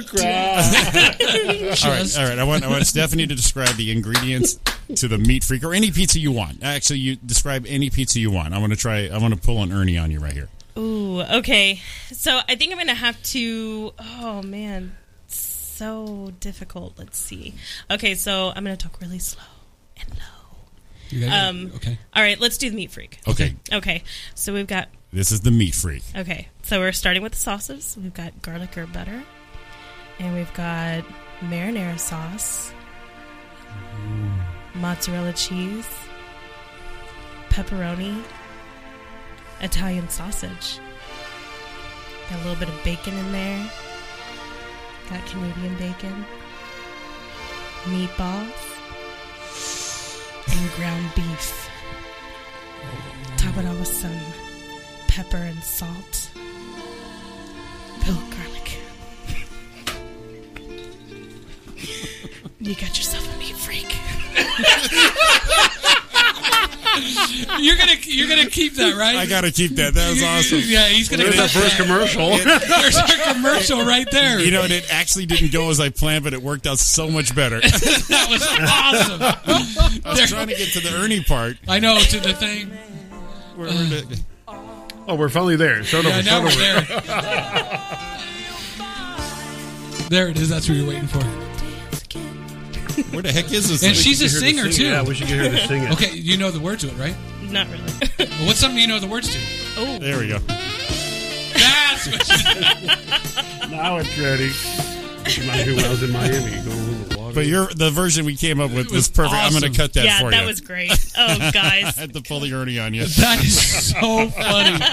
Speaker 5: all right, all right. I want I want Stephanie to describe the ingredients to the meat freak or any pizza you want. Actually, you describe any pizza you want. I want to try. I want to pull an Ernie on you right here.
Speaker 1: Ooh, okay. So I think I'm gonna have to. Oh man, so difficult. Let's see. Okay, so I'm gonna talk really slow and low.
Speaker 4: You got it? okay.
Speaker 1: All right, let's do the meat freak.
Speaker 4: Oh.
Speaker 5: Okay,
Speaker 1: Okay, so we've got.
Speaker 5: this is the meat freak.
Speaker 1: Okay, so we're starting with the sauces. We've got garlic or butter, and we've got marinara sauce, mozzarella cheese, pepperoni, Italian sausage. Got a little bit of bacon in there. Got Canadian bacon. Meatballs. And ground beef. Top it all with some pepper and salt. Bill garlic. you got yourself a meat freak.
Speaker 4: You're gonna you're gonna keep that, right?
Speaker 5: I gotta keep that. That was awesome.
Speaker 4: Yeah, he's gonna.
Speaker 6: There's
Speaker 4: keep
Speaker 6: that first
Speaker 4: that.
Speaker 6: commercial.
Speaker 4: There's our commercial right there.
Speaker 5: You know, and it actually didn't go as I planned, but it worked out so much better.
Speaker 4: that was awesome.
Speaker 5: I was trying to get to the Ernie part.
Speaker 4: I know to the thing.
Speaker 5: Where, where the-
Speaker 6: Oh, we're finally there. Start
Speaker 4: Yeah,
Speaker 6: over.
Speaker 4: now
Speaker 6: Start
Speaker 4: we're
Speaker 6: over.
Speaker 4: there. There it is. That's what you're waiting for.
Speaker 5: where the heck is this?
Speaker 4: And
Speaker 5: thing?
Speaker 4: she's a
Speaker 6: Get her to
Speaker 4: singer
Speaker 6: sing it.
Speaker 4: too.
Speaker 6: Yeah, we should get her to sing it.
Speaker 4: Okay, you know the words to it, right?
Speaker 1: Not really.
Speaker 4: Well, what's something you know the words to?
Speaker 1: oh,
Speaker 5: There we go.
Speaker 4: That's what you,
Speaker 6: Now it's ready. This reminds me when I was in Miami, going over the water.
Speaker 5: But your the version we came up with
Speaker 4: was
Speaker 5: was perfect. I'm
Speaker 4: awesome.
Speaker 5: gonna cut that
Speaker 1: yeah,
Speaker 5: for
Speaker 1: that
Speaker 5: you.
Speaker 1: was great. Oh,
Speaker 5: I
Speaker 1: guys.
Speaker 5: had to pull the Ernie on you.
Speaker 4: that is so funny.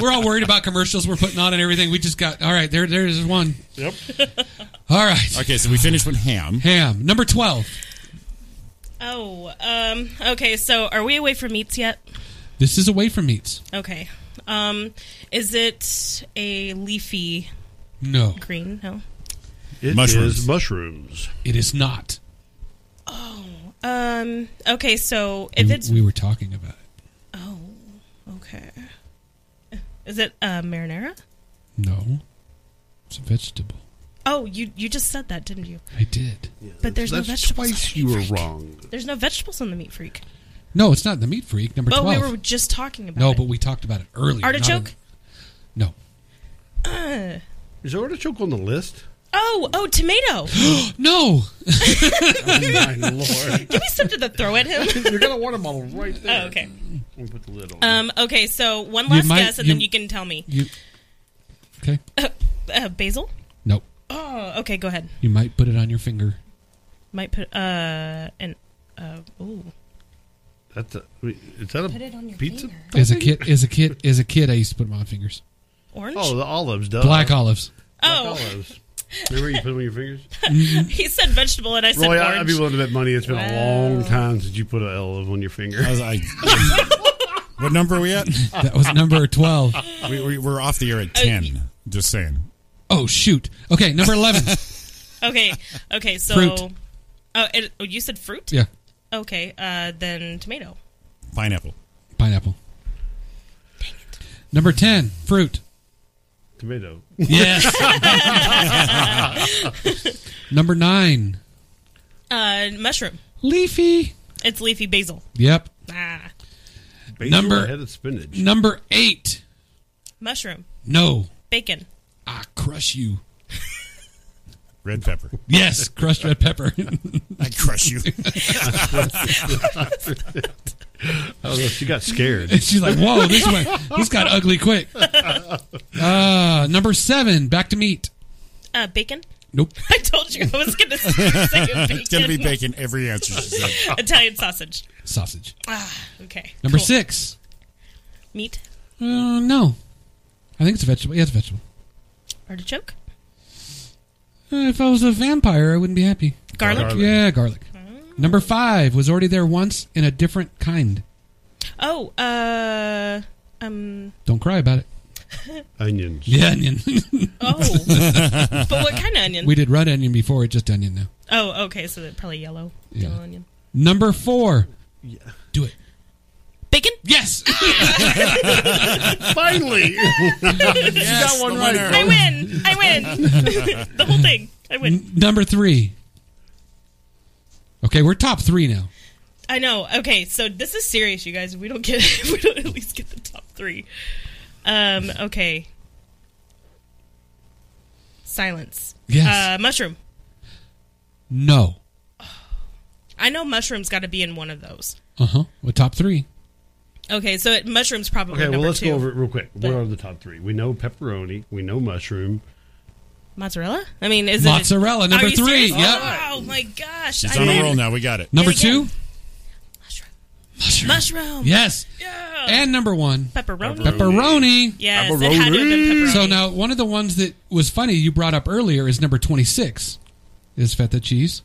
Speaker 4: We're all worried about commercials we're putting on and everything. We just got all right. There, there is one.
Speaker 6: yep.
Speaker 4: All right,
Speaker 5: Okay, so we finished with ham.
Speaker 4: ham number twelve.
Speaker 1: Oh, um, okay. So, are we away from meats yet?
Speaker 4: This is away from meats.
Speaker 1: Okay. Um, is it a leafy
Speaker 4: No,
Speaker 1: green? No.
Speaker 6: It
Speaker 5: Mushrooms.
Speaker 6: is mushrooms.
Speaker 4: it is not.
Speaker 1: Um, okay. So, if
Speaker 4: We-
Speaker 1: it's
Speaker 4: Mm, we were talking about it.
Speaker 1: oh, okay. Is it uh, marinara?
Speaker 4: No, it's a vegetable.
Speaker 1: Oh, you you just said that, didn't you?
Speaker 4: I did.
Speaker 1: But there's no
Speaker 6: That's
Speaker 1: vegetables.
Speaker 6: twice you were wrong.
Speaker 1: There's no vegetables on the meat freak.
Speaker 4: No, it's not the meat freak number
Speaker 1: But
Speaker 4: twelve.
Speaker 1: we were just talking about
Speaker 4: no,
Speaker 1: it.
Speaker 4: but we talked about it earlier. not in-
Speaker 1: Artichoke?
Speaker 4: no,
Speaker 6: Is artichoke on the list?
Speaker 1: oh, oh, tomato.
Speaker 4: no.
Speaker 6: Oh, My lord.
Speaker 1: Give me something to throw at him.
Speaker 6: You're going to want a model right there.
Speaker 1: Oh, okay.
Speaker 6: Let me put the lid on.
Speaker 1: Um, okay, so one last
Speaker 4: might-
Speaker 1: guess, and
Speaker 4: you-
Speaker 1: then you can tell me.
Speaker 4: You okay?
Speaker 1: Uh, basil.
Speaker 4: Nope.
Speaker 1: Oh, okay. Go ahead.
Speaker 4: You might put it on your finger.
Speaker 1: Might put uh an uh ooh.
Speaker 6: That's a, uh, is that a
Speaker 8: Put it on your
Speaker 6: pizza?
Speaker 8: finger.
Speaker 4: As a kid, as a kid, as a kid, I used to put them on fingers.
Speaker 1: Orange?
Speaker 6: Oh, the olives, duh.
Speaker 4: Black olives.
Speaker 6: Black
Speaker 1: Oh.
Speaker 6: olives. Remember you put them on your fingers?
Speaker 1: he said vegetable and I said
Speaker 6: Roy, I- I'd
Speaker 1: orange.
Speaker 6: be willing to bet money it's been a long time since you put an olive on your finger.
Speaker 4: Uh,
Speaker 5: I was like, what number are we at?
Speaker 4: That was number twelve.
Speaker 5: We, we, we're off the air at ten. Just saying.
Speaker 4: Oh shoot. Okay, number eleven.
Speaker 1: okay. Okay, so
Speaker 4: Fruit.
Speaker 1: Oh, it, oh, you said fruit?
Speaker 4: Yeah,
Speaker 1: Okay, uh then tomato.
Speaker 5: Pineapple.
Speaker 4: pineapple. Number ten, fruit.
Speaker 6: Tomato.
Speaker 4: Yes. number nine,
Speaker 1: Uh mushroom.
Speaker 4: leafy.
Speaker 1: It's leafy basil.
Speaker 4: Yep.
Speaker 1: Ah.
Speaker 6: Basil
Speaker 4: Number-
Speaker 6: ahead of spinach.
Speaker 4: Number eight,
Speaker 1: Mushroom.
Speaker 4: no.
Speaker 1: Bacon.
Speaker 4: I crush you.
Speaker 5: Red pepper.
Speaker 4: Yes, crushed red pepper.
Speaker 5: I crush you.
Speaker 6: Oh, look, she got scared.
Speaker 4: And she's like, "Whoa, this went, this got ugly quick." Uh, number seven, back to meat.
Speaker 1: Uh bacon.
Speaker 4: Nope.
Speaker 1: I told you I was gonna say say bacon.
Speaker 5: it's gonna be bacon every answer. She said.
Speaker 1: Italian sausage. Ah,
Speaker 4: Sausage.
Speaker 1: Okay.
Speaker 4: Number
Speaker 1: cool.
Speaker 4: six.
Speaker 1: Meat.
Speaker 4: Uh, no, I think it's a vegetable. Yeah, it's a vegetable.
Speaker 1: Artichoke.
Speaker 4: Uh, if I was a vampire, I wouldn't be happy.
Speaker 1: Garlic.
Speaker 6: Garlic.
Speaker 4: Yeah, garlic. Number five was already there once in a different kind.
Speaker 1: Oh, uh um
Speaker 4: Don't cry about it.
Speaker 6: Onions.
Speaker 4: Yeah, onion.
Speaker 1: Oh, but what kind of onion?
Speaker 4: we did red onion before; it's just onion now.
Speaker 1: oh, okay, so they're probably yellow,
Speaker 4: Yeah.
Speaker 1: yellow onion.
Speaker 4: Number four. Do it.
Speaker 1: Bacon?
Speaker 4: Yes.
Speaker 6: Finally!
Speaker 5: yes, the winner.
Speaker 1: I win! I win! the whole thing. I win.
Speaker 4: Number three. Okay, we're top three now.
Speaker 1: I know. Okay, so this is serious, you guys. We don't get. We don't at least get the top three. Um. Okay. Silence.
Speaker 4: Yes.
Speaker 1: Uh, mushroom.
Speaker 4: No.
Speaker 1: I know mushroom's got to be in one of those.
Speaker 4: Uh huh. Well, top three.
Speaker 1: Okay, so it, mushroom's probably
Speaker 6: Okay,
Speaker 1: number
Speaker 6: well, let's
Speaker 1: two.
Speaker 6: go over it real quick. What are the top three? We know pepperoni. We know mushroom.
Speaker 1: Mozzarella. I mean, is
Speaker 4: Mozzarella,
Speaker 1: it
Speaker 4: number
Speaker 1: Are you
Speaker 4: three,
Speaker 1: serious?
Speaker 4: yep.
Speaker 1: Oh my gosh!
Speaker 5: She's
Speaker 1: I
Speaker 5: on
Speaker 1: mean-
Speaker 5: a roll now. We got it.
Speaker 4: Number two.
Speaker 1: again. Mushroom. Mushroom.
Speaker 4: Yes.
Speaker 1: Yeah.
Speaker 4: And number one,
Speaker 1: pepperoni.
Speaker 4: pepperoni.
Speaker 1: Yes, it had to have been pepperoni.
Speaker 4: So now, one of the ones that was funny you brought up earlier is number 26 is feta cheese.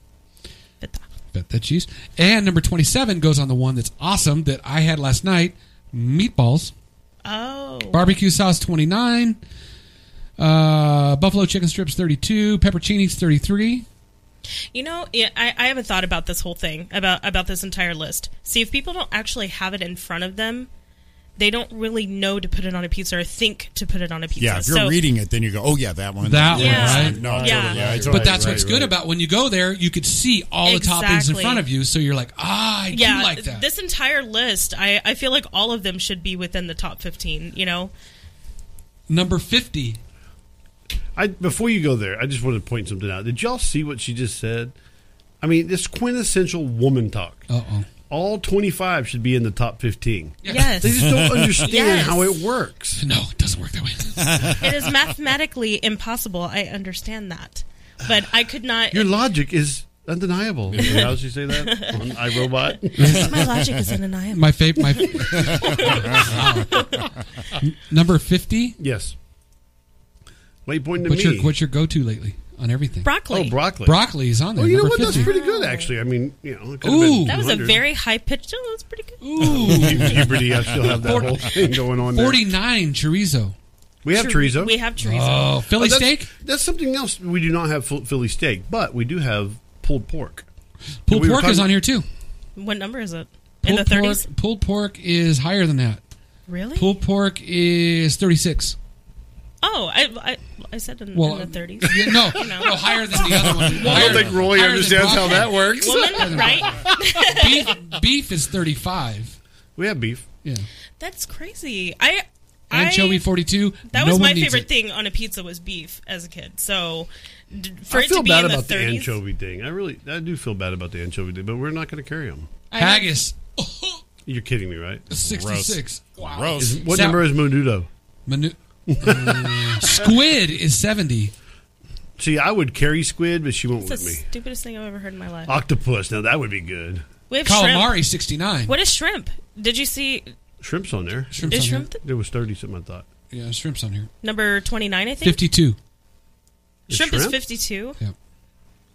Speaker 1: Feta.
Speaker 4: Feta cheese. And number 27 goes on the one that's awesome that I had last night meatballs.
Speaker 1: Oh,
Speaker 4: Barbecue sauce 29. Uh, buffalo chicken strips 32. Pepperoncinis 33.
Speaker 1: you know, yeah, I, I haven't thought about this whole thing about about this entire list. See, if people don't actually have it in front of them, they don't really know to put it on a pizza or think to put it on a pizza.
Speaker 5: Yeah, if you're
Speaker 1: so,
Speaker 5: reading it, then you go, oh, yeah, that one.
Speaker 4: That
Speaker 1: Yeah.
Speaker 4: one, right?
Speaker 5: No,
Speaker 1: Yeah.
Speaker 5: totally, yeah. I totally-
Speaker 4: But that's
Speaker 5: right,
Speaker 4: what's
Speaker 5: right.
Speaker 4: good about when you go there, you could see all the toppings in
Speaker 1: Exactly.
Speaker 4: front of you. So you're like, ah, I
Speaker 1: yeah,
Speaker 4: do like that.
Speaker 1: this entire list, I, I feel like all of them should be within the top fifteen. You know,
Speaker 4: Number 50.
Speaker 6: I before you go there, I just wanted to point something out. Did y'all see what she just said? I mean, this quintessential woman talk.
Speaker 4: Uh oh.
Speaker 6: All 25 should be in the top 15.
Speaker 1: yes,
Speaker 6: They just don't understand
Speaker 1: Yes.
Speaker 6: how it works.
Speaker 4: No, it doesn't work that way.
Speaker 1: it is mathematically impossible. I understand that, but I could not.
Speaker 6: Your logic is undeniable. how does she say that? On iRobot?
Speaker 1: my logic is undeniable.
Speaker 4: My favorite. My N- number fifty.
Speaker 6: yes. Why are you pointing to
Speaker 4: What's
Speaker 6: me?
Speaker 4: your what's your go to lately on everything?
Speaker 1: broccoli.
Speaker 6: oh, broccoli.
Speaker 4: Broccoli is on there.
Speaker 6: Oh, you know
Speaker 4: number
Speaker 6: what? That's
Speaker 4: 50.
Speaker 6: pretty good, actually. I mean, you know, it could
Speaker 4: Ooh.
Speaker 6: Ooh,
Speaker 1: that was a very high pitched. Oh, that's pretty good.
Speaker 4: Ooh,
Speaker 6: puberty. I still have that
Speaker 4: Forty-
Speaker 6: whole thing going on. there.
Speaker 4: forty nine chorizo.
Speaker 6: We have chorizo.
Speaker 1: We have chorizo.
Speaker 4: Oh, Philly
Speaker 6: But that's,
Speaker 4: steak,
Speaker 6: That's something else. We do not have Phil- Philly steak, but we do have pulled pork.
Speaker 4: pulled
Speaker 6: we were
Speaker 4: pork is
Speaker 6: talking-
Speaker 4: on here too.
Speaker 1: what number is it? In
Speaker 4: Pulled
Speaker 1: the thirties?
Speaker 4: pork, pulled pork is higher than that.
Speaker 1: Really?
Speaker 4: Pulled pork is thirty six.
Speaker 1: oh, I, I I said in,
Speaker 4: Well,
Speaker 1: in the
Speaker 4: um,
Speaker 1: thirties.
Speaker 4: Yeah, no,
Speaker 1: know.
Speaker 4: no, higher than the other one.
Speaker 6: I don't
Speaker 4: Higher-
Speaker 6: think Roy
Speaker 4: higher than
Speaker 6: understands how
Speaker 4: broccoli.
Speaker 6: that works.
Speaker 1: Woman, right?
Speaker 4: Beef, beef is thirty five.
Speaker 6: We have beef.
Speaker 4: Yeah,
Speaker 1: That's crazy. I I-
Speaker 4: anchovy forty two.
Speaker 1: That was my favorite thing on a pizza was beef as a kid. So d- for
Speaker 6: I
Speaker 1: it to
Speaker 6: feel
Speaker 1: be
Speaker 6: bad
Speaker 1: in the
Speaker 6: about the,
Speaker 1: thirties,
Speaker 6: anchovy thing. I really, I do feel bad about the anchovy thing, but we're not going to carry them.
Speaker 4: Haggis
Speaker 6: You're kidding me, right?
Speaker 4: sixty six.
Speaker 5: Gross.
Speaker 6: What
Speaker 4: Sal-
Speaker 6: number is menudo?
Speaker 4: Manu- Uh, squid is 70.
Speaker 6: See, I would carry squid, but she won't
Speaker 1: it's
Speaker 6: with
Speaker 1: the
Speaker 6: me.
Speaker 1: stupidest thing I've ever heard in my life.
Speaker 6: Octopus. Now that would be good.
Speaker 1: we have shrimp.
Speaker 4: Uh, Calamari, 69.
Speaker 1: What is shrimp? Did you see?
Speaker 6: Shrimp's on there.
Speaker 4: Shrimp's
Speaker 1: Is
Speaker 4: on
Speaker 1: shrimp
Speaker 6: There was thirty something. I thought.
Speaker 4: Here. Yeah, shrimp's on here.
Speaker 1: number twenty nine? I think
Speaker 4: 52.
Speaker 6: Is
Speaker 1: shrimp, is
Speaker 6: shrimp?
Speaker 1: fifty two.
Speaker 4: Yeah.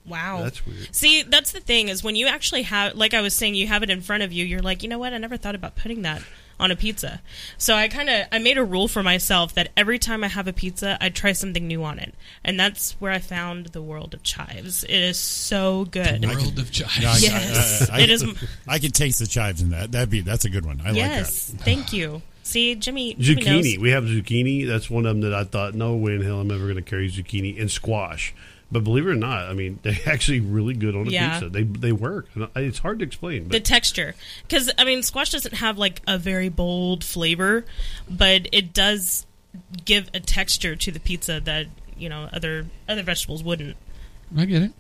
Speaker 1: Wow,
Speaker 6: That's weird.
Speaker 1: See, that's the thing is when you actually have, like I was saying, you have it in front of you. You're like, you know what? I never thought about putting that on a pizza. So I kind of I made a rule for myself that every time I have a pizza, I try something new on it, and that's where I found the world of chives. It is so good.
Speaker 4: World of Chives.
Speaker 5: I- I-
Speaker 1: Yes,
Speaker 5: I- I-
Speaker 1: it is.
Speaker 5: I could taste the chives in that. That'd be that's a good one. I
Speaker 1: yes, thank you. See, Jimmy, Jimmy knows.
Speaker 6: Zucchini. We have zucchini. That's one of them that I thought, no way in hell I'm ever going to carry zucchini and squash. But believe it or not, I mean, they're actually really good on a
Speaker 1: Yeah.
Speaker 6: pizza. They they work. And I- It's hard to explain.
Speaker 1: the
Speaker 6: But
Speaker 1: texture because i mean squash doesn't have like a very bold flavor but it does give a texture to the pizza that you know other other vegetables wouldn't
Speaker 4: I get it.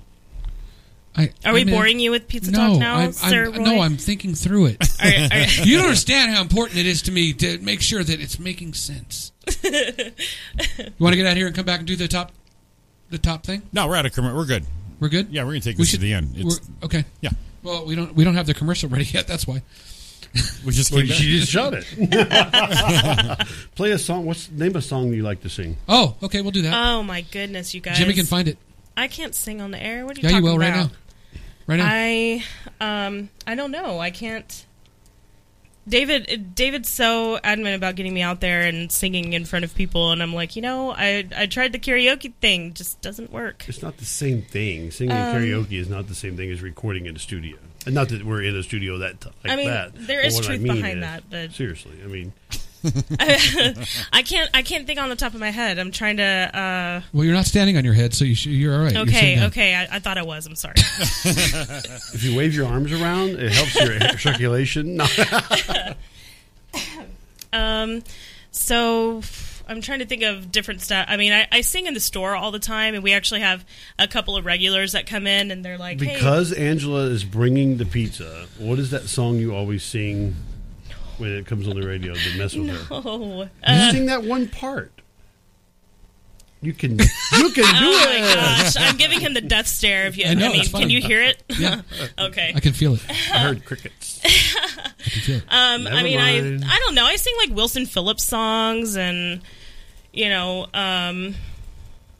Speaker 4: I,
Speaker 1: are we boring you with pizza
Speaker 4: no,
Speaker 1: talk now
Speaker 4: I'm,
Speaker 1: sir
Speaker 4: I'm-
Speaker 1: Roy?
Speaker 4: No, I'm thinking through it.
Speaker 1: All right, all right.
Speaker 4: you don't understand how important it is to me to make sure that it's making sense. you want to get out here and come back and do the top the top thing?
Speaker 5: Like that. No, we're out of commercial. We're good.
Speaker 4: We're good?
Speaker 5: Yeah, we're gonna take
Speaker 4: We
Speaker 5: this to the end.
Speaker 4: we're-
Speaker 5: It's-
Speaker 4: Okay.
Speaker 5: Yeah,
Speaker 4: Well, we don't we don't have the commercial ready yet. That's why.
Speaker 5: we just
Speaker 6: Well,
Speaker 5: came back.
Speaker 6: she just shot it. Play a song. What's name a song you like to sing?
Speaker 4: Oh, okay, we'll do that.
Speaker 1: oh my goodness you guys
Speaker 4: Jimmy can find it.
Speaker 1: i can't sing on the air what are you
Speaker 4: Yeah, you
Speaker 1: talking
Speaker 4: will right
Speaker 1: about
Speaker 4: now. Right now.
Speaker 1: I um I don't know. I can't. David David's so adamant about getting me out there and singing in front of people, and I'm like, you know, I I tried the karaoke thing, just doesn't work.
Speaker 6: It's not the same thing. Singing
Speaker 1: Um,
Speaker 6: karaoke is not the same thing as recording in a studio. And not that we're in a studio that t- like
Speaker 1: I mean,
Speaker 6: that.
Speaker 1: there
Speaker 6: but
Speaker 1: is
Speaker 6: what I
Speaker 1: truth
Speaker 6: mean
Speaker 1: behind
Speaker 6: is-
Speaker 1: that, but-
Speaker 6: seriously, I mean,
Speaker 1: I can't I can't think on the top of my head. I'm trying to.
Speaker 4: Well, you're not standing on your head, so you sh- you're all right.
Speaker 1: Uh,
Speaker 4: You're sitting
Speaker 1: okay,
Speaker 4: down.
Speaker 1: okay, I, I thought I was. I'm sorry.
Speaker 6: if you wave your arms around, it helps your circulation. No.
Speaker 1: Um, so I'm trying to think of different stuff. I mean, I, I sing in the store all the time, and we actually have a couple of regulars that come in, and they're like, hey,
Speaker 6: Because Angela is bringing the pizza, what is that song you always sing when it comes on the radio to mess with her?
Speaker 1: oh,
Speaker 6: You sing that one part. You can, you can do
Speaker 1: Oh
Speaker 6: it.
Speaker 1: my gosh! I'm giving him the death stare. If you,
Speaker 4: I
Speaker 1: I,
Speaker 4: know,
Speaker 1: mean,
Speaker 4: it's fine.
Speaker 1: can you hear it?
Speaker 4: Yeah,
Speaker 1: okay.
Speaker 4: I can feel it.
Speaker 6: I heard crickets.
Speaker 4: That's it.
Speaker 1: Um,
Speaker 6: Never
Speaker 1: I mean,
Speaker 6: mind.
Speaker 1: I I don't know. I sing like Wilson Phillips songs, and you know, um,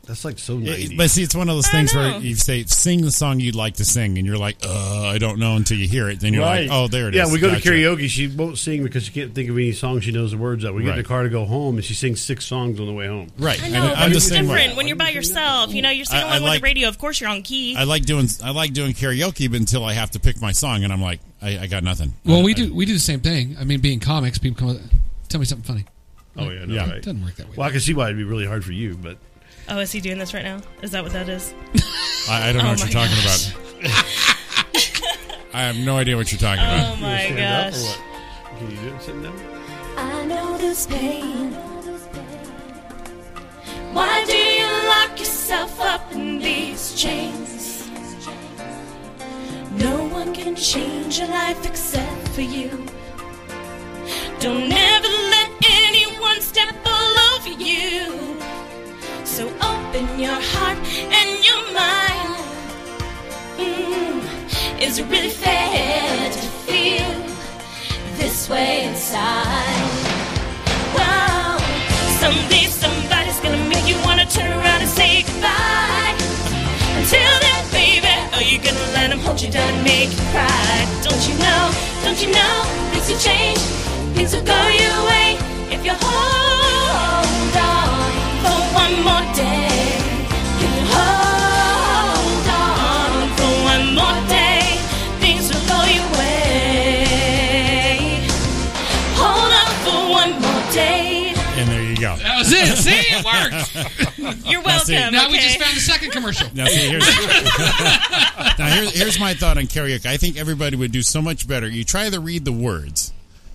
Speaker 6: That's like so
Speaker 5: Yeah,
Speaker 6: nice.
Speaker 5: But see, it's one of those
Speaker 1: I don't
Speaker 5: things where
Speaker 1: know.
Speaker 5: you say, "Sing the song you'd like to sing," and you're like, "Uh, I don't know," until you hear it. Then you're like, "Oh, there it is."
Speaker 6: yeah, we go
Speaker 5: Gotcha.
Speaker 6: to karaoke. She won't sing because she can't think of any songs she knows the words of. We get in
Speaker 5: Right.
Speaker 6: the car to go home, and she sings six songs on the way home.
Speaker 5: Right,
Speaker 1: I
Speaker 5: and
Speaker 1: know, but
Speaker 5: I'm the
Speaker 1: it's
Speaker 5: same way.
Speaker 1: different when you're by yourself. You know, you're singing
Speaker 5: I- I
Speaker 1: along with
Speaker 5: like-
Speaker 1: the radio. Of course, you're on key.
Speaker 5: I like doing I like doing karaoke, but until I have to pick my song, and I'm like, I, I got nothing.
Speaker 4: Well,
Speaker 5: I-
Speaker 4: we
Speaker 5: I-
Speaker 4: do we do the same thing. I mean, being comics, people come up, tell me something funny.
Speaker 6: Oh yeah, no,
Speaker 5: Yeah.
Speaker 6: right.
Speaker 4: Doesn't work that way.
Speaker 6: Well, I can see why it'd be really hard for you, but
Speaker 1: oh, is he doing this right now? Is that what that is?
Speaker 5: I, I don't know
Speaker 1: Oh
Speaker 5: what you're
Speaker 1: my
Speaker 5: talking about. I have no idea what you're talking
Speaker 1: Oh
Speaker 5: about.
Speaker 1: my
Speaker 6: stand up
Speaker 1: gosh.
Speaker 6: or what? Can you do it sitting down?
Speaker 8: I know this pain.
Speaker 7: Why do you lock yourself up in these chains? No one can change your life except for you. Don't ever let anyone step all over you. So open your heart and your mind. Mm, is it really fair to feel this way inside? Wow. Someday somebody's gonna make you wanna turn around and say goodbye. Until then, baby, are you gonna let them hold you down and make you cry? Don't you know? Don't you know? Things will change. Things will go your way if you hold on for one more day. If you hold on for one more day, things will go your way. Hold on for one more day.
Speaker 5: And there you go.
Speaker 4: That was it. See, it worked.
Speaker 1: You're
Speaker 5: That's it.
Speaker 1: welcome.
Speaker 4: Now
Speaker 1: okay.
Speaker 4: we just found the second commercial.
Speaker 5: Now, see, here's, now here's, here's my thought on karaoke. I think everybody would do so much better. You try to read the words,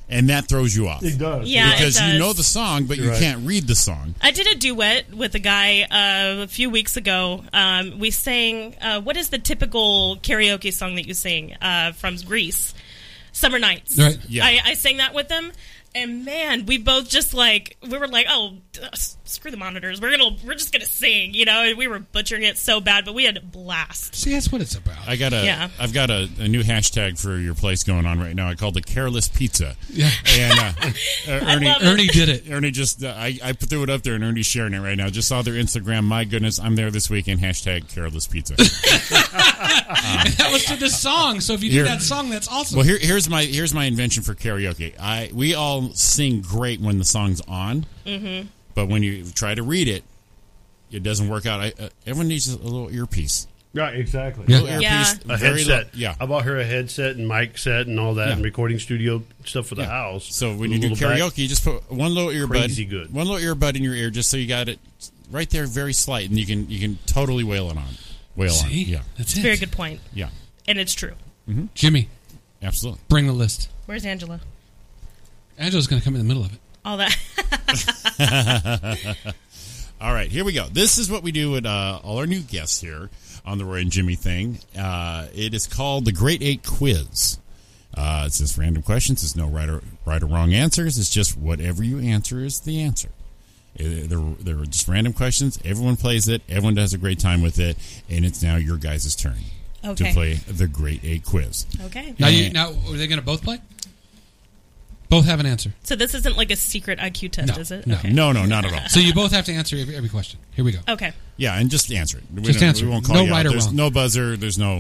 Speaker 5: and that throws you off.
Speaker 6: does.
Speaker 1: yeah, it
Speaker 5: because you
Speaker 1: does.
Speaker 5: know the song, but you
Speaker 6: Right.
Speaker 5: can't read the song.
Speaker 1: I did a duet with a guy uh, a few weeks ago. Um, we sang, uh, what is the typical karaoke song that you sing uh, from Greece? Summer Nights.
Speaker 4: Right.
Speaker 5: Yeah.
Speaker 1: I, I sang that with him. And man, we both just like we were like, oh, d- uh, s- screw the monitors. We're gonna, we're just gonna sing, you know. And we were butchering it so bad, but we had a blast.
Speaker 4: See, that's what it's about.
Speaker 5: I got a,
Speaker 1: Yeah.
Speaker 5: have got a, a new hashtag for your place going on right now. I called the Careless Pizza.
Speaker 4: yeah,
Speaker 5: And uh, Ernie,
Speaker 1: love it.
Speaker 4: Ernie did it.
Speaker 5: Ernie just, uh, I, I threw it up there and Ernie's sharing it right now. Just saw their Instagram. My goodness, I'm there this weekend. Hashtag careless pizza.
Speaker 4: That was to the song. So if you
Speaker 5: Here.
Speaker 4: did that song, that's awesome.
Speaker 5: well, here, here's my here's my invention for karaoke. I we all sing great when the song's on, mm-hmm. but when you try to read it, it doesn't work out. I, uh, everyone needs a little earpiece.
Speaker 6: Right, exactly.
Speaker 4: Yeah.
Speaker 5: Little
Speaker 1: Yeah.
Speaker 5: earpiece,
Speaker 6: A
Speaker 5: very low-
Speaker 6: headset.
Speaker 5: yeah.
Speaker 6: I bought her a headset and mic set and all that
Speaker 5: Yeah.
Speaker 6: and recording studio stuff for the
Speaker 5: Yeah.
Speaker 6: house.
Speaker 5: So when
Speaker 6: A
Speaker 5: you do
Speaker 6: little back-
Speaker 5: karaoke, you just put one little earbud,
Speaker 6: Crazy good.
Speaker 5: one little earbud in your ear, just so you got it right there, very slight, and you can you can totally wail it on, wail on.
Speaker 4: See,
Speaker 5: it. Yeah,
Speaker 4: that's it.
Speaker 1: Very good point,
Speaker 5: yeah,
Speaker 1: and it's true.
Speaker 4: Jimmy,
Speaker 5: absolutely.
Speaker 4: bring the list.
Speaker 1: Where's Angela?
Speaker 4: Angela's going to come in the middle of it.
Speaker 1: All that.
Speaker 5: All right, here we go. This is what we do with uh, all our new guests here on the Roy and Jimmy thing. Uh, it is called the Great Eight Quiz. Uh, it's just random questions. There's no right or right or wrong answers. It's just whatever you answer is the answer. Uh, They're, they're just random questions. Everyone plays it. Everyone has a great time with it. And it's now your guys' turn
Speaker 1: Okay.
Speaker 5: to play the Great Eight Quiz.
Speaker 1: Okay.
Speaker 4: Now, you,
Speaker 5: Yeah.
Speaker 4: now are they going to both play? Both have an answer.
Speaker 1: So this isn't like a secret IQ test,
Speaker 4: No,
Speaker 1: is it?
Speaker 4: no.
Speaker 1: Okay.
Speaker 5: No, no, not at all.
Speaker 4: So you both have to answer every, every question. Here we go.
Speaker 1: Okay.
Speaker 5: Yeah, and just answer it. We
Speaker 4: Just
Speaker 5: don't-
Speaker 4: answer.
Speaker 5: We won't call
Speaker 4: No
Speaker 5: you out.
Speaker 4: right or
Speaker 5: There's
Speaker 4: wrong.
Speaker 5: no buzzer. There's no.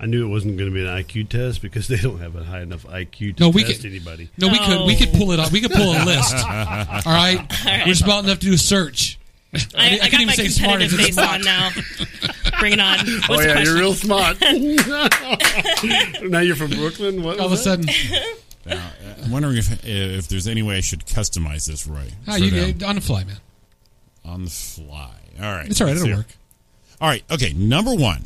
Speaker 6: I knew it wasn't going to be an IQ test because they don't have a high enough IQ to
Speaker 4: No, we
Speaker 6: test
Speaker 4: could-
Speaker 6: anybody.
Speaker 4: No, we could we could pull it off. We could pull a list. All right, we're just about enough to do a search.
Speaker 1: I, I,
Speaker 4: couldn't
Speaker 1: got
Speaker 4: even
Speaker 1: my
Speaker 4: say smart,
Speaker 1: competitive
Speaker 4: it's
Speaker 1: face
Speaker 4: smart.
Speaker 1: on now. Bring it on. What's
Speaker 6: oh
Speaker 1: the
Speaker 6: yeah,
Speaker 1: question?
Speaker 6: you're real smart. now you're from Brooklyn. What?
Speaker 4: All of a
Speaker 6: was that?
Speaker 4: sudden,
Speaker 5: I'm wondering if if there's any way I should customize this, Roy.
Speaker 4: how
Speaker 5: for
Speaker 4: ah, you
Speaker 5: them.
Speaker 4: on the fly, man?
Speaker 5: on the fly. All right,
Speaker 4: It's all right.
Speaker 5: let's
Speaker 4: It'll
Speaker 5: see.
Speaker 4: work.
Speaker 5: All right, okay. Number one,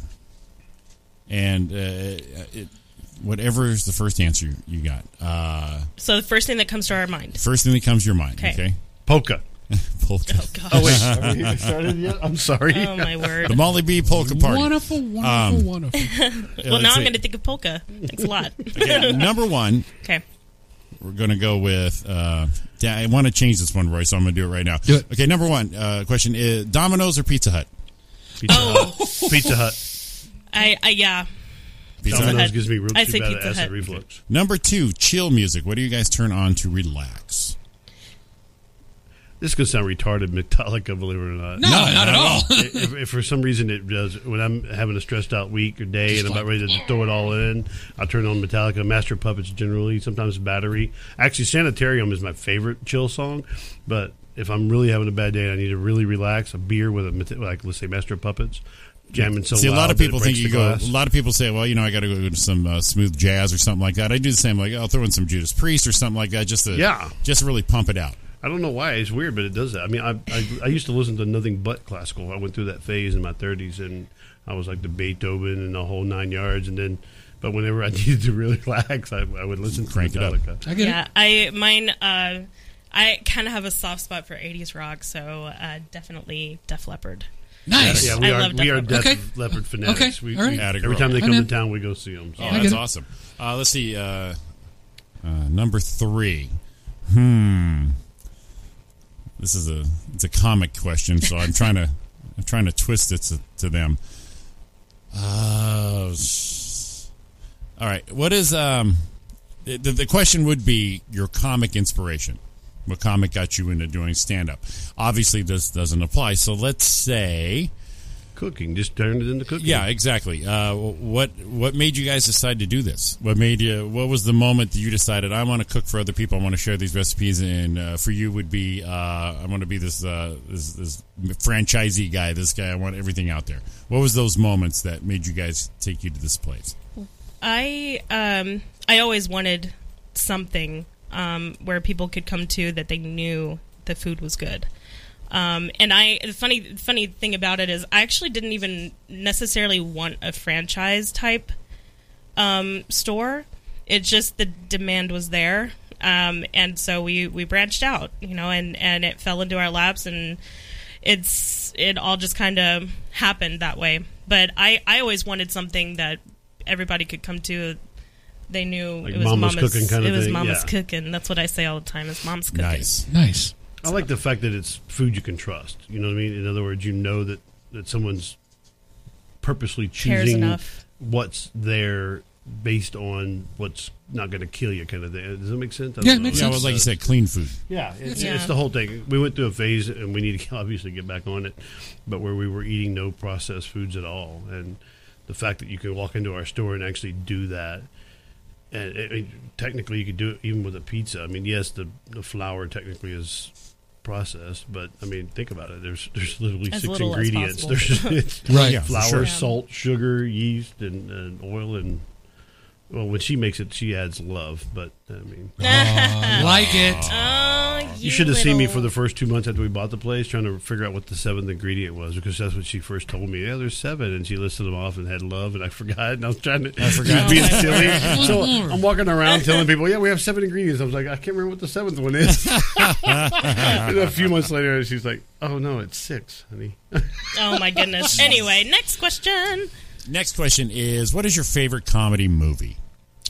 Speaker 5: and uh, it, whatever is the first answer you, you got. Uh,
Speaker 1: So the first thing that comes to our mind.
Speaker 5: first thing that comes to your mind.
Speaker 1: Okay.
Speaker 5: Okay,
Speaker 6: Polka.
Speaker 5: polka.
Speaker 6: Oh wait, have we even started yet? I'm sorry.
Speaker 1: Oh my word.
Speaker 5: The Molly B polka party.
Speaker 4: Wonderful, wonderful,
Speaker 5: Um,
Speaker 4: wonderful.
Speaker 1: Well, now I'm going to think of polka. Thanks a lot.
Speaker 5: Okay, number one,
Speaker 1: Okay.
Speaker 5: we're going to go with. Uh, da- I want to change this one, Roy, so I'm going to do it right now.
Speaker 4: Do it.
Speaker 5: Okay, number one uh, question is Domino's or Pizza Hut?
Speaker 6: Pizza
Speaker 1: Oh.
Speaker 6: Hut. Pizza Hut.
Speaker 1: I, I yeah.
Speaker 5: Pizza Hut.
Speaker 6: Domino's gives me real
Speaker 1: I
Speaker 6: too
Speaker 1: say
Speaker 6: bad
Speaker 1: Pizza
Speaker 6: acid
Speaker 1: Hut.
Speaker 6: reflux.
Speaker 5: Number two, chill music. What do you guys turn on to relax?
Speaker 6: This could sound retarded, Metallica, believe it or not.
Speaker 4: No, not at all.
Speaker 6: if, if for some reason it does, when I'm having a stressed out week or day and I'm about ready to throw it all in, I turn on Metallica, Master Puppets generally, sometimes Battery. Actually, Sanitarium is my favorite chill song, but if I'm really having a bad day and I need to really relax, a beer with a Meta- like let's say Master Puppets jamming so
Speaker 5: See, a
Speaker 6: loud
Speaker 5: lot of
Speaker 6: that it
Speaker 5: people think
Speaker 6: breaks
Speaker 5: you
Speaker 6: the
Speaker 5: go.
Speaker 6: glass.
Speaker 5: A lot of people say, "Well, you know, I got to go to some uh, smooth jazz or something like that." I do the same. Like, I'll throw in some Judas Priest or something like that, just to
Speaker 6: Yeah.
Speaker 5: just to really pump it out.
Speaker 6: I don't know why it's weird, but it does that. I mean, I, I I used to listen to nothing but classical. I went through that phase in my 30s, and I was like the Beethoven and the whole nine yards. And then, but whenever I needed to really relax, I, I would listen to
Speaker 5: Crank it up.
Speaker 6: Metallica.
Speaker 4: I get
Speaker 1: Yeah,
Speaker 4: it.
Speaker 1: I mine. Uh, I kind of have a soft spot for '80s rock, so uh, definitely Def Leppard.
Speaker 4: Nice.
Speaker 6: Yeah, we
Speaker 1: I
Speaker 6: are
Speaker 1: love
Speaker 6: we are
Speaker 1: Def
Speaker 6: Def
Speaker 4: Leppard.
Speaker 6: Leppard fanatics.
Speaker 4: Okay,
Speaker 6: We,
Speaker 4: all right.
Speaker 6: we-
Speaker 5: Atta
Speaker 6: every
Speaker 5: girl.
Speaker 6: time they
Speaker 4: I'm
Speaker 6: come
Speaker 4: in.
Speaker 6: to town, we go see them. So.
Speaker 5: Oh,
Speaker 4: I
Speaker 5: that's
Speaker 4: get it.
Speaker 5: awesome. Uh, let's see. Uh, uh, number three. Hmm. This is a it's a comic question, so I'm trying to I'm trying to twist it to, to them. Uh, sh- all right. What is um the, the the question would be your comic inspiration. What comic got you into doing stand up? Obviously, this doesn't apply. So let's say
Speaker 6: Cooking, just turned it into cooking.
Speaker 5: yeah, exactly. Uh, what what made you guys decide to do this? What made you? What was the moment that you decided I want to cook for other people? I want to share these recipes, and uh, for you would be uh, I want to be this, uh, this this franchisee guy. This guy, I want everything out there. What was those moments that made you guys take you to this place?
Speaker 1: I um I always wanted something um where people could come to that they knew the food was good. Um, and I the funny funny thing about it is I actually didn't even necessarily want a franchise type um, store. It's just the demand was there, um, and so we we branched out, you know, and and it fell into our laps, and it's it all just kind of happened that way. But I I always wanted something that everybody could come to. They knew
Speaker 6: Like
Speaker 1: it was
Speaker 6: mama's
Speaker 1: mama's,
Speaker 6: cooking kind of
Speaker 1: It was
Speaker 6: thing,
Speaker 1: mama's
Speaker 6: yeah.
Speaker 1: cooking. That's what I say all the time. Is mom's cooking.
Speaker 5: Nice.
Speaker 4: Nice.
Speaker 6: I like the fact that it's food you can trust. You know what I mean? In other words, you know that, that someone's purposely
Speaker 1: Cares
Speaker 6: choosing
Speaker 1: enough.
Speaker 6: what's there based on what's not going to kill you, kind of thing. Does that make sense? I
Speaker 4: Yeah,
Speaker 6: don't
Speaker 4: it
Speaker 6: know.
Speaker 4: makes
Speaker 5: Yeah,
Speaker 4: sense.
Speaker 5: well, like you said, clean food.
Speaker 6: Yeah, it's,
Speaker 1: Yeah.
Speaker 6: it's the whole thing. We went through a phase, and we need to obviously get back on it, but where we were eating no processed foods at all, and the fact that you can walk into our store and actually do that, and it, it- technically you could do it even with a pizza. I mean, yes, the the flour technically is processed, but I mean, think about it. There's there's literally
Speaker 1: As
Speaker 6: six
Speaker 1: little as
Speaker 6: ingredients. There's
Speaker 1: possible.
Speaker 6: it's
Speaker 4: Right.
Speaker 5: Yeah. for
Speaker 6: flour,
Speaker 5: sure.
Speaker 6: salt, sugar, yeast, and, and oil, and well, when she makes it, she adds love. But I mean.
Speaker 4: I like it.
Speaker 1: Oh, you,
Speaker 6: You should have seen me
Speaker 1: little-
Speaker 6: for the first two months after we bought the place, trying to figure out what the seventh ingredient was, because that's what she first told me. Yeah, there's seven, and she listed them off and had love, and I forgot, and I was trying to I
Speaker 5: forgot.
Speaker 6: be
Speaker 1: Oh, my
Speaker 6: silly.
Speaker 4: word.
Speaker 6: So
Speaker 4: One
Speaker 1: Mm-hmm.
Speaker 4: more.
Speaker 6: I'm walking around telling people, "Yeah, we have seven ingredients." I was like, "I can't remember what the seventh one is." and a few months later, she's like, "Oh no, it's six, honey."
Speaker 1: Oh my goodness. anyway, next question.
Speaker 5: Next question is: What is your favorite comedy movie?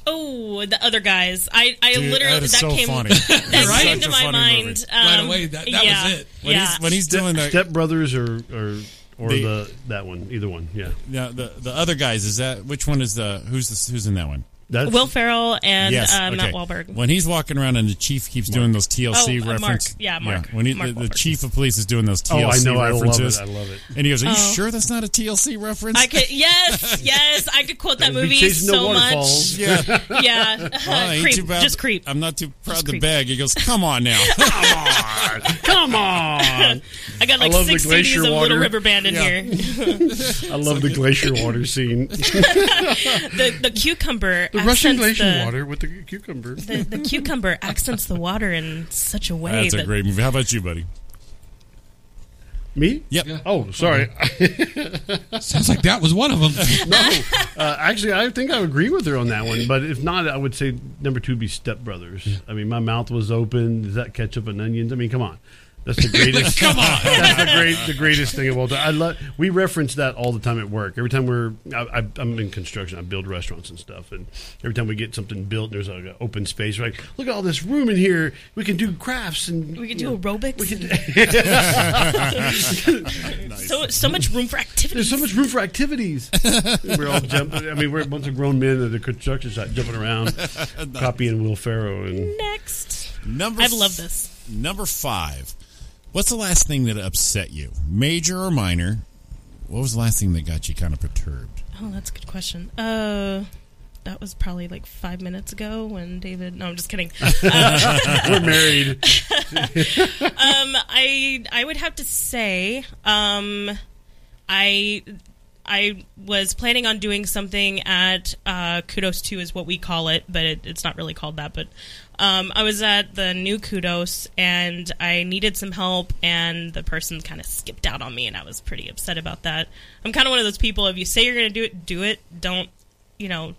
Speaker 1: Oh, the other guys. I, I
Speaker 5: Dude,
Speaker 1: literally
Speaker 5: that is so
Speaker 1: came
Speaker 5: funny.
Speaker 1: that
Speaker 5: Right?
Speaker 1: came
Speaker 5: Such
Speaker 1: to
Speaker 5: a
Speaker 1: my
Speaker 5: funny
Speaker 1: mind
Speaker 5: movie.
Speaker 1: um,
Speaker 4: Right away, that- that was
Speaker 1: yeah,
Speaker 4: it.
Speaker 5: When
Speaker 1: yeah.
Speaker 5: he's when he's doing that,
Speaker 6: Step Brothers or or or
Speaker 5: The-
Speaker 6: the that one, either one, yeah.
Speaker 5: now, the the other guys is that which one is the who's this, who's in that one?
Speaker 6: That's
Speaker 1: Will Ferrell and
Speaker 5: yes,
Speaker 1: uh, Matt
Speaker 5: okay.
Speaker 1: Wahlberg.
Speaker 5: When he's walking around and the chief keeps doing those
Speaker 1: Oh,
Speaker 5: TLC
Speaker 1: uh, Mark.
Speaker 5: references,
Speaker 1: Yeah, Mark.
Speaker 5: When he,
Speaker 1: Mark
Speaker 5: the, the
Speaker 1: Wahlberg.
Speaker 5: chief of police is doing those
Speaker 6: oh,
Speaker 5: TLC
Speaker 6: I know, I love
Speaker 5: references,
Speaker 6: it, I love it.
Speaker 5: and he goes, "Are you
Speaker 1: Oh.
Speaker 5: sure that's not a TLC reference?"
Speaker 1: I could yes, yes, I could quote that
Speaker 6: Be
Speaker 1: movie
Speaker 6: chasing the
Speaker 1: so
Speaker 6: waterfalls.
Speaker 1: much.
Speaker 5: yeah,
Speaker 1: Yeah,
Speaker 5: Well, I ain't
Speaker 1: creep,
Speaker 5: too Um, proud-
Speaker 1: just creep.
Speaker 5: I'm not too proud to
Speaker 1: creep.
Speaker 5: beg. He goes, "Come on now."
Speaker 6: Come on,
Speaker 1: I got like
Speaker 6: love the
Speaker 1: six CDs
Speaker 6: glacier
Speaker 1: of
Speaker 6: water.
Speaker 1: Little River Band in
Speaker 5: Yeah.
Speaker 1: here.
Speaker 6: I love the glacier water scene.
Speaker 1: The the cucumber,
Speaker 6: The Russian
Speaker 1: accents
Speaker 6: glacier
Speaker 1: the,
Speaker 6: water with the cucumber.
Speaker 1: The, the cucumber accents the water in such a way
Speaker 5: that's
Speaker 1: that
Speaker 5: a great movie. How about you, buddy?
Speaker 6: Me?
Speaker 5: Yep.
Speaker 6: Oh, sorry.
Speaker 4: Sounds like that was one of them.
Speaker 6: Uh, actually, I think I would agree with her on that one. But if not, I would say number two would be Step Brothers. I mean, my mouth was open. Does that ketchup and onions? I mean, come on. That's the greatest.
Speaker 5: Come on.
Speaker 6: That's the great, the greatest thing of all time. I love. We reference that all the time at work. Every time we're, I, I, I'm in construction. I build restaurants and stuff, and every time we get something built, there's like an open space. We're like, look at all this room in here. We can do crafts and
Speaker 1: We could
Speaker 6: you
Speaker 1: do
Speaker 6: know,
Speaker 1: aerobics.
Speaker 6: We could.
Speaker 1: and-
Speaker 6: Do,
Speaker 1: So so much room for activities.
Speaker 6: there's so much room for activities. we're all jumping. I mean, we're a bunch of grown men at the construction site jumping around, copying Will Ferrell and.
Speaker 1: Next,
Speaker 5: Number
Speaker 1: I love this.
Speaker 5: Number five. What's the last thing that upset you, major or minor? What was the last thing that got you kind of perturbed?
Speaker 1: Oh, that's a good question. Uh, that was probably like five minutes ago when David. No, I'm just kidding. Uh,
Speaker 6: We're married.
Speaker 1: Um, I I would have to say, um, I I was planning on doing something at uh, Kudos Two is what we call it, but it, it's not really called that. But um, I was at the new Kudos and I needed some help, and the person kind of skipped out on me, and I was pretty upset about that. I'm kind of one of those people. If you say you're going to do it, do it. Don't you know?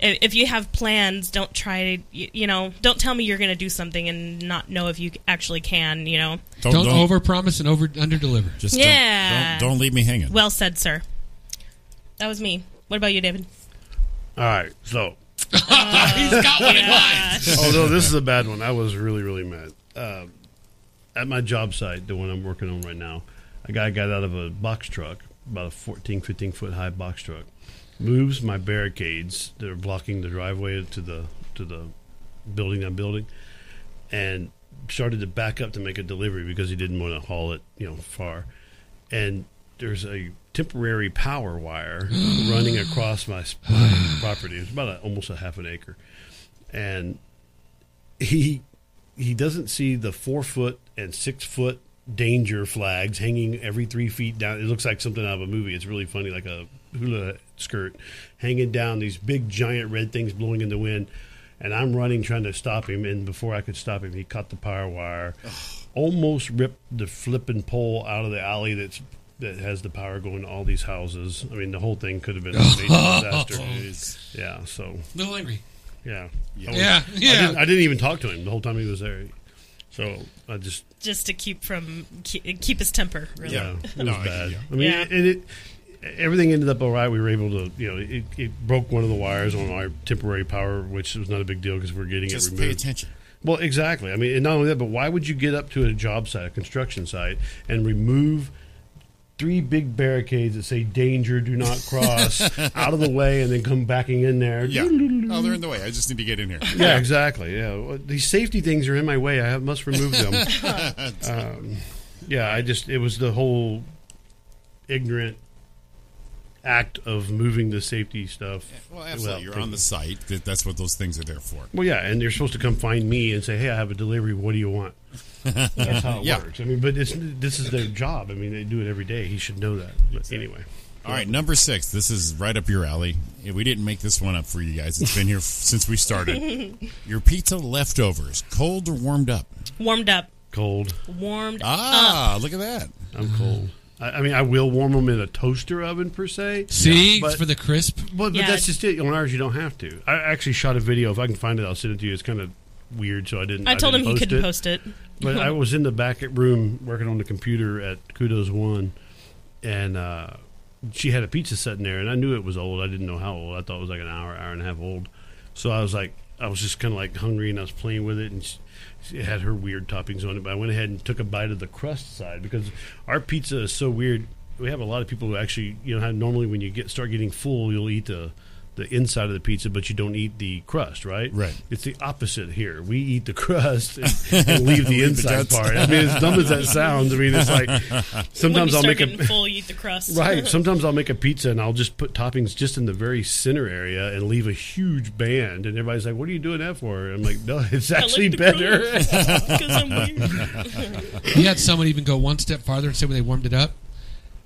Speaker 1: if if you have plans, don't try to, you you know, don't tell me you're going to do something and not know if you actually can, you know.
Speaker 4: Don't, over overpromise and over underdeliver.
Speaker 5: Just
Speaker 1: Yeah.
Speaker 5: Don't, don't, don't leave me hanging.
Speaker 1: Well said, sir. That was me. What about you, David?
Speaker 6: All right, so
Speaker 4: He's got one in mind.
Speaker 6: Although this is a bad one, I was really really mad. Um at my job site, the one I'm working on right now, a guy got out of a box truck, about a 14, 15 foot high box truck, moves my barricades that are blocking the driveway to the to the building I'm building, and started to back up to make a delivery because he didn't want to haul it, you know, far. And there's a temporary power wire running across my s- property. It's about a, almost a half an acre, and he he doesn't see the four foot and six foot danger flags hanging every three feet down. It looks like something out of a movie. It's really funny, like a hula skirt hanging down. These big giant red things blowing in the wind, and I'm running trying to stop him. And before I could stop him, he caught the power wire, almost ripped the flipping pole out of the alley that's. That has the power going to all these houses. I mean, the whole thing could have been a major disaster. Yeah, so
Speaker 4: Little angry.
Speaker 6: yeah, yeah.
Speaker 4: Yeah,
Speaker 6: I
Speaker 4: yeah.
Speaker 6: didn't, I didn't even talk to him the whole time he was there. So I just
Speaker 1: Just to keep from keep, keep his temper, really.
Speaker 6: yeah, it was
Speaker 5: No, I-
Speaker 6: bad.
Speaker 5: yeah.
Speaker 6: I mean,
Speaker 1: Yeah.
Speaker 6: and it everything ended up all right. We were able to, you know, it, it broke one of the wires on our temporary power, which was not a big deal because we're getting it
Speaker 5: Just
Speaker 6: removed.
Speaker 5: pay attention.
Speaker 6: Well, exactly. I mean, and not only that, but why would you get up to a job site, a construction site, and remove three big barricades that say "danger, do not cross" out of the way, and then come backing in there?
Speaker 5: Yeah. Oh, they're in the way. I just need to get in here.
Speaker 6: Yeah, exactly. Yeah, Well, these safety things are in my way. I have- must remove them. um, yeah, I just it was the whole ignorant act of moving the safety stuff.
Speaker 5: Well, absolutely.
Speaker 6: without
Speaker 5: You're
Speaker 6: thinking.
Speaker 5: on the site. That- That's what those things are there for.
Speaker 6: Well, yeah, and they're supposed to come find me and say, "Hey, I have a delivery. What do you want?" That's how it
Speaker 5: Yeah.
Speaker 6: works. I mean, but it's, this is their job. I mean, they do it every day. He should know that. But anyway,
Speaker 5: All right, number six. This is right up your alley. Yeah, We didn't make this one up for you guys. It's been here f- since we started. Your pizza leftovers, cold or warmed up?
Speaker 1: Warmed up.
Speaker 6: cold.
Speaker 1: Warmed up.
Speaker 5: Ah, look at that.
Speaker 6: I'm cold. I, I mean, I will warm them in a toaster oven per se.
Speaker 4: See,
Speaker 6: But-
Speaker 4: it's for the crisp.
Speaker 6: Well, but
Speaker 1: Yeah.
Speaker 6: that's just it. On ours, you don't have to. I actually shot a video. If I can find it, I'll send it to you. It's kind of weird, so I didn't.
Speaker 1: I told him
Speaker 6: didn't
Speaker 1: he couldn't post it.
Speaker 6: But I was in the back room working on the computer at Kudos One, and uh, she had a pizza sitting there, and I knew it was old. I didn't know how old. I thought it was like an hour, hour and a half old. So I was like, I was just kind of like hungry, and I was playing with it, and she, she had her weird toppings on it. But I went ahead and took a bite of the crust side because our pizza is so weird. We have a lot of people who actually, you know, how normally when you get start getting full, you'll eat the the inside of the pizza, but you don't eat the crust, right?
Speaker 5: Right.
Speaker 6: It's the opposite here. We eat the crust and, and leave
Speaker 5: Leave
Speaker 6: the
Speaker 5: the
Speaker 6: inside
Speaker 5: guts.
Speaker 6: part. I mean, as dumb as that sounds, I mean, it's like
Speaker 1: When you
Speaker 6: sometimes I'll
Speaker 1: start
Speaker 6: make
Speaker 1: getting
Speaker 6: a
Speaker 1: full, you eat the crust.
Speaker 6: right. Sometimes I'll make a pizza and I'll just put toppings just in the very center area and leave a huge band. And everybody's like, "What are you doing that for?" I'm like, "No, it's
Speaker 1: I like
Speaker 6: actually
Speaker 1: the
Speaker 6: better."
Speaker 1: crust 'cause I'm weird.
Speaker 4: You had someone even go one step farther and say when they warmed it up,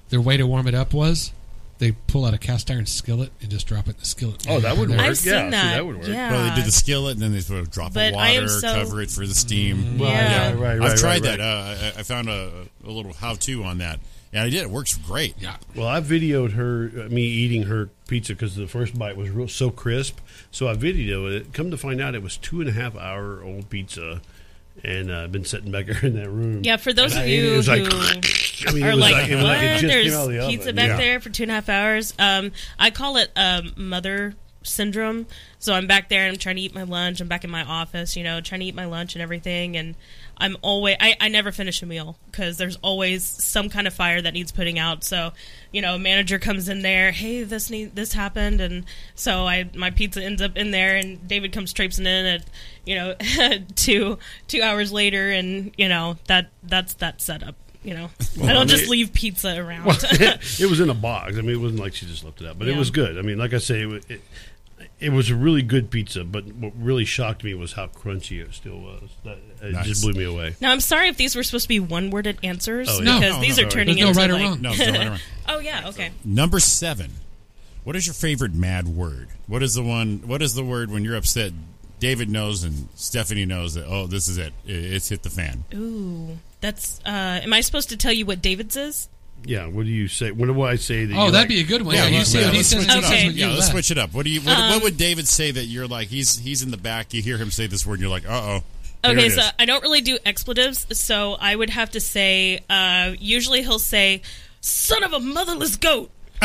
Speaker 4: their way to warm it up was they pull out a cast iron skillet and just drop it in the skillet.
Speaker 6: Oh, that would work.
Speaker 1: I've seen
Speaker 6: yeah, see,
Speaker 1: that.
Speaker 6: would work.
Speaker 1: Yeah.
Speaker 5: Well, they did the skillet, and then they put a drop
Speaker 1: Ah. But
Speaker 5: of
Speaker 1: I am
Speaker 5: water,
Speaker 1: so-
Speaker 5: cover it for the steam.
Speaker 1: Well, Yeah.
Speaker 6: right, right, Mm-hmm. right.
Speaker 5: I've tried
Speaker 6: right,
Speaker 5: that. Uh, I, I found a, a little how-to on that, and I did. It works great.
Speaker 4: Yeah.
Speaker 6: Well, I videoed her, uh, me eating her pizza because the first bite was real, so crisp. So I videoed it. Come to find out, it was two and a half hour old pizza, and uh, been sitting back there in that room.
Speaker 1: Yeah, for those
Speaker 6: And
Speaker 1: of
Speaker 6: I-
Speaker 1: you
Speaker 6: it was like,
Speaker 1: who
Speaker 6: I mean, it
Speaker 1: are
Speaker 6: was
Speaker 1: like,
Speaker 6: like- it was
Speaker 1: what?
Speaker 6: like it just came
Speaker 1: There's
Speaker 6: out of the
Speaker 1: pizza
Speaker 6: oven."
Speaker 1: back
Speaker 5: Yeah.
Speaker 1: there for two and a half hours. Um, I call it um, mother syndrome. So I'm back there and I'm trying to eat my lunch. I'm back in my office, you know, trying to eat my lunch and everything. And I'm always, I, I never finish a meal because there's always some kind of fire that needs putting out. So, you know, a manager comes in there, hey, this need, this happened. And so I, my pizza ends up in there and David comes traipsing in at, you know, two, two hours later. And, you know, that, that's that setup. You know, I don't
Speaker 6: I
Speaker 1: just
Speaker 6: mean-
Speaker 1: leave pizza around.
Speaker 6: it was in a box. I mean, it wasn't like she just left it out, but
Speaker 1: Yeah.
Speaker 6: it was good. I mean, like I say, it, wa- it, it was a really good pizza. But what really shocked me was how crunchy it still was. That, it
Speaker 5: Nice.
Speaker 6: just blew me away.
Speaker 1: Now I'm sorry if these were supposed to be one-worded answers
Speaker 6: Oh, yeah.
Speaker 1: because
Speaker 5: No,
Speaker 1: these
Speaker 5: no,
Speaker 1: are
Speaker 5: no,
Speaker 1: turning
Speaker 4: there's no
Speaker 1: into
Speaker 4: right or
Speaker 1: like,
Speaker 4: wrong.
Speaker 5: No, go right around.
Speaker 1: oh yeah, okay.
Speaker 5: Number seven. What is your favorite mad word? What is the one? What is the word when you're upset? David knows and Stephanie knows that. Oh, this is it. I- It's hit the fan.
Speaker 1: Ooh, that's. Uh, am I supposed to tell you what David's is?
Speaker 6: Yeah. What do you say? What do I say? That
Speaker 4: Oh,
Speaker 6: you
Speaker 4: that'd
Speaker 6: like?
Speaker 4: be a good one.
Speaker 5: Yeah,
Speaker 4: Yeah, you
Speaker 5: let's-
Speaker 4: see what he
Speaker 5: let's
Speaker 4: says.
Speaker 5: switch
Speaker 4: he
Speaker 5: it
Speaker 1: Okay. Um,
Speaker 4: says what
Speaker 5: up.
Speaker 4: you
Speaker 5: Yeah, let's
Speaker 4: left.
Speaker 5: switch it up. What do you? What, what would David say that you're like? He's he's in the back. You hear him say this word. and You're like, uh oh.
Speaker 1: Okay, so I don't really do expletives, so I would have to say. Uh, usually he'll say, "Son of a motherless goat."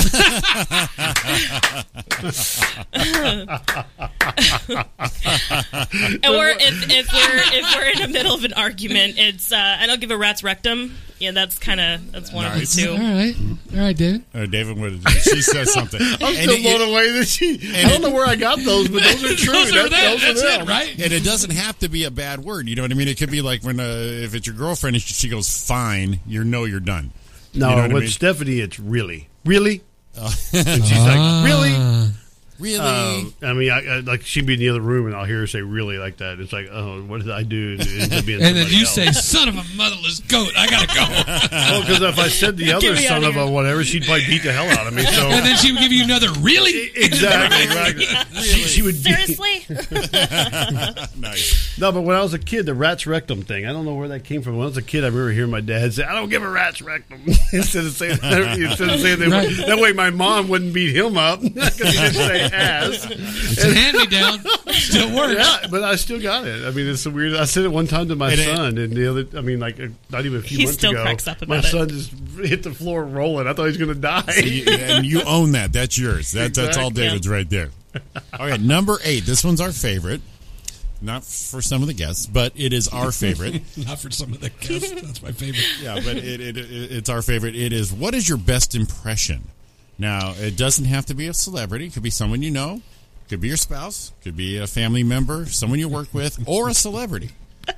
Speaker 1: or if, if we're if we're in the middle of an argument, it's uh, I don't give a rat's rectum. Yeah, that's kind of that's one
Speaker 5: Nice.
Speaker 1: of them
Speaker 4: All
Speaker 1: too.
Speaker 4: right, all right, David.
Speaker 5: Uh, David would. She says something.
Speaker 9: I'm
Speaker 5: And
Speaker 9: still
Speaker 5: it-
Speaker 9: blown
Speaker 5: it-
Speaker 9: away that she. I
Speaker 5: and
Speaker 9: don't
Speaker 5: it-
Speaker 9: know where I got those, but those are true.
Speaker 4: Those are
Speaker 9: That-
Speaker 4: that.
Speaker 9: those are
Speaker 4: That's
Speaker 9: them.
Speaker 4: it, right?
Speaker 5: And it doesn't have to be a bad word. You know what I mean? It could be like when uh, if it's your girlfriend and she- she goes fine, you know you're done.
Speaker 6: no.
Speaker 5: you know what I
Speaker 6: with
Speaker 5: mean?
Speaker 6: Stephanie, it's really, really. Oh. and she's like, really.
Speaker 5: Really?
Speaker 6: Um, I mean, I, I, like she'd be in the other room, and I'll hear her say "really" like that. It's like, oh, what did I do? to- to be in
Speaker 4: And then
Speaker 6: somebody
Speaker 4: you
Speaker 6: else?
Speaker 4: say, "Son of a motherless goat," I gotta go.
Speaker 6: Well, because if I said the other
Speaker 1: me
Speaker 6: son
Speaker 1: outta
Speaker 6: of a
Speaker 1: here.
Speaker 6: whatever, she'd probably beat the hell out of me. So E,
Speaker 4: and then she would give you another really.
Speaker 6: exactly, right. She, she would be-
Speaker 1: Seriously.
Speaker 5: nice.
Speaker 6: no. But when I was a kid, the rat's rectum thing—I don't know where that came from. When I was a kid, I remember hearing my dad say, "I don't give a rat's rectum," instead of saying that, instead of saying that,
Speaker 4: Right.
Speaker 6: that way my mom wouldn't beat him up because he didn't say ass.
Speaker 4: It's a hand me down. Still works.
Speaker 6: Yeah, but I still got it. I mean, it's a weird. I said it one time to my
Speaker 5: And it-
Speaker 6: son, and the other. I mean, like uh, not even a few
Speaker 1: He
Speaker 6: months
Speaker 1: still
Speaker 6: ago,
Speaker 1: cracks up
Speaker 6: my
Speaker 1: about it.
Speaker 6: son just hit the floor rolling. I thought he was going to die.
Speaker 5: You- and you own that. That's yours. That, That's all
Speaker 6: Exactly.
Speaker 5: David's right there. All right, number eight. This one's our favorite. Not for some of the guests, but it is our favorite.
Speaker 4: Not for some of the guests. That's my favorite.
Speaker 5: yeah, but it, it, it, it's our favorite. It is what is your best impression? Now, it doesn't have to be a celebrity. It could be someone you know, could be your spouse, could be a family member, someone you work with, or a celebrity.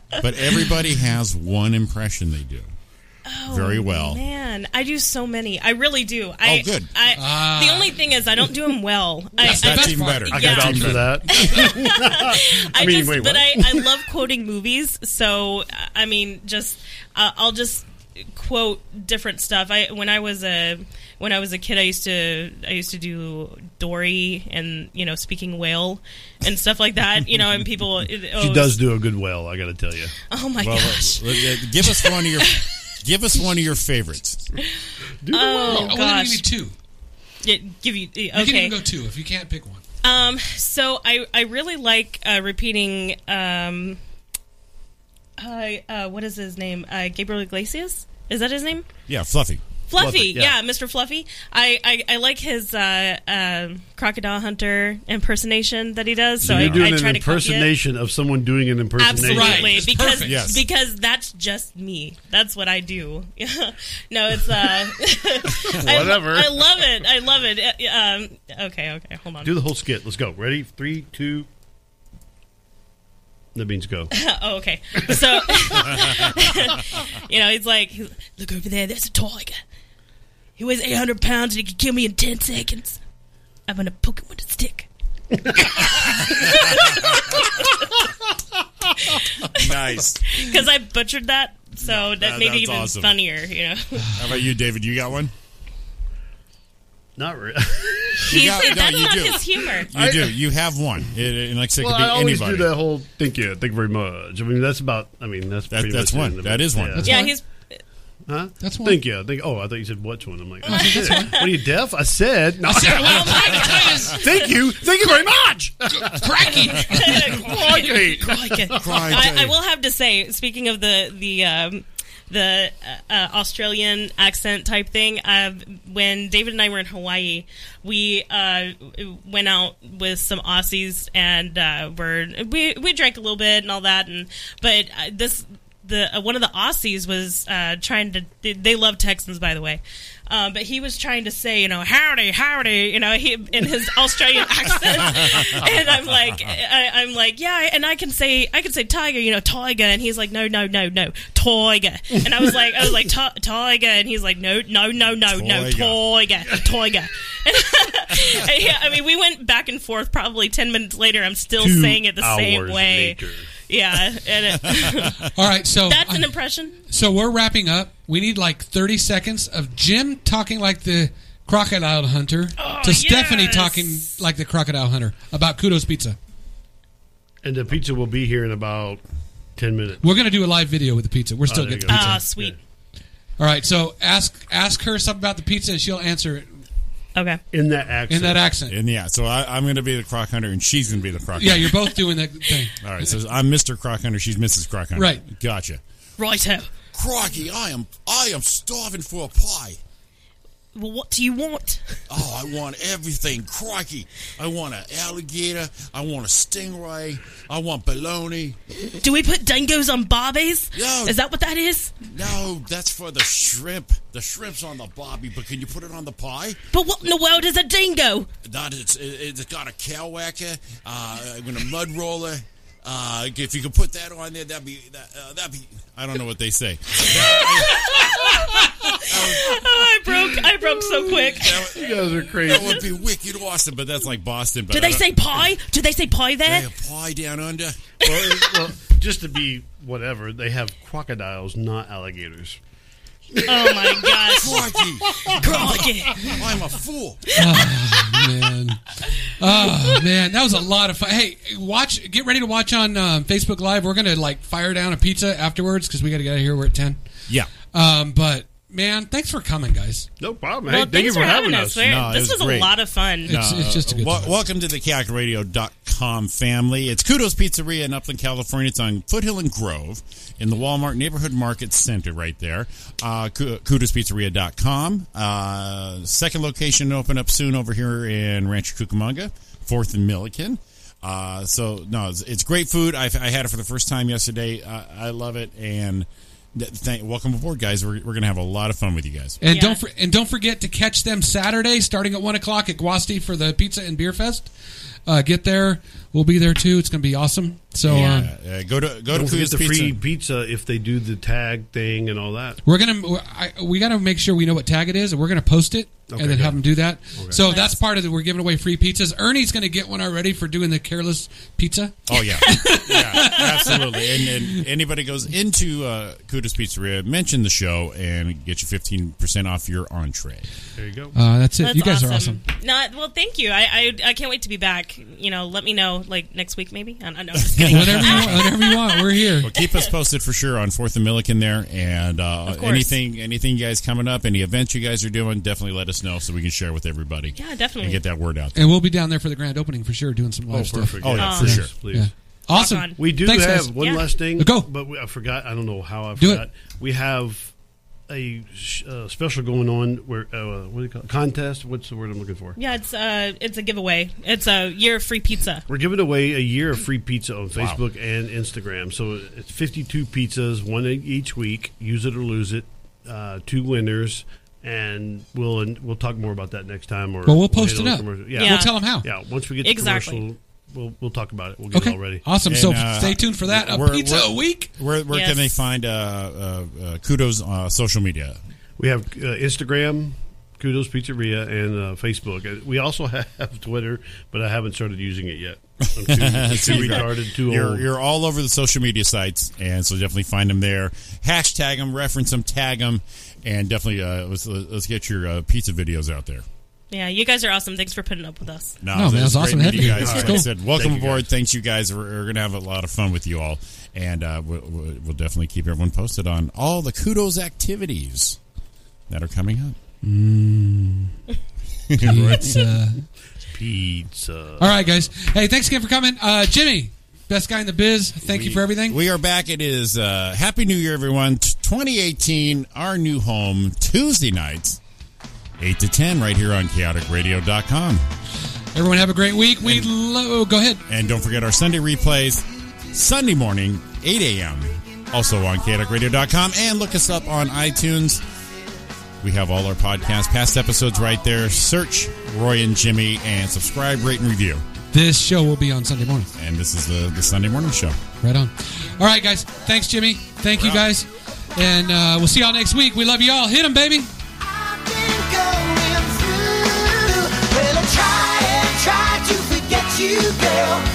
Speaker 5: But everybody has one impression they do very well.
Speaker 1: Man, I do so many. I really do. I,
Speaker 5: Oh, good.
Speaker 1: I, the only thing is, I don't do them well. I,
Speaker 5: That's,
Speaker 1: I,
Speaker 5: that's
Speaker 1: I-
Speaker 5: even better.
Speaker 1: I can Yeah.
Speaker 6: Vouch for that.
Speaker 1: I
Speaker 6: mean,
Speaker 1: just,
Speaker 6: wait,
Speaker 1: but
Speaker 6: what?
Speaker 1: I, I love quoting movies. So I mean, just uh, I'll just quote different stuff. I when I was a when I was a kid, I used to I used to do Dory and you know speaking whale and stuff like that. You know, and people it- oh,
Speaker 6: She does do a good well. I got to tell you.
Speaker 1: Oh my
Speaker 5: Well,
Speaker 1: gosh!
Speaker 5: uh, uh, give us one of your give us one of your favorites.
Speaker 6: Do the well.
Speaker 4: Only
Speaker 1: Oh, gosh.
Speaker 4: give Oh, you two. You
Speaker 1: Yeah, give you okay.
Speaker 4: can even go two if you can't pick one.
Speaker 1: Um, so I, I really like uh, repeating. Um, uh, uh, what is his name? Uh, Gabriel Iglesias. Is that his name?
Speaker 5: Yeah, Fluffy.
Speaker 1: Fluffy.
Speaker 6: Fluffy,
Speaker 1: yeah.
Speaker 6: yeah.
Speaker 1: Mr. Fluffy. I, I, I like his uh, um crocodile hunter impersonation that he does. So, I,
Speaker 6: You're doing
Speaker 1: I try
Speaker 6: an
Speaker 1: to copy it.
Speaker 6: impersonation of someone doing an impersonation.
Speaker 1: Absolutely,
Speaker 4: Right, it's
Speaker 1: because
Speaker 4: perfect.
Speaker 5: Yes.
Speaker 1: because that's just me. That's what I do. no, it's uh, I-
Speaker 6: Whatever.
Speaker 1: I, love it. I love it. Uh, Um, okay, okay, hold on.
Speaker 6: Do the whole skit. Let's go. Ready? Three, two. That means go.
Speaker 1: Oh, okay. So, you know, he's like, he's- look over there, there's a tiger. He weighs 800 pounds and he can kill me in 10 seconds. I'm going to poke him with a stick.
Speaker 5: Nice.
Speaker 1: Because I butchered that, so that made
Speaker 5: that's
Speaker 1: it even
Speaker 5: awesome.
Speaker 1: funnier, you know.
Speaker 5: How about you, David? You got one?
Speaker 6: Not really.
Speaker 1: He's,
Speaker 5: got- no,
Speaker 1: that's
Speaker 5: you
Speaker 1: not
Speaker 5: do.
Speaker 1: his humor.
Speaker 5: You do. You have one. It, it- and like I said, it
Speaker 6: well,
Speaker 5: could
Speaker 6: I
Speaker 5: be
Speaker 6: always
Speaker 5: anybody.
Speaker 6: do that whole thank you, thank you very much. I mean, that's about. I mean, that's
Speaker 5: That-
Speaker 6: pretty
Speaker 5: that's
Speaker 6: much
Speaker 5: one.
Speaker 6: the end of
Speaker 5: That
Speaker 6: it.
Speaker 5: is one.
Speaker 6: Yeah.
Speaker 5: That's
Speaker 1: Yeah,
Speaker 4: fine.
Speaker 1: he's
Speaker 6: Huh?
Speaker 4: That's one.
Speaker 6: Thank you. Thank oh, I thought you said which one. I'm like, oh, shit. what are you deaf? I said. No.
Speaker 1: oh
Speaker 6: Thank you. Thank you very much. Crikey.
Speaker 1: Crikey. I, I will have to say, speaking of the the um, the uh, uh, Australian accent type thing, uh, when David and I were in Hawaii, we uh, went out with some Aussies and uh, were we we drank a little bit and all that, and but uh, this. The, uh, one of the Aussies was uh, trying to. They, they love Texans, by the way, um, but he was trying to say, you know, howdy, howdy, you know, he, in his Australian accent, and I'm like, I, I'm like, yeah, and I can say, I can say tiger, you know, tiger, and he's like, no, no, no, no, tiger, and I was like, I was like, "Ti- tiger, and he's like, no, no, no, no, no, tiger, tiger. And yeah, I mean, we went back and forth. Probably ten minutes later, I'm still
Speaker 6: Two
Speaker 1: saying it the same
Speaker 6: hours
Speaker 1: way.
Speaker 6: later.
Speaker 1: Yeah, and it,
Speaker 4: All right, so
Speaker 1: that's
Speaker 4: I-
Speaker 1: an impression.
Speaker 4: so we're wrapping up. We need like 30 seconds of Jim talking like the crocodile hunter to Stephanie
Speaker 1: Oh, yes.
Speaker 4: talking like the crocodile hunter about Kudos Pizza.
Speaker 6: And the pizza will be here in about ten minutes.
Speaker 4: We're going to do a live video with the pizza. We're still
Speaker 6: Oh, there you
Speaker 4: getting
Speaker 6: go.
Speaker 4: pizza.
Speaker 1: Ah, sweet.
Speaker 4: All right, so ask ask her something about the pizza and she'll answer it
Speaker 1: Okay.
Speaker 6: In that accent.
Speaker 4: in that accent.
Speaker 5: And yeah, so I, I'm going to be the croc hunter, and she's going to be the croc.
Speaker 4: Yeah,
Speaker 5: hunter.
Speaker 4: you're both doing that thing.
Speaker 5: All right, so I'm Mr. Croc Hunter. She's Mrs. Croc Hunter.
Speaker 4: Right.
Speaker 5: Gotcha.
Speaker 1: Righto.
Speaker 5: Crocky, I am I am starving for a pie.
Speaker 1: Well, what do you want?
Speaker 5: Oh, I want everything. Crikey. I want an alligator. I want a stingray. I want bologna.
Speaker 1: Do we put dangos on barbies?
Speaker 5: No.
Speaker 1: Is that what that is?
Speaker 5: No, that's for the shrimp. The shrimp's on the bobby, but can you put it on the pie?
Speaker 1: But what in the world is a dingo?
Speaker 5: Not it's it- it's got a cow whacker. Uh, I'm gonna mud roller. Uh, if you could put that on there, that'd be that, uh, that'd be. I don't know what they say.
Speaker 1: Oh, I broke. I broke so quick.
Speaker 6: You guys are
Speaker 5: That
Speaker 6: crazy.
Speaker 5: would be wicked awesome, but that's like Boston. But
Speaker 1: Do
Speaker 5: I
Speaker 1: they
Speaker 5: don't-
Speaker 1: say pie? Do they say pie
Speaker 5: They
Speaker 1: there?
Speaker 5: have pie down under?
Speaker 6: well, it- well, just to be whatever, they have crocodiles, not alligators.
Speaker 1: Oh my gosh.
Speaker 5: Crikey!
Speaker 1: Crikey.
Speaker 5: I'm a fool.
Speaker 4: man. Oh man, that was a lot of fun. Hey, watch, get ready to watch on um, Facebook Live. We're gonna like fire down a pizza afterwards because we got to get out of here. We're at ten.
Speaker 5: Yeah.
Speaker 4: Um, but man, thanks for coming, guys.
Speaker 6: No problem.
Speaker 1: Well,
Speaker 6: hey, thank you for having us.
Speaker 1: We're-
Speaker 5: No, it
Speaker 1: this
Speaker 5: was
Speaker 1: was,
Speaker 5: great.
Speaker 1: a lot of fun.
Speaker 4: It's, it's just a good.
Speaker 5: Wel-
Speaker 4: time.
Speaker 5: welcome to the CalcRadio.com family. It's Kudos Pizzeria in Upland, California. It's on Foothill and Grove in the Walmart Neighborhood Market Center right there. Uh, Ku- KudosPizzeria.com. Uh, second location open up soon over here in Rancho Cucamonga, 4th and Milliken. Uh, so, no, it's, it's great food. i I had it for the first time yesterday. Uh, I love it. And th- thank, welcome aboard, guys. We're, we're going to have a lot of fun with you guys.
Speaker 4: And
Speaker 1: Yeah.
Speaker 4: don't for, and don't forget to catch them Saturday, starting at one o'clock at Guasti for the pizza and beer fest. Uh, get there, we'll be there too. It's gonna be awesome. So
Speaker 1: Yeah.
Speaker 4: um,
Speaker 5: Uh, go to go
Speaker 6: Don't
Speaker 5: to
Speaker 6: forget
Speaker 5: Kudos
Speaker 6: the
Speaker 5: Pizza.
Speaker 6: free pizza if they do the tag thing and all that.
Speaker 4: we're gonna we're- I, we gotta make sure we know what tag it is, and we're gonna post it
Speaker 6: Okay,
Speaker 4: and then
Speaker 6: good.
Speaker 4: have them do that. So that's part of the we're giving away free pizzas. Ernie's gonna get one already for doing the careless pizza.
Speaker 5: Oh yeah, yeah, absolutely. And, and anybody goes into uh, Kudos Pizzeria, mention the show, and get you fifteen percent off your entree.
Speaker 6: There you go.
Speaker 4: Uh, that's it.
Speaker 1: That's
Speaker 4: you guys are awesome.
Speaker 1: No, well, thank you. I, I I can't wait to be back. You know, let me know like next week maybe. I, I know. I'm just kidding.
Speaker 4: Whatever you want, whatever you want, we're here.
Speaker 5: Well, keep us posted for sure on Fourth and Milliken there, and uh,
Speaker 1: course.
Speaker 5: anything anything you guys coming up, any events you guys are doing, definitely let us know so we can share with everybody.
Speaker 1: Yeah, definitely.
Speaker 5: and get that word out. there.
Speaker 4: And we'll be down there for the grand opening for sure, doing some live
Speaker 6: oh,
Speaker 4: stuff.
Speaker 6: perfect.
Speaker 5: Oh, yeah, for
Speaker 6: Yes,
Speaker 5: sure.
Speaker 6: Please.
Speaker 4: Yeah, awesome.
Speaker 1: Rock on.
Speaker 6: We do
Speaker 4: Thanks,
Speaker 6: have
Speaker 4: guys.
Speaker 6: one
Speaker 1: Yeah.
Speaker 6: last thing.
Speaker 4: Go.
Speaker 6: But we, I forgot. I don't know how I
Speaker 4: Do
Speaker 6: forgot.
Speaker 4: it.
Speaker 6: We have a sh- uh, special going on where uh, what do you call it? contest? What's the word I'm looking for?
Speaker 1: Yeah, it's uh it's a giveaway. It's a year of free pizza.
Speaker 6: We're giving away a year of free pizza on Facebook and Instagram. So it's 52 pizzas, one e, each week. Use it or lose it. Uh, two winners, and we'll and we'll talk more about that next time. Or
Speaker 4: Well, we'll
Speaker 6: hit
Speaker 4: post
Speaker 6: on
Speaker 4: it
Speaker 6: the
Speaker 4: up.
Speaker 6: commercial.
Speaker 1: Yeah.
Speaker 4: We'll tell them how.
Speaker 6: Yeah, once we get to
Speaker 1: Exactly.
Speaker 6: commercial, we'll we'll talk about it. We'll get
Speaker 4: Okay.
Speaker 6: it all ready.
Speaker 4: Awesome.
Speaker 5: And,
Speaker 4: so
Speaker 5: uh,
Speaker 4: stay tuned for that. A
Speaker 5: we're-
Speaker 4: pizza
Speaker 5: we're-
Speaker 4: a week.
Speaker 5: Where, where
Speaker 1: Yes.
Speaker 5: can they find uh, uh, uh, Kudos uh, social media?
Speaker 6: We have uh, Instagram, Kudos Pizzeria, and uh, Facebook. Uh, We also have Twitter, but I haven't started using it yet. I'm too, too retarded, too
Speaker 5: You're,
Speaker 6: old.
Speaker 5: you're all over the social media sites, and so definitely find them there. Hashtag them, reference them, tag them, and definitely uh, let's, let's get your uh, pizza videos out there.
Speaker 1: Yeah, you guys are awesome. Thanks for putting up with us.
Speaker 5: No,
Speaker 4: No,
Speaker 5: it
Speaker 4: man, it's
Speaker 5: was
Speaker 4: awesome
Speaker 5: great meeting
Speaker 4: having you.
Speaker 5: you guys.
Speaker 4: It's
Speaker 5: Like I
Speaker 4: cool.
Speaker 5: said, welcome
Speaker 6: Thank you,
Speaker 5: aboard. Thanks, you guys. We're, we're going to have a lot of fun with you all, and uh, we'll, we'll we'll definitely keep everyone posted on all the kudos activities that are coming up.
Speaker 4: Mm. Pizza.
Speaker 6: Pizza.
Speaker 4: All right, guys. Hey, thanks again for coming. Uh, Jimmy, best guy in the biz. Thank you for everything.
Speaker 5: We are back. It is uh, Happy New Year, everyone. T- 2018, our new home, Tuesday nights, 8 to 10, right here on chaoticradio.com.
Speaker 4: Everyone have a great week. We love. Go ahead.
Speaker 5: And don't forget our Sunday replays, Sunday morning, 8 a.m., also on chaoticradio.com. And look us up on iTunes. We have all our podcasts, past episodes right there. Search Roy and Jimmy and subscribe, rate, and review.
Speaker 4: This show will be on Sunday morning.
Speaker 5: And this is the, the Sunday morning show.
Speaker 4: Right on. All right, guys. Thanks, Jimmy. Thank you, guys. And uh, we'll see y'all next week. We love y'all. Hit them, baby.
Speaker 10: Well, I try and try to forget you, girl.